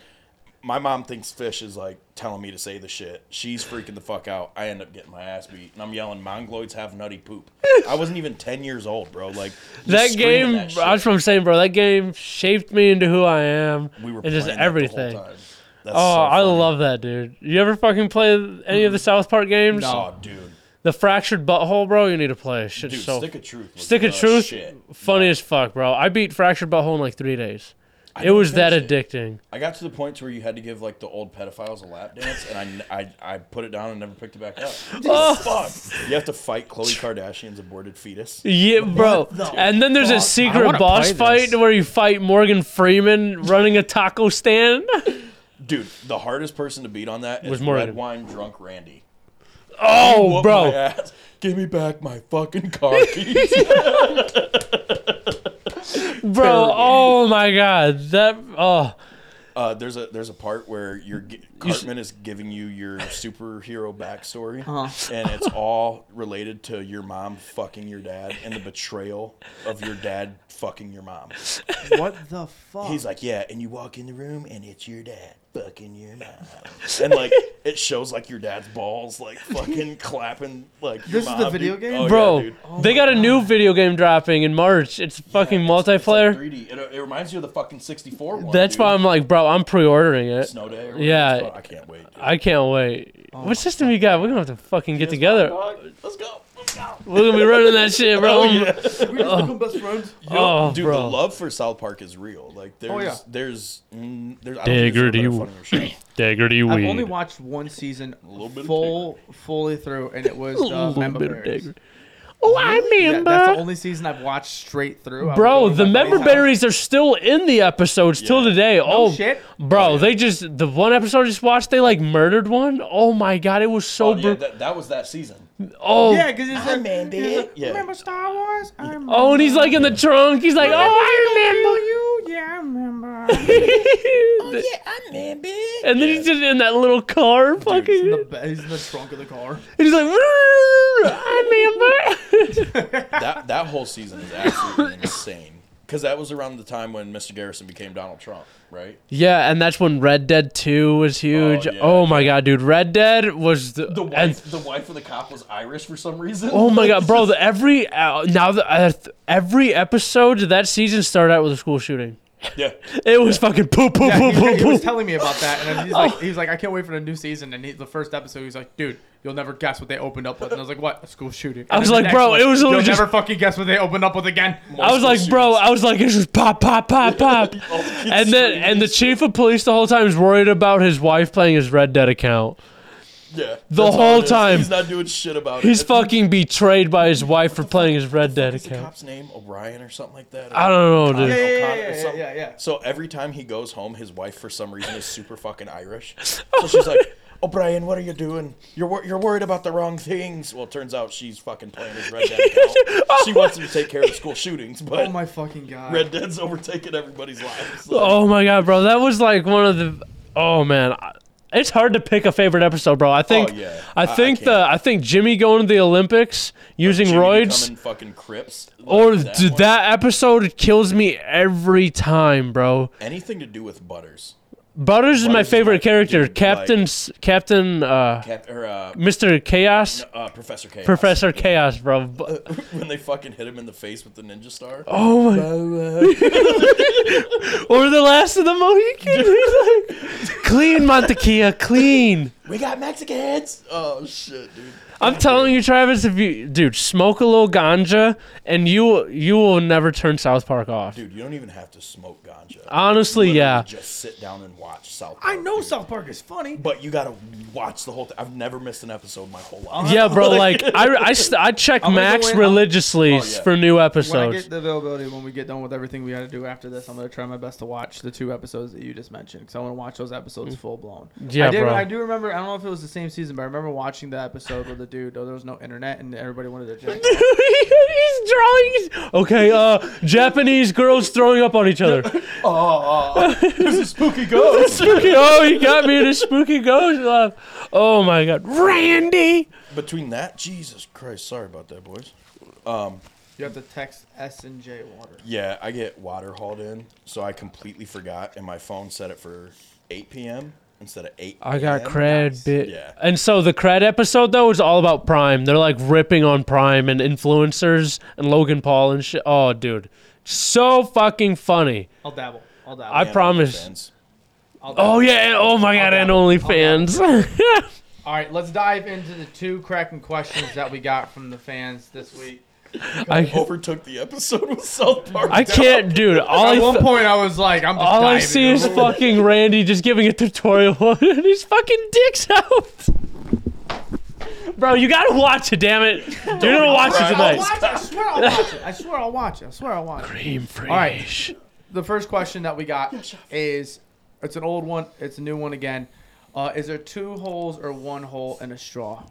[SPEAKER 3] My mom thinks Fish is like telling me to say the shit. She's freaking the fuck out. I end up getting my ass beat, and I'm yelling, "Mongoloids have nutty poop." I wasn't even ten years old, bro. Like just
[SPEAKER 1] That
[SPEAKER 3] screaming
[SPEAKER 1] game,
[SPEAKER 3] that
[SPEAKER 1] I was
[SPEAKER 3] shit.
[SPEAKER 1] from saying, bro, that game shaped me into who I am.
[SPEAKER 3] we were
[SPEAKER 1] and just
[SPEAKER 3] playing that the whole
[SPEAKER 1] everything.
[SPEAKER 3] time. That's
[SPEAKER 1] Oh,
[SPEAKER 3] so
[SPEAKER 1] I
[SPEAKER 3] funny.
[SPEAKER 1] love that, dude. You ever fucking play any of the South Park games?
[SPEAKER 3] Oh, dude.
[SPEAKER 1] The fractured butthole, bro. You need to play. Shit,
[SPEAKER 3] Dude,
[SPEAKER 1] so
[SPEAKER 3] Stick of Truth. was
[SPEAKER 1] Stick of
[SPEAKER 3] the
[SPEAKER 1] Truth?
[SPEAKER 3] Shit.
[SPEAKER 1] funny as fuck, bro. I beat fractured butthole in like three days. It
[SPEAKER 3] didn't
[SPEAKER 1] was that
[SPEAKER 3] finish
[SPEAKER 1] addicting.
[SPEAKER 3] I got to the point where you had to give like the old pedophiles a lap dance, and I, I, I put it down and never picked it back up. oh fuck! You have to fight Khloe Kardashian's aborted fetus.
[SPEAKER 1] Yeah, bro.
[SPEAKER 2] the
[SPEAKER 1] And then there's a secret
[SPEAKER 4] wanna
[SPEAKER 1] boss
[SPEAKER 4] play
[SPEAKER 1] fight
[SPEAKER 4] this.
[SPEAKER 1] where you fight Morgan Freeman running a taco stand.
[SPEAKER 3] Dude, the hardest person to beat on that is
[SPEAKER 1] Was Morgan.
[SPEAKER 3] red wine drunk Randy.
[SPEAKER 1] oh,
[SPEAKER 3] Whoop my
[SPEAKER 1] bro.
[SPEAKER 3] ass. Give me back my fucking car keys.
[SPEAKER 1] Bro, oh my god. That oh,
[SPEAKER 3] uh, there's a there's a part where your Cartman is giving you your superhero backstory,
[SPEAKER 2] Uh-huh.
[SPEAKER 3] and it's all related to your mom fucking your dad and the betrayal of your dad fucking your mom.
[SPEAKER 2] what the fuck?
[SPEAKER 3] He's like, yeah, and you walk in the room and it's your dad fucking your mom, and like it shows like your dad's balls like fucking clapping like. Your
[SPEAKER 2] This is
[SPEAKER 3] mom,
[SPEAKER 2] the video
[SPEAKER 3] dude.
[SPEAKER 2] game?
[SPEAKER 3] Oh, yeah,
[SPEAKER 1] bro.
[SPEAKER 3] dude.
[SPEAKER 1] they got a new video game dropping in March. It's fucking
[SPEAKER 3] It's- it's like
[SPEAKER 1] multiplayer.
[SPEAKER 3] 3D. It, it reminds you of the fucking 64 one.
[SPEAKER 1] That's
[SPEAKER 3] dude.
[SPEAKER 1] why I'm like, bro, I'm pre-ordering it.
[SPEAKER 3] Snow Day. or whatever
[SPEAKER 1] Yeah.
[SPEAKER 3] it's called. I can't wait. dude.
[SPEAKER 1] I can't wait. what system you got? We're gonna have to fucking get together.
[SPEAKER 3] Dog, Let's go. Let's go.
[SPEAKER 1] We're gonna be running that shit, bro.
[SPEAKER 3] Oh, yeah.
[SPEAKER 2] we just become best friends.
[SPEAKER 1] Oh,
[SPEAKER 3] Dude,
[SPEAKER 1] bro.
[SPEAKER 3] the love for South Park is real. Like there's,
[SPEAKER 2] yeah.
[SPEAKER 3] there's, mm, there's. I don't think
[SPEAKER 1] Digger, do
[SPEAKER 3] there's
[SPEAKER 1] you-
[SPEAKER 3] no better funnier show.
[SPEAKER 1] Diggerty
[SPEAKER 2] I've only watched one season
[SPEAKER 3] little bit of
[SPEAKER 2] full, fully through, and it was
[SPEAKER 1] A
[SPEAKER 2] uh,
[SPEAKER 1] little
[SPEAKER 2] Member
[SPEAKER 1] bit of
[SPEAKER 2] Berries.
[SPEAKER 1] digger. Oh, I
[SPEAKER 2] Yeah,
[SPEAKER 1] remember.
[SPEAKER 2] that's the only season I've watched straight through. I
[SPEAKER 1] bro,
[SPEAKER 2] was
[SPEAKER 1] the
[SPEAKER 2] going to my
[SPEAKER 1] member
[SPEAKER 2] buddy's house.
[SPEAKER 1] berries are still in the episodes till
[SPEAKER 3] Yeah.
[SPEAKER 1] today. oh,
[SPEAKER 2] shit.
[SPEAKER 1] bro, they just the one episode I just watched, they like murdered one. Oh my god, it was so.
[SPEAKER 3] Oh,
[SPEAKER 1] bru
[SPEAKER 3] yeah, that, that was that season.
[SPEAKER 1] oh,
[SPEAKER 2] Yeah, because it's like,
[SPEAKER 3] man,
[SPEAKER 2] he's like,
[SPEAKER 3] dude. Yeah.
[SPEAKER 2] remember Star Wars? I remember.
[SPEAKER 1] oh, and he's like in the trunk. He's like, oh, I
[SPEAKER 2] you? oh, Yeah, I Oh, remember.
[SPEAKER 1] remember.
[SPEAKER 3] I'm man, bitch.
[SPEAKER 1] and then he's just in that little car, fucking.
[SPEAKER 2] he's, in the, ba- he's in the trunk of the car.
[SPEAKER 1] He's like, I remember.
[SPEAKER 3] that that whole season is absolutely insane because that was around the time when Mr. Garrison became Donald Trump, right?
[SPEAKER 1] yeah, and that's when Red Dead 2 was huge. Oh,
[SPEAKER 3] yeah.
[SPEAKER 1] my god, dude. Red Dead was the.
[SPEAKER 3] The
[SPEAKER 1] and-
[SPEAKER 3] wife, the wife of the cop was Irish for some reason.
[SPEAKER 1] oh my
[SPEAKER 3] Like,
[SPEAKER 1] god, bro. The, every uh, now the, uh, th- every episode of that season started out with a school shooting.
[SPEAKER 3] Yeah,
[SPEAKER 1] It was fucking poop, poop,
[SPEAKER 2] Yeah,
[SPEAKER 1] poop,
[SPEAKER 2] he,
[SPEAKER 1] poop,
[SPEAKER 2] he was
[SPEAKER 1] poop.
[SPEAKER 2] telling me about that, and then he's
[SPEAKER 1] Oh.
[SPEAKER 2] like, he's like, I can't wait for the new season. And he, the first episode, he's like, dude, you'll never guess what they opened up with. And I was like, what? A school shooting. And
[SPEAKER 1] was
[SPEAKER 2] then the
[SPEAKER 1] like,
[SPEAKER 2] next
[SPEAKER 1] bro,
[SPEAKER 2] one,
[SPEAKER 1] it was
[SPEAKER 2] You'll
[SPEAKER 1] literally just-
[SPEAKER 2] never fucking guess what they opened up with again.
[SPEAKER 1] I was like, bro. I was like, it's just pop, pop, pop, pop.
[SPEAKER 3] All the kids
[SPEAKER 1] and then and the chief of police the whole time is worried about his wife playing his Red Dead account.
[SPEAKER 3] screaming. Yeah,
[SPEAKER 1] the
[SPEAKER 3] that's all
[SPEAKER 1] whole
[SPEAKER 3] it is.
[SPEAKER 1] time.
[SPEAKER 3] he's not doing shit about it.
[SPEAKER 1] He's
[SPEAKER 3] It's-
[SPEAKER 1] fucking betrayed by his wife for playing his Red Dead
[SPEAKER 3] Is the
[SPEAKER 1] account.
[SPEAKER 3] cop's name O'Brien or something like that?
[SPEAKER 1] I don't know,
[SPEAKER 3] O'Connor
[SPEAKER 1] dude.
[SPEAKER 2] yeah, yeah,
[SPEAKER 3] or
[SPEAKER 2] yeah, yeah,
[SPEAKER 3] something.
[SPEAKER 2] yeah, yeah.
[SPEAKER 3] So every time he goes home, his wife for some reason is super fucking Irish. So she's like, O'Brien, what are you doing? You're wor- you're worried about the wrong things. Well, it turns out she's fucking playing his Red Dead account. She wants him to take care of the school shootings, but
[SPEAKER 2] Oh my fucking god.
[SPEAKER 3] Red Dead's overtaking everybody's lives.
[SPEAKER 1] Oh my god, bro, that was like one of the. Oh man, I- it's hard to pick a favorite episode, bro. I think.
[SPEAKER 3] Oh, yeah. I-
[SPEAKER 1] I
[SPEAKER 3] I
[SPEAKER 1] think
[SPEAKER 3] can't.
[SPEAKER 1] the I think Jimmy going to the Olympics using
[SPEAKER 3] Jimmy
[SPEAKER 1] roids.
[SPEAKER 3] becoming fucking Crips. like
[SPEAKER 1] Or that,
[SPEAKER 3] one.
[SPEAKER 1] that episode kills me every time, bro.
[SPEAKER 3] anything to do with Butters?
[SPEAKER 1] Butters is my
[SPEAKER 3] Butters is
[SPEAKER 1] favorite
[SPEAKER 3] my-
[SPEAKER 1] character.
[SPEAKER 3] dude,
[SPEAKER 1] Captain,
[SPEAKER 3] like-
[SPEAKER 1] S Captain, uh,
[SPEAKER 3] Cap- or, uh,
[SPEAKER 1] Mr. Chaos,
[SPEAKER 3] uh, Professor Chaos.
[SPEAKER 1] Professor Chaos, bro. Bu-
[SPEAKER 3] Uh, when they fucking hit him in the face with the ninja star.
[SPEAKER 1] Oh
[SPEAKER 3] uh,
[SPEAKER 1] my! or the last of the Mohicans. He's like, clean Montekia, clean.
[SPEAKER 3] We got Mexicans. Oh shit, dude.
[SPEAKER 1] I'm telling you, Travis, if you dude smoke a little ganja, and you you will never turn South Park off.
[SPEAKER 3] Dude, you don't even have to smoke ganja.
[SPEAKER 1] Honestly,
[SPEAKER 3] Literally
[SPEAKER 1] yeah.
[SPEAKER 3] Just sit down and watch South. Park,
[SPEAKER 2] I know
[SPEAKER 3] dude.
[SPEAKER 2] South Park is funny.
[SPEAKER 3] But you gotta watch the whole thing. I've never missed an episode my whole life.
[SPEAKER 1] Yeah, bro. Like I, I, st- I check
[SPEAKER 2] I'm gonna
[SPEAKER 1] Max
[SPEAKER 2] wait- I'm-
[SPEAKER 1] religiously
[SPEAKER 3] Oh,
[SPEAKER 1] s-
[SPEAKER 3] yeah.
[SPEAKER 1] for new
[SPEAKER 2] When I
[SPEAKER 1] episodes.
[SPEAKER 2] get the availability, when we get done with everything we got to do after this, I'm gonna try my best to watch the two episodes that you just mentioned because I want to watch those episodes full blown.
[SPEAKER 1] Yeah,
[SPEAKER 2] I did,
[SPEAKER 1] bro.
[SPEAKER 2] I do remember. I don't know if it was the same season, but I remember watching the episode with the dude. Oh, there was no internet, and everybody wanted to. Jack off.
[SPEAKER 1] He's drawing. his- Okay, uh, Japanese girls throwing up on each other.
[SPEAKER 3] Oh, There's a spooky ghost.
[SPEAKER 1] spooky, oh, you got me in a spooky ghost laugh. Oh my god, Randy.
[SPEAKER 3] Between that, Jesus Christ, sorry about that, boys.
[SPEAKER 2] you have to text S and J Water.
[SPEAKER 3] Yeah, I get water hauled in, so I completely forgot, and my phone set it for 8 p.m. instead of 8.
[SPEAKER 1] I got
[SPEAKER 3] a.m..
[SPEAKER 1] cred, bit.
[SPEAKER 3] Yeah.
[SPEAKER 1] And so the cred episode though is all about Prime. They're like ripping on Prime and influencers and Logan Paul and shit. Oh, dude, so fucking funny.
[SPEAKER 2] I'll dabble. I'll dabble.
[SPEAKER 1] I
[SPEAKER 3] And
[SPEAKER 1] promise.
[SPEAKER 3] OnlyFans.
[SPEAKER 2] I'll dabble.
[SPEAKER 1] Oh yeah. and- Oh my god, and OnlyFans.
[SPEAKER 2] All right, let's dive into the two cracking questions that we got from the fans this week.
[SPEAKER 1] I,
[SPEAKER 3] Overtook the episode with South Park.
[SPEAKER 1] I can't, dude. All I
[SPEAKER 2] At one
[SPEAKER 1] th-
[SPEAKER 2] point, I was like, "I'm just
[SPEAKER 1] all I
[SPEAKER 2] diving
[SPEAKER 1] see
[SPEAKER 2] in.
[SPEAKER 1] is fucking Randy just giving a tutorial and his fucking dick's out. Bro, you gotta watch it, damn it. You're gonna watch it
[SPEAKER 3] cry.
[SPEAKER 2] I'll
[SPEAKER 1] tonight.
[SPEAKER 2] watch it. I swear I'll watch it. I swear I'll watch it. I swear I'll watch it.
[SPEAKER 1] All
[SPEAKER 2] right. The first question that we got is it's an old one, it's a new one again. Uh, is there two holes or one hole in a straw?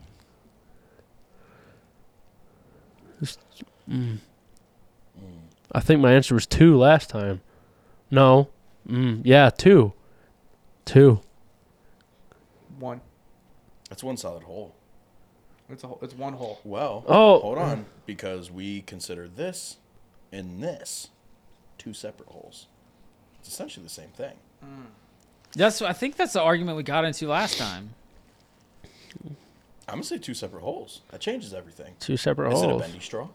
[SPEAKER 1] I think my answer was two last time. No. Mm, yeah, two. Two.
[SPEAKER 2] One.
[SPEAKER 3] That's one solid hole.
[SPEAKER 2] It's a hole. It's one hole.
[SPEAKER 3] Well,
[SPEAKER 1] Oh.
[SPEAKER 3] hold on, because we consider this and this two separate holes. It's essentially the same thing.
[SPEAKER 4] That's I think that's the argument we got into last time.
[SPEAKER 3] I'm gonna say two separate holes. That changes everything.
[SPEAKER 1] Two separate
[SPEAKER 3] Is it a
[SPEAKER 1] holes. Uh,
[SPEAKER 3] bendy straw?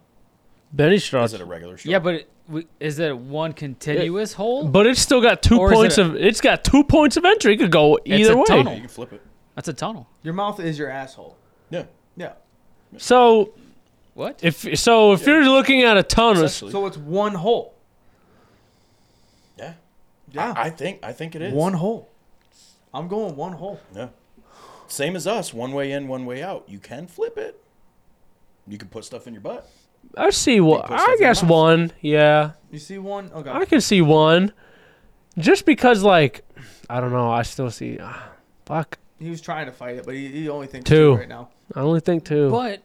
[SPEAKER 1] Benny straw.
[SPEAKER 3] Is it a regular straw?
[SPEAKER 4] Yeah, but it, we, is it one continuous hole?
[SPEAKER 1] But it's still got two
[SPEAKER 4] Or is
[SPEAKER 1] points
[SPEAKER 4] it a-
[SPEAKER 1] of it's got two points of entry. It could go
[SPEAKER 4] It's
[SPEAKER 1] either
[SPEAKER 4] a
[SPEAKER 1] way.
[SPEAKER 4] tunnel.
[SPEAKER 3] Yeah, you can flip it.
[SPEAKER 4] that's a tunnel.
[SPEAKER 2] Your mouth is your asshole.
[SPEAKER 3] Yeah.
[SPEAKER 2] Yeah.
[SPEAKER 1] So
[SPEAKER 4] What?
[SPEAKER 1] if so if you're looking at a tunnel
[SPEAKER 3] Essentially.
[SPEAKER 2] So it's one hole.
[SPEAKER 3] yeah.
[SPEAKER 2] Yeah.
[SPEAKER 3] I, I think I think it is.
[SPEAKER 2] Ah. one hole. I'm going one hole.
[SPEAKER 3] Yeah. Same as us, one way in, one way out. You can flip it. You can put stuff in your butt.
[SPEAKER 1] I see one
[SPEAKER 3] puts
[SPEAKER 1] I
[SPEAKER 3] something
[SPEAKER 1] guess
[SPEAKER 3] else.
[SPEAKER 1] one. Yeah.
[SPEAKER 2] You see one? Oh, Okay.
[SPEAKER 1] I can see one. Just because like I don't know, I still see ah, fuck.
[SPEAKER 2] He was trying to fight it, but he, he only thinks
[SPEAKER 1] Two.
[SPEAKER 2] two right now.
[SPEAKER 1] I only think two.
[SPEAKER 4] But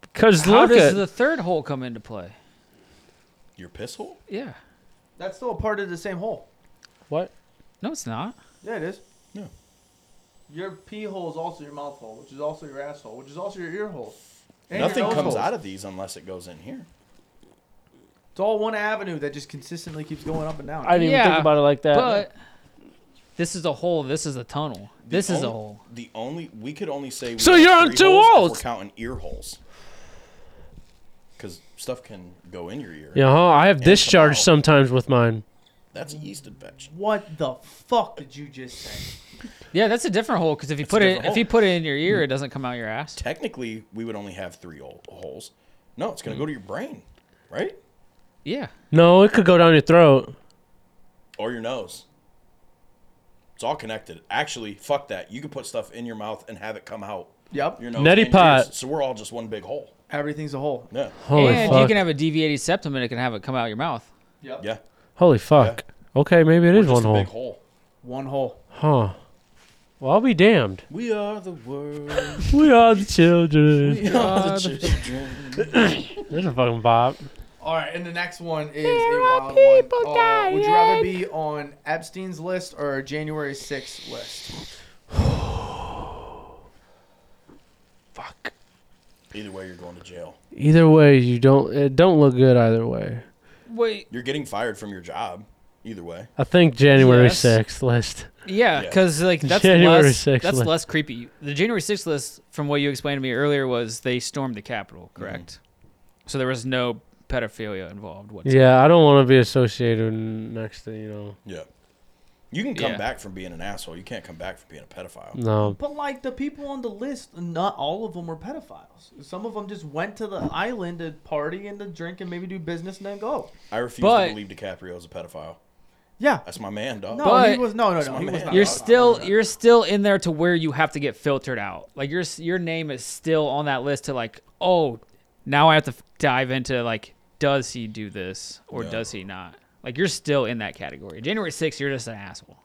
[SPEAKER 1] Because
[SPEAKER 4] how
[SPEAKER 1] look
[SPEAKER 4] does
[SPEAKER 1] at
[SPEAKER 4] the third hole come into play?
[SPEAKER 3] Your piss hole?
[SPEAKER 4] Yeah.
[SPEAKER 2] That's still a part of the same hole.
[SPEAKER 1] what?
[SPEAKER 4] No, it's not.
[SPEAKER 2] Yeah, it is.
[SPEAKER 3] Yeah.
[SPEAKER 2] Your pee hole is also your mouth hole, which is also your asshole, which is also your ear hole. And your
[SPEAKER 3] Nothing
[SPEAKER 2] nose
[SPEAKER 3] comes
[SPEAKER 2] hole.
[SPEAKER 3] out of these unless it goes in here.
[SPEAKER 2] It's all one avenue that just consistently keeps going up and down.
[SPEAKER 1] I didn't even
[SPEAKER 4] Yeah,
[SPEAKER 1] think about it like that.
[SPEAKER 4] But this is a hole. This is a tunnel.
[SPEAKER 3] The
[SPEAKER 4] This is a
[SPEAKER 3] only-
[SPEAKER 4] hole.
[SPEAKER 3] The only we could only say we
[SPEAKER 1] So
[SPEAKER 3] have
[SPEAKER 1] you're on
[SPEAKER 3] three
[SPEAKER 1] two
[SPEAKER 3] holes if
[SPEAKER 1] holes.
[SPEAKER 3] We're counting ear holes. Because stuff can go in your ear.
[SPEAKER 1] Yeah, huh? I have discharge
[SPEAKER 3] out.
[SPEAKER 1] sometimes with mine.
[SPEAKER 3] That's a yeast infection.
[SPEAKER 2] what the fuck did you just say?
[SPEAKER 4] Yeah, that's a different hole because if you
[SPEAKER 3] It's a
[SPEAKER 4] put it
[SPEAKER 3] different
[SPEAKER 4] if you
[SPEAKER 3] hole.
[SPEAKER 4] put it in your
[SPEAKER 1] Hmm.
[SPEAKER 4] ear, it doesn't come out your ass.
[SPEAKER 3] Technically, we would only have three hol- holes. No, it's gonna go to your brain, right?
[SPEAKER 4] Yeah.
[SPEAKER 1] No, it could go down your throat.
[SPEAKER 3] Or your nose. It's all connected. Actually, fuck that. You can put stuff in your mouth and have it come out
[SPEAKER 2] Yep.
[SPEAKER 3] your nose.
[SPEAKER 1] Neti
[SPEAKER 3] and your
[SPEAKER 1] pot.
[SPEAKER 3] ears. So we're all just one big hole.
[SPEAKER 2] Everything's a hole.
[SPEAKER 3] Yeah.
[SPEAKER 1] Holy
[SPEAKER 4] and you
[SPEAKER 1] fuck.
[SPEAKER 4] can have a deviated septum and it can have it come out your mouth.
[SPEAKER 2] Yep.
[SPEAKER 3] Yeah.
[SPEAKER 1] Holy fuck. Okay, maybe it
[SPEAKER 3] We're
[SPEAKER 1] is
[SPEAKER 3] just
[SPEAKER 1] one
[SPEAKER 3] a
[SPEAKER 1] hole.
[SPEAKER 3] big hole.
[SPEAKER 2] One hole.
[SPEAKER 1] Huh. Well, I'll be damned.
[SPEAKER 3] We are the world.
[SPEAKER 1] We are the children.
[SPEAKER 3] We are the children.
[SPEAKER 1] There's a fucking bop.
[SPEAKER 2] All right, and the next one is a wild people one. Uh, would you rather be on Epstein's list or January 6th list?
[SPEAKER 1] Fuck.
[SPEAKER 3] Either way, you're going to jail.
[SPEAKER 1] Either way, you don't. It don't look good either way.
[SPEAKER 4] Wait,
[SPEAKER 3] You're getting fired from your job. Either way.
[SPEAKER 1] I think January
[SPEAKER 4] Yes.
[SPEAKER 1] sixth list.
[SPEAKER 3] Yeah.
[SPEAKER 4] yeah, because like that's
[SPEAKER 1] January
[SPEAKER 4] less
[SPEAKER 1] 6th
[SPEAKER 4] that's
[SPEAKER 1] list.
[SPEAKER 4] less creepy. The January sixth list, from what you explained to me earlier, was they stormed the Capitol, correct?
[SPEAKER 3] Mm-hmm.
[SPEAKER 4] So there was no pedophilia involved. Whatsoever.
[SPEAKER 1] Yeah, I don't want to be associated next to you know.
[SPEAKER 3] Yeah. You can come
[SPEAKER 4] Yeah. Mm.
[SPEAKER 3] back from being an asshole. You can't come back from being a pedophile.
[SPEAKER 1] No,
[SPEAKER 2] But like the people on the list, not all of them were pedophiles. Some of them just went to the island to party and to drink and maybe do business and then go.
[SPEAKER 3] I refuse
[SPEAKER 4] But-
[SPEAKER 3] to believe DiCaprio is a pedophile.
[SPEAKER 2] Yeah.
[SPEAKER 3] That's my man, dog.
[SPEAKER 2] No, he
[SPEAKER 4] But-
[SPEAKER 2] was no, no,
[SPEAKER 3] That's
[SPEAKER 2] no.
[SPEAKER 3] my
[SPEAKER 2] He was
[SPEAKER 3] man.
[SPEAKER 2] not.
[SPEAKER 4] You're
[SPEAKER 3] no, no,
[SPEAKER 4] still
[SPEAKER 3] no.
[SPEAKER 4] you're still in there to where you have to get filtered out. Like your s- your name is still on that list to like, oh, now I have to f- dive into like, does he do this or
[SPEAKER 3] Yeah.
[SPEAKER 4] does he not? Like you're still in that category. January 6th, you're just an asshole.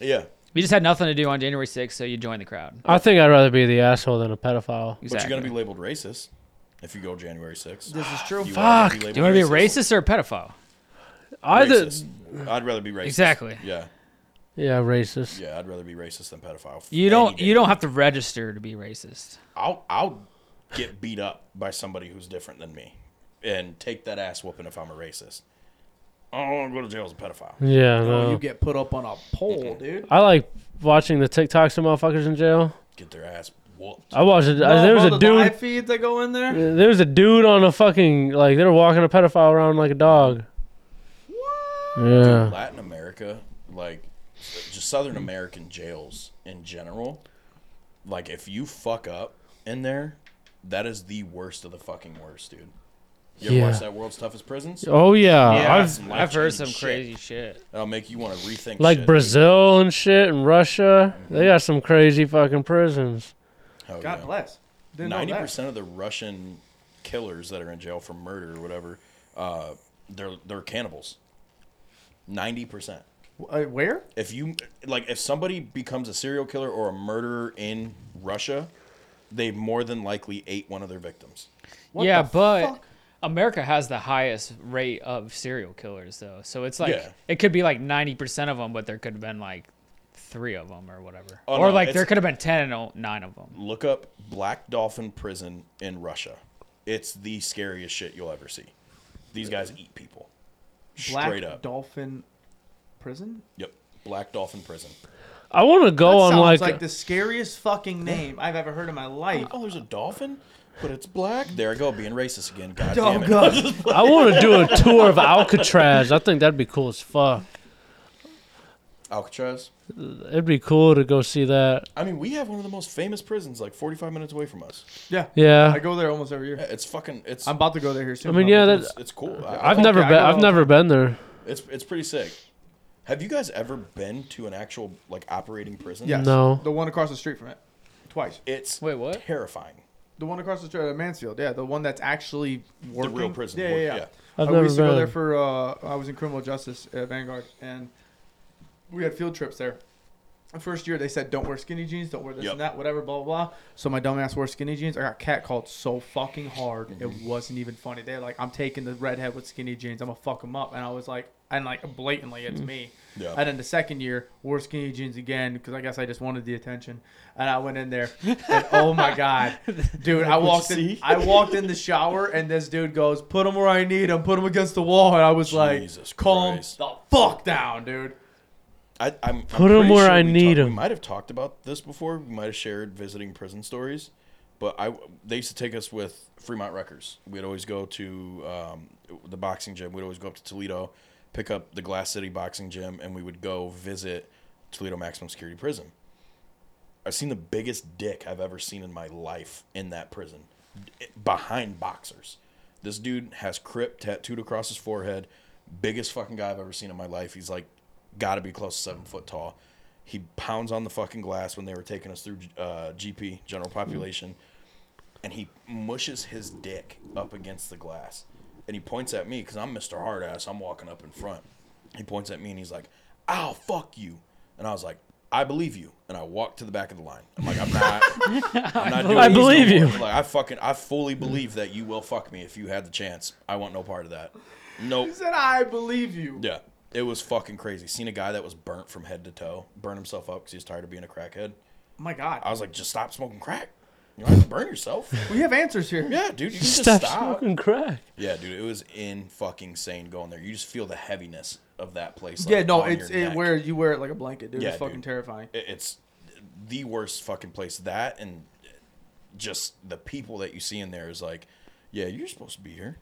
[SPEAKER 3] Yeah.
[SPEAKER 4] You just had nothing to do on January 6th, so you joined the crowd.
[SPEAKER 1] I think I'd rather be the asshole than a pedophile.
[SPEAKER 3] But you're
[SPEAKER 4] Exactly.
[SPEAKER 3] going to be labeled racist if you go January 6th.
[SPEAKER 2] This is true.
[SPEAKER 3] You wanna
[SPEAKER 1] Fuck.
[SPEAKER 3] labeled
[SPEAKER 4] Do you want to be a racist or a pedophile?
[SPEAKER 1] Either.
[SPEAKER 3] Racist. I'd rather be racist.
[SPEAKER 4] Exactly.
[SPEAKER 3] Yeah.
[SPEAKER 1] Yeah, racist.
[SPEAKER 3] Yeah, I'd rather be racist than pedophile.
[SPEAKER 4] You
[SPEAKER 3] Any
[SPEAKER 4] don't
[SPEAKER 3] day.
[SPEAKER 4] you don't have to register to be racist.
[SPEAKER 3] I'll I'll get beat up by somebody who's different than me, and take that ass whooping if I'm a racist. I don't want to go to jail as a pedophile.
[SPEAKER 1] Yeah, no.
[SPEAKER 2] Oh, you get put up on a pole, dude.
[SPEAKER 1] I like watching the TikToks of motherfuckers in jail.
[SPEAKER 3] Get their ass whooped.
[SPEAKER 1] I watched it. uh,
[SPEAKER 2] No,
[SPEAKER 1] there was
[SPEAKER 2] bro,
[SPEAKER 1] a
[SPEAKER 2] the
[SPEAKER 1] dude.
[SPEAKER 2] live feeds that go in there.
[SPEAKER 1] There was a dude on a fucking like they were walking a pedophile around like a dog. Yeah.
[SPEAKER 3] Latin America, like just Southern American jails in general, like if you fuck up in there, that is the worst of the fucking worst, dude. You ever
[SPEAKER 1] Yeah.
[SPEAKER 3] watch that World's Toughest Prisons?
[SPEAKER 1] Oh yeah.
[SPEAKER 5] Yeah,
[SPEAKER 1] I've
[SPEAKER 5] I've,
[SPEAKER 3] life-changing
[SPEAKER 5] heard some
[SPEAKER 3] shit.
[SPEAKER 5] crazy shit.
[SPEAKER 3] That'll make you want to rethink.
[SPEAKER 1] like
[SPEAKER 3] shit, dude.
[SPEAKER 1] Brazil and shit and Russia. They got some crazy fucking prisons.
[SPEAKER 3] Hell
[SPEAKER 2] God
[SPEAKER 3] yeah.
[SPEAKER 2] bless. Didn't know that.
[SPEAKER 3] Ninety percent of the Russian killers that are in jail for murder or whatever, uh, they're they're cannibals. Ninety percent.
[SPEAKER 2] Uh, where?
[SPEAKER 3] If you like, if somebody becomes a serial killer or a murderer in Russia, they've more than likely ate one of their victims.
[SPEAKER 2] What
[SPEAKER 4] yeah,
[SPEAKER 2] the
[SPEAKER 4] but
[SPEAKER 2] fuck?
[SPEAKER 4] America has the highest rate of serial killers, though. So it's like
[SPEAKER 3] Yeah.
[SPEAKER 4] it could be like ninety percent of them, but there could have been like three of them or whatever,
[SPEAKER 3] Oh,
[SPEAKER 4] or
[SPEAKER 3] no,
[SPEAKER 4] like there
[SPEAKER 3] it's-
[SPEAKER 4] could have been ten and oh- nine of them.
[SPEAKER 3] Look up Black Dolphin Prison in Russia. It's the scariest shit you'll ever see. These guys eat people.
[SPEAKER 2] Black
[SPEAKER 3] Straight up.
[SPEAKER 2] Dolphin Prison.
[SPEAKER 3] yep. Black Dolphin Prison.
[SPEAKER 1] I want to go
[SPEAKER 2] that
[SPEAKER 1] Oh, on
[SPEAKER 2] sounds
[SPEAKER 1] like,
[SPEAKER 2] like, the scariest fucking name I've ever heard in my life.
[SPEAKER 3] Oh, there's a dolphin, but it's black. There I go, being racist again. God
[SPEAKER 2] Oh,
[SPEAKER 3] damn it.
[SPEAKER 2] God.
[SPEAKER 1] I want to do a tour of Alcatraz. I think that'd be cool as fuck.
[SPEAKER 3] Alcatraz.
[SPEAKER 1] It'd be cool to go see that.
[SPEAKER 3] I mean, we have one of the most famous prisons, like 45 minutes away from us.
[SPEAKER 2] yeah. I
[SPEAKER 1] Yeah.
[SPEAKER 2] go there almost every
[SPEAKER 3] Yeah,
[SPEAKER 2] year.
[SPEAKER 3] It's fucking, it's,
[SPEAKER 2] I'm about to go there here
[SPEAKER 1] I
[SPEAKER 2] soon.
[SPEAKER 1] mean, yeah,
[SPEAKER 2] probably.
[SPEAKER 1] that
[SPEAKER 3] it's, it's cool. I,
[SPEAKER 1] I've
[SPEAKER 3] I-
[SPEAKER 1] never
[SPEAKER 2] I
[SPEAKER 1] been
[SPEAKER 2] go-
[SPEAKER 1] I've never been there.
[SPEAKER 3] it's, it's pretty sick. Have you guys ever been to an actual like operating prison?
[SPEAKER 2] Yes.
[SPEAKER 1] No.
[SPEAKER 2] The one across the street from it. Twice.
[SPEAKER 3] It's
[SPEAKER 4] Wait, what?
[SPEAKER 3] Terrifying.
[SPEAKER 2] The one across the street at Mansfield. Yeah, the one that's actually working.
[SPEAKER 3] The real prison.
[SPEAKER 2] Yeah, yeah,
[SPEAKER 3] work,
[SPEAKER 2] yeah.
[SPEAKER 1] I've
[SPEAKER 2] Uh,
[SPEAKER 1] never
[SPEAKER 2] we used to go
[SPEAKER 1] been.
[SPEAKER 2] there for. Uh, I was in criminal justice at Vanguard, and we had field trips there. The first year, they said, "Don't wear skinny jeans. Don't wear this
[SPEAKER 3] Yep.
[SPEAKER 2] and that. Whatever, blah blah blah." So my dumbass wore skinny jeans. I got catcalled so fucking hard,
[SPEAKER 3] Mm-hmm.
[SPEAKER 2] it wasn't even funny. They're like, "I'm taking the redhead with skinny jeans. I'm gonna fuck him up," and I was like, "And like blatantly,
[SPEAKER 3] Mm-hmm.
[SPEAKER 2] it's me."
[SPEAKER 3] Yeah.
[SPEAKER 2] And then the second year, wore skinny jeans again because I guess I just wanted the attention. And I went in there, and oh my god, dude! I walked in.
[SPEAKER 3] see?
[SPEAKER 2] I walked in the shower, and this dude goes, "Put him where I need him. Put him against the wall." And I was
[SPEAKER 3] Jesus
[SPEAKER 2] like, "Calm
[SPEAKER 3] Christ.
[SPEAKER 2] the fuck down, dude."
[SPEAKER 3] I, I'm,
[SPEAKER 1] Put 'em where I need 'em.
[SPEAKER 3] We might have talked about this before. We might have shared visiting prison stories, but I they used to take us with Fremont Wreckers. We'd always go to um, the boxing gym. We'd always go up to Toledo, pick up the Glass City boxing gym, and we would go visit Toledo Maximum Security Prison. I've seen the biggest dick I've ever seen in my life in that prison, It- behind boxers. This dude has Crip tattooed across his forehead. Biggest fucking guy I've ever seen in my life. He's like, gotta be close to seven foot tall. He pounds on the fucking glass when they were taking us through uh, GP, general population, and he mushes his dick up against the glass. And he points at me because I'm Mr. Hardass. I'm walking up in front. He points at me and he's like, I'll fuck you. And I was like, I believe you. And I walked to the back of the line. I'm like, I'm not. I'm not doing
[SPEAKER 1] I
[SPEAKER 3] this
[SPEAKER 1] believe
[SPEAKER 3] no
[SPEAKER 1] you.
[SPEAKER 3] more. Like, I fucking, I fully believe that you will fuck me if you had the chance. I want no part of that. Nope.
[SPEAKER 2] He said, "I believe you."
[SPEAKER 3] Yeah, it was fucking crazy. Seen a guy that was burnt from head to toe, burn himself up because he was tired of being a crackhead.
[SPEAKER 2] Oh my God,
[SPEAKER 3] I was like, just stop smoking crack. You don't have to burn yourself.
[SPEAKER 2] we have answers here.
[SPEAKER 3] Yeah, dude, you can just
[SPEAKER 1] Stop
[SPEAKER 3] stop.
[SPEAKER 1] smoking crack.
[SPEAKER 3] Yeah, dude, it was in fucking sane going there. You just feel the heaviness of that place. like,
[SPEAKER 2] Yeah, no,
[SPEAKER 3] on
[SPEAKER 2] it's
[SPEAKER 3] your
[SPEAKER 2] it
[SPEAKER 3] neck.
[SPEAKER 2] where you wear it like a blanket, dude.
[SPEAKER 3] Yeah,
[SPEAKER 2] it's fucking
[SPEAKER 3] dude.
[SPEAKER 2] terrifying.
[SPEAKER 3] It- it's the worst fucking place. That and just the people that you see in there is like, yeah, you're supposed to be here.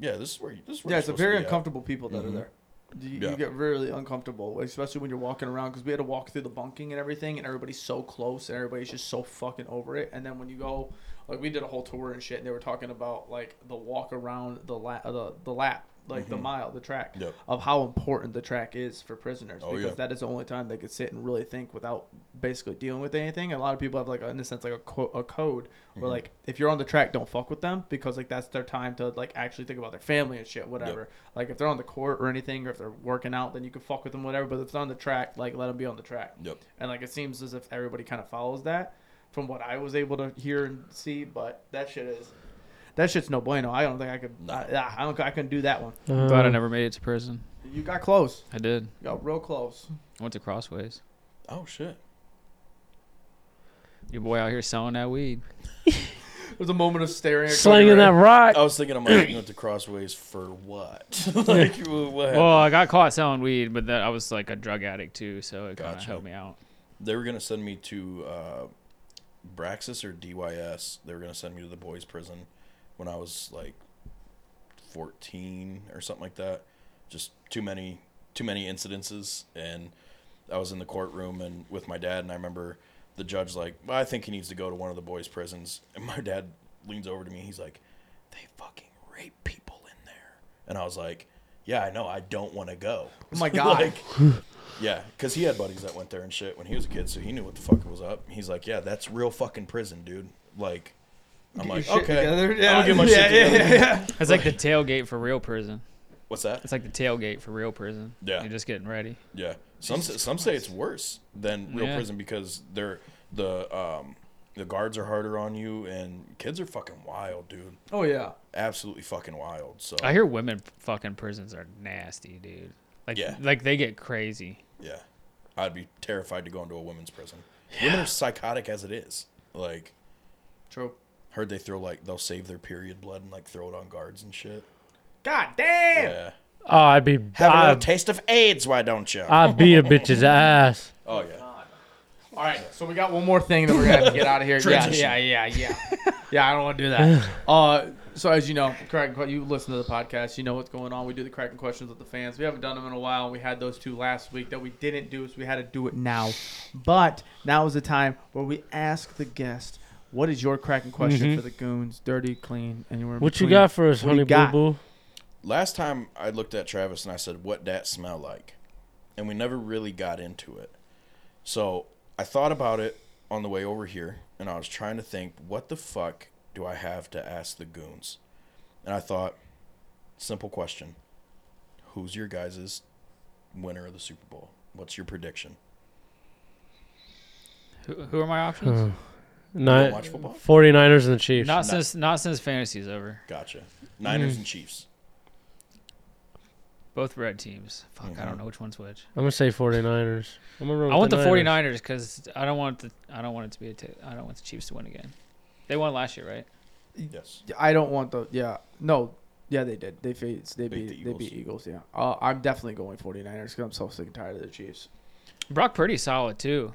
[SPEAKER 3] Yeah, this is where you. This is where
[SPEAKER 2] Yeah,
[SPEAKER 3] you're
[SPEAKER 2] it's a
[SPEAKER 3] supposed to
[SPEAKER 2] very
[SPEAKER 3] be at.
[SPEAKER 2] uncomfortable people that are there. You, you
[SPEAKER 3] Mm-hmm. Yeah.
[SPEAKER 2] get really uncomfortable, especially when you're walking around because we had to walk through the bunking and everything, and everybody's so close and everybody's just so fucking over it. And then when you go, like we did a whole tour and shit, and they were talking about like the walk around the lap, the, the lap, like the mile, the track,
[SPEAKER 3] Mm-hmm. Yep.
[SPEAKER 2] of how important the track is for prisoners
[SPEAKER 3] Oh,
[SPEAKER 2] because
[SPEAKER 3] yeah.
[SPEAKER 2] that is the only time they could sit and really think without basically dealing with anything. A lot of people have like in a sense like a, co- a code
[SPEAKER 3] Mm-hmm.
[SPEAKER 2] where like if you're on the track, don't fuck with them because like that's their time to like actually think about their family and shit, whatever. Like if they're on the court or anything, or if they're working out, then you can fuck with them, whatever. But if they're on the track, like let them be on the track.
[SPEAKER 3] Yep.
[SPEAKER 2] And like it seems as if everybody kind of follows that from what I was able to hear and see, but that shit is. That shit's no bueno. I don't think I could. I, I don't. I couldn't do that one.
[SPEAKER 4] I'm glad I
[SPEAKER 1] Uh,
[SPEAKER 4] never made it to prison.
[SPEAKER 2] You got close.
[SPEAKER 4] I did.
[SPEAKER 2] You got real close.
[SPEAKER 4] I went to Crossways.
[SPEAKER 3] Oh shit.
[SPEAKER 4] Your boy out here selling that weed.
[SPEAKER 2] There's a moment of staring. At
[SPEAKER 1] Slinging that rock.
[SPEAKER 3] I was thinking I'm like, you went to Crossways for what? like, what happened?
[SPEAKER 4] Well, I got caught selling weed, but that I was like a drug addict too, so it kind of
[SPEAKER 3] Gotcha.
[SPEAKER 4] helped me out.
[SPEAKER 3] They were gonna send me to uh, Braxis or DYS. They were gonna send me to the boys' prison when I was like fourteen or something like that. Just too many, too many incidences, and I was in the courtroom and with my dad, and I remember the judge like, well, I think he needs to go to one of the boys' prisons, and my dad leans over to me, he's like, they fucking rape people in there, and I was like, yeah, I know, I don't want to go.
[SPEAKER 2] Oh my God.
[SPEAKER 3] Like, yeah, because he had buddies that went there and shit when he was a kid, so he knew what the fuck was up. He's like, yeah, that's real fucking prison, dude. Like, I'm
[SPEAKER 2] Get
[SPEAKER 3] like,
[SPEAKER 2] your shit
[SPEAKER 3] okay,
[SPEAKER 2] together.
[SPEAKER 3] I'll get my
[SPEAKER 2] Yeah,
[SPEAKER 3] shit
[SPEAKER 2] yeah,
[SPEAKER 3] together.
[SPEAKER 4] It's like the tailgate for real prison.
[SPEAKER 3] What's that?
[SPEAKER 4] It's like the tailgate for real prison.
[SPEAKER 3] Yeah.
[SPEAKER 4] You're just getting ready.
[SPEAKER 3] Yeah. Some s some say it's worse than real
[SPEAKER 4] Yeah.
[SPEAKER 3] prison because they're the um the guards are harder on you and kids are fucking wild, dude.
[SPEAKER 2] Oh yeah.
[SPEAKER 3] Absolutely fucking wild. So
[SPEAKER 4] I hear women fucking prisons are nasty, dude. Like,
[SPEAKER 3] Yeah.
[SPEAKER 4] like they get crazy.
[SPEAKER 3] yeah, I'd be terrified to go into a women's prison. Women are psychotic as it is. Like,
[SPEAKER 2] True.
[SPEAKER 3] heard they throw like they'll save their period blood and like throw it on guards and shit.
[SPEAKER 2] God damn.
[SPEAKER 3] Yeah.
[SPEAKER 1] Oh, I'd be.
[SPEAKER 3] Have a little
[SPEAKER 1] I'd,
[SPEAKER 3] taste of AIDS, why don't you?
[SPEAKER 1] I'd be a bitch's ass.
[SPEAKER 3] oh yeah.
[SPEAKER 2] All right. So we got one more thing that we're gonna have to get out of here. yeah.
[SPEAKER 3] Transition.
[SPEAKER 2] Yeah. Yeah. Yeah. Yeah. I don't want to do that. Uh. So as you know, Craig, you listen to the podcast. You know what's going on. We do the cracking questions with the fans. We haven't done them in a while. and We had those two last week that we didn't do, so we had to do it now. But now is the time where we ask the guest, "What is your cracking question for the goons? Dirty, clean, anywhere." in
[SPEAKER 1] Mm-hmm. What you
[SPEAKER 2] between.
[SPEAKER 1] got for us,
[SPEAKER 2] What do
[SPEAKER 1] honey
[SPEAKER 2] you got?
[SPEAKER 1] boo boo?
[SPEAKER 3] Last time I looked at Travis and I said, "What that smell like?" And we never really got into it. So I thought about it on the way over here, and I was trying to think, what the fuck do I have to ask the goons? And I thought, simple question: Who's your guys' winner of the Super Bowl? What's your prediction?
[SPEAKER 4] Who, who are my options?
[SPEAKER 3] Don't
[SPEAKER 1] Nine,
[SPEAKER 3] watch football?
[SPEAKER 1] 49ers and the Chiefs.
[SPEAKER 4] not since not since fantasy's over.
[SPEAKER 3] Gotcha. Niners
[SPEAKER 4] Mm.
[SPEAKER 3] and Chiefs.
[SPEAKER 4] Both red teams. Fuck, I don't know which one's which.
[SPEAKER 1] I'm gonna say 49ers. I'm gonna run
[SPEAKER 4] I want the
[SPEAKER 1] Niners.
[SPEAKER 4] 49ers because I don't want the I don't want it to be a t- I don't want the Chiefs to win again. They won last year, right?
[SPEAKER 3] Yes.
[SPEAKER 2] I don't want the yeah. No. Yeah, they did. They faced, they
[SPEAKER 3] Beat
[SPEAKER 2] beat
[SPEAKER 3] the
[SPEAKER 2] they beat Eagles, yeah. Uh, I'm definitely going 49ers cuz I'm so sick and tired of the Chiefs.
[SPEAKER 4] Brock Purdy's solid too.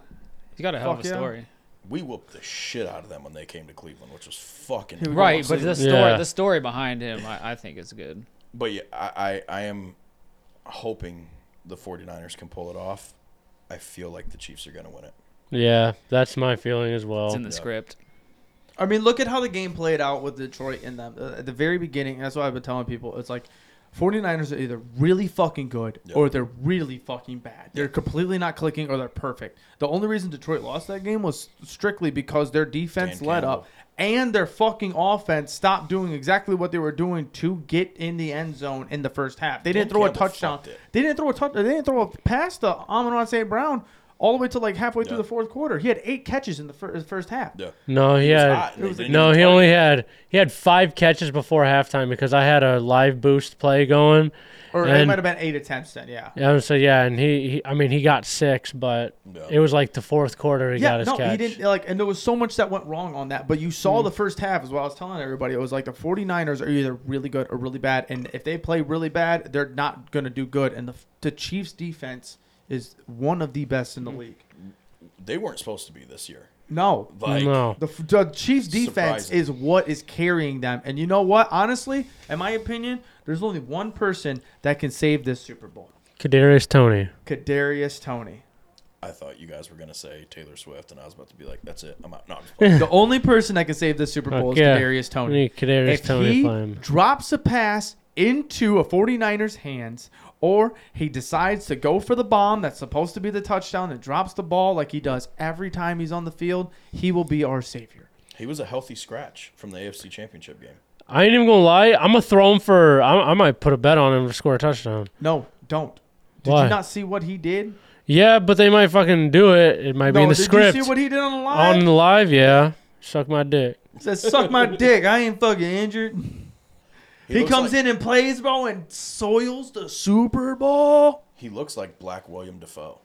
[SPEAKER 4] He's got a hell
[SPEAKER 2] Fuck
[SPEAKER 4] of a
[SPEAKER 2] yeah.
[SPEAKER 4] story.
[SPEAKER 3] We whooped the shit out of them when they came to Cleveland, which was fucking
[SPEAKER 2] Who-
[SPEAKER 4] Right, but the
[SPEAKER 2] Cleveland.
[SPEAKER 4] story
[SPEAKER 1] Yeah.
[SPEAKER 4] the story behind him I, I think is good.
[SPEAKER 3] But yeah, I, I, I am hoping the 49ers can pull it off. I feel like the Chiefs are going to win it.
[SPEAKER 1] Yeah, that's my feeling as
[SPEAKER 4] It's
[SPEAKER 1] well.
[SPEAKER 4] in the
[SPEAKER 3] Oh, yeah.
[SPEAKER 4] script.
[SPEAKER 2] I mean, look at how the game played out with Detroit in them. Uh, at the very beginning, that's what I've been telling people. It's like 49ers are either really fucking good
[SPEAKER 3] Yeah.
[SPEAKER 2] or they're really fucking bad. They're completely not clicking or they're perfect. The only reason Detroit lost that game was strictly because their defense
[SPEAKER 3] Dan
[SPEAKER 2] let
[SPEAKER 3] Campbell.
[SPEAKER 2] up and their fucking offense stopped doing exactly what they were doing to get in the end zone in the first half. They
[SPEAKER 3] Dan
[SPEAKER 2] didn't throw
[SPEAKER 3] Campbell
[SPEAKER 2] a touchdown.
[SPEAKER 3] fucked it.
[SPEAKER 2] They didn't throw a touch. They didn't throw a pass to Amon St. Brown. all the way to like halfway through
[SPEAKER 3] Yeah.
[SPEAKER 2] the fourth quarter. He had eight catches in the fir- uh, first half.
[SPEAKER 3] Yeah.
[SPEAKER 1] No, he, had
[SPEAKER 3] hot and they didn't
[SPEAKER 1] no.
[SPEAKER 3] even
[SPEAKER 1] He
[SPEAKER 3] play.
[SPEAKER 1] only had he had five catches before halftime because I had a live boost play going.
[SPEAKER 2] Or it
[SPEAKER 1] And-
[SPEAKER 2] might have been eight attempts then, yeah.
[SPEAKER 1] Yeah, so yeah, and he, he I mean he got six, but
[SPEAKER 3] Yeah.
[SPEAKER 1] it was like the fourth quarter he
[SPEAKER 2] yeah,
[SPEAKER 1] got his
[SPEAKER 2] no,
[SPEAKER 1] catch. Mm.
[SPEAKER 2] he didn't like, and there was so much that went wrong on that. But you saw the first half is what I was telling everybody. It was like the 49ers are either really good or really bad, and if they play really bad, they're not gonna do good. And the the Chiefs defense is one of the best in the league.
[SPEAKER 3] They weren't supposed to be this year.
[SPEAKER 2] No,
[SPEAKER 3] Like,
[SPEAKER 1] no.
[SPEAKER 2] The, the Chiefs' defense
[SPEAKER 3] Surprising.
[SPEAKER 2] is what is carrying them. And you know what? Honestly, in my opinion, there's only one person that can save this Super Bowl
[SPEAKER 1] Kadarius Tony.
[SPEAKER 2] Kadarius Tony.
[SPEAKER 3] I thought you guys were gonna say Taylor Swift, and I was about to be like, "That's it, I'm out." No, I'm just
[SPEAKER 2] The only person that can save this Super Bowl
[SPEAKER 1] Yeah.
[SPEAKER 2] is Kadarius Tony.
[SPEAKER 1] We need Kadarius
[SPEAKER 2] if
[SPEAKER 1] Tony
[SPEAKER 2] he
[SPEAKER 1] playing.
[SPEAKER 2] drops a pass into a 49ers hands or he decides to go for the bomb that's supposed to be the touchdown and drops the ball like he does every time he's on the field, he will be our savior.
[SPEAKER 3] He was a healthy scratch from the AFC Championship game.
[SPEAKER 1] I ain't even gonna lie. I'm gonna throw him for. I, I might put a bet on him to score a touchdown.
[SPEAKER 2] No, don't. Did
[SPEAKER 1] Why?
[SPEAKER 2] you not see what he did?
[SPEAKER 1] Yeah, but they might fucking do it. It might be in the
[SPEAKER 2] did
[SPEAKER 1] script.
[SPEAKER 2] you see what he did on the line?
[SPEAKER 1] on the live, yeah. Suck my dick.
[SPEAKER 2] Says, "Suck my dick. I ain't fucking injured." He,
[SPEAKER 3] looks
[SPEAKER 2] comes
[SPEAKER 3] like-
[SPEAKER 2] in and plays, bro, and soils the Super Bowl.
[SPEAKER 3] He looks like Black William Defoe.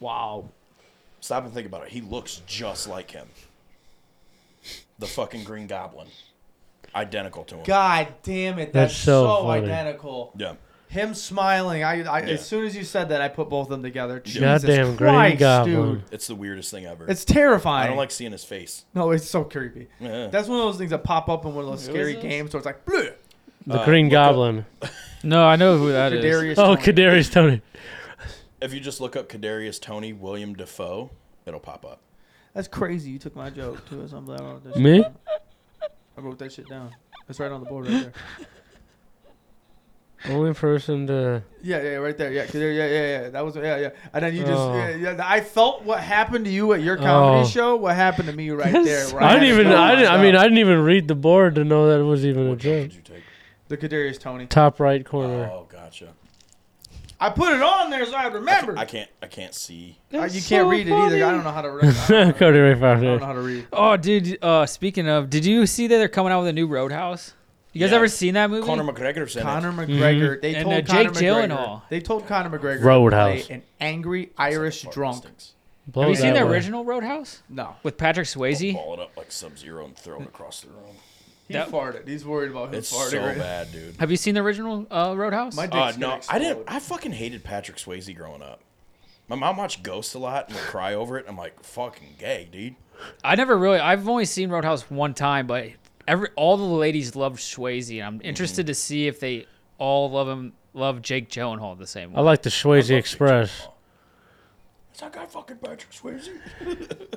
[SPEAKER 2] Wow.
[SPEAKER 3] Stop and think about it. He looks just like him. The fucking Green Goblin, identical to him.
[SPEAKER 2] God damn it.
[SPEAKER 1] That's
[SPEAKER 2] That's,
[SPEAKER 1] so
[SPEAKER 2] so,
[SPEAKER 1] funny.
[SPEAKER 2] identical.
[SPEAKER 3] Yeah,
[SPEAKER 2] Him smiling. I, I
[SPEAKER 3] Yeah.
[SPEAKER 2] as soon as you said that, I put both of them together. Jesus
[SPEAKER 1] Goddamn Green
[SPEAKER 2] Christ,
[SPEAKER 1] Goblin.
[SPEAKER 2] dude.
[SPEAKER 3] it's the weirdest thing ever.
[SPEAKER 2] It's terrifying.
[SPEAKER 3] I don't like seeing his face.
[SPEAKER 2] No, it's so creepy.
[SPEAKER 3] Yeah.
[SPEAKER 2] That's one of those things that pop up in one of those scary
[SPEAKER 5] this?
[SPEAKER 2] games where it's like, Bleh.
[SPEAKER 1] The
[SPEAKER 3] Uh,
[SPEAKER 1] Green
[SPEAKER 3] look up-
[SPEAKER 1] Goblin.
[SPEAKER 4] No, I know who that is.
[SPEAKER 2] Kadarius
[SPEAKER 1] Oh,
[SPEAKER 2] Tony.
[SPEAKER 1] Kadarius Tony.
[SPEAKER 3] If you just look up Kadarius Tony William Defoe, it'll pop up.
[SPEAKER 2] That's crazy. You took my joke too. So I'm glad I wrote that shit
[SPEAKER 1] Me?
[SPEAKER 2] down. I wrote that shit down. It's right on the board right there.
[SPEAKER 1] Only person to.
[SPEAKER 2] Yeah, yeah, right there. Yeah, 'cause there- yeah, yeah, yeah. That was yeah, yeah. And then you just
[SPEAKER 1] Oh.
[SPEAKER 2] yeah, yeah. I felt what happened to you at your comedy
[SPEAKER 1] Oh.
[SPEAKER 2] show. What happened to me right there? Where
[SPEAKER 1] I
[SPEAKER 2] had
[SPEAKER 1] didn't
[SPEAKER 2] to
[SPEAKER 1] even.
[SPEAKER 2] go
[SPEAKER 1] I, didn't, I mean,
[SPEAKER 2] myself.
[SPEAKER 1] I didn't even read the board to know that it was even a
[SPEAKER 3] What shot
[SPEAKER 1] joke.
[SPEAKER 3] did you take?
[SPEAKER 2] the Kadarius Tony.
[SPEAKER 1] Top right corner.
[SPEAKER 3] Oh, gotcha.
[SPEAKER 2] I put it on there so I
[SPEAKER 3] I
[SPEAKER 2] remember.
[SPEAKER 3] can't, I can't. I can't see.
[SPEAKER 2] Uh, you can't read it either. I don't know how to. Read. I don't know how to-
[SPEAKER 1] Cody Ray
[SPEAKER 2] I don't
[SPEAKER 1] Fountain.
[SPEAKER 2] know how to read.
[SPEAKER 4] Oh, dude. Uh, speaking of, did you see that they're coming out with a new Roadhouse? You guys
[SPEAKER 3] Yeah.
[SPEAKER 4] ever seen that movie?
[SPEAKER 3] Conor McGregor's in
[SPEAKER 2] Conor
[SPEAKER 1] Mm-hmm.
[SPEAKER 2] McGregor. They
[SPEAKER 4] And,
[SPEAKER 2] told
[SPEAKER 4] uh, Jake
[SPEAKER 2] Conor McGregor.
[SPEAKER 4] Gyllenhaal.
[SPEAKER 2] They told Conor McGregor.
[SPEAKER 1] Roadhouse.
[SPEAKER 2] To play an angry
[SPEAKER 3] it.
[SPEAKER 2] Irish drunk.
[SPEAKER 3] Stinks.
[SPEAKER 1] Blow
[SPEAKER 4] Have you
[SPEAKER 1] that
[SPEAKER 4] seen the
[SPEAKER 1] way.
[SPEAKER 4] original Roadhouse
[SPEAKER 2] No,
[SPEAKER 4] with Patrick Swayze?
[SPEAKER 3] Ball it up like Sub Zero and throw it across the room.
[SPEAKER 2] he
[SPEAKER 4] That-
[SPEAKER 2] farted. He's worried about him
[SPEAKER 3] It's
[SPEAKER 2] farting.
[SPEAKER 3] so
[SPEAKER 2] right now.
[SPEAKER 3] bad, dude.
[SPEAKER 4] Have you seen the original uh, Roadhouse?
[SPEAKER 2] My
[SPEAKER 3] Uh,
[SPEAKER 2] dick's gonna
[SPEAKER 3] no, I
[SPEAKER 2] explode.
[SPEAKER 3] didn't. I fucking hated Patrick Swayze growing up. My mom watched Ghost a lot and would cry over it. I'm like, fucking gay, dude.
[SPEAKER 4] I never really. I've only seen Roadhouse one time, but every all the ladies loved Swayze, and
[SPEAKER 3] Mm-hmm.
[SPEAKER 4] I'm interested to see if they all love him, love Jake Gyllenhaal the same
[SPEAKER 1] I
[SPEAKER 4] way.
[SPEAKER 1] like the
[SPEAKER 3] I love
[SPEAKER 1] Swayze
[SPEAKER 3] Big
[SPEAKER 1] Express.
[SPEAKER 3] Trouble. Is that guy fucking Patrick Swayze?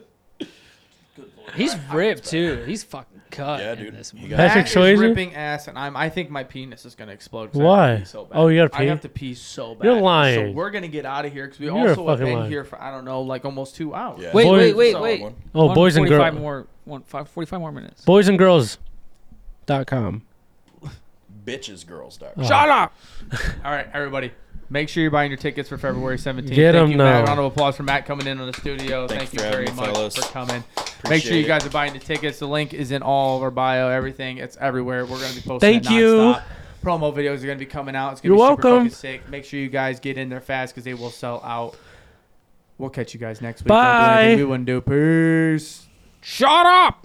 [SPEAKER 4] He's ripped too. He's fucking cut.
[SPEAKER 3] Yeah,
[SPEAKER 4] in
[SPEAKER 3] dude.
[SPEAKER 4] this
[SPEAKER 3] He
[SPEAKER 4] movie.
[SPEAKER 3] got-
[SPEAKER 1] Patrick
[SPEAKER 2] That is
[SPEAKER 1] Swayze?
[SPEAKER 2] ripping ass, and I'm. I think my penis is gonna explode. 'cause I
[SPEAKER 1] Why?
[SPEAKER 2] have to pee so bad.
[SPEAKER 1] Oh, you gotta
[SPEAKER 2] I
[SPEAKER 1] pee?
[SPEAKER 2] have to pee so bad.
[SPEAKER 1] You're lying.
[SPEAKER 2] So we're gonna get out of here because we
[SPEAKER 1] You're
[SPEAKER 2] also have
[SPEAKER 1] fucking
[SPEAKER 2] been
[SPEAKER 1] lying.
[SPEAKER 2] here for I don't know, like almost two hours.
[SPEAKER 3] Yeah.
[SPEAKER 4] Wait,
[SPEAKER 1] Boy-
[SPEAKER 4] wait, wait,
[SPEAKER 2] So-
[SPEAKER 4] wait.
[SPEAKER 1] Oh, boys and
[SPEAKER 4] 145
[SPEAKER 1] girls.
[SPEAKER 4] more. One, five, 45 more minutes.
[SPEAKER 1] Boys and girls. Dot com.
[SPEAKER 3] Bitches, girls, dog.
[SPEAKER 4] Shut up.
[SPEAKER 2] All right, everybody. Make sure you're buying your tickets for February 17th.
[SPEAKER 1] Get
[SPEAKER 2] Thank
[SPEAKER 1] 'em
[SPEAKER 2] you, Matt.
[SPEAKER 1] now.
[SPEAKER 2] Round of applause for Matt coming in on the studio.
[SPEAKER 3] Thanks
[SPEAKER 2] Thank you
[SPEAKER 3] for
[SPEAKER 2] very
[SPEAKER 3] having me,
[SPEAKER 2] much
[SPEAKER 3] fellas.
[SPEAKER 2] for coming. Make
[SPEAKER 3] Appreciate
[SPEAKER 2] sure you
[SPEAKER 3] it.
[SPEAKER 2] guys are buying the tickets. The link is in all of our bio, everything. It's everywhere. We're going to be posting
[SPEAKER 1] Thank
[SPEAKER 2] it
[SPEAKER 1] you.
[SPEAKER 2] nonstop. Promo videos are going to be coming out. It's going to
[SPEAKER 1] You're
[SPEAKER 2] be super
[SPEAKER 1] welcome.
[SPEAKER 2] fucking sick. Make sure you guys get in there fast because they will sell out. We'll catch you guys next week.
[SPEAKER 1] Bye.
[SPEAKER 2] Don't do anything we wouldn't do. Peace.
[SPEAKER 4] Shut up.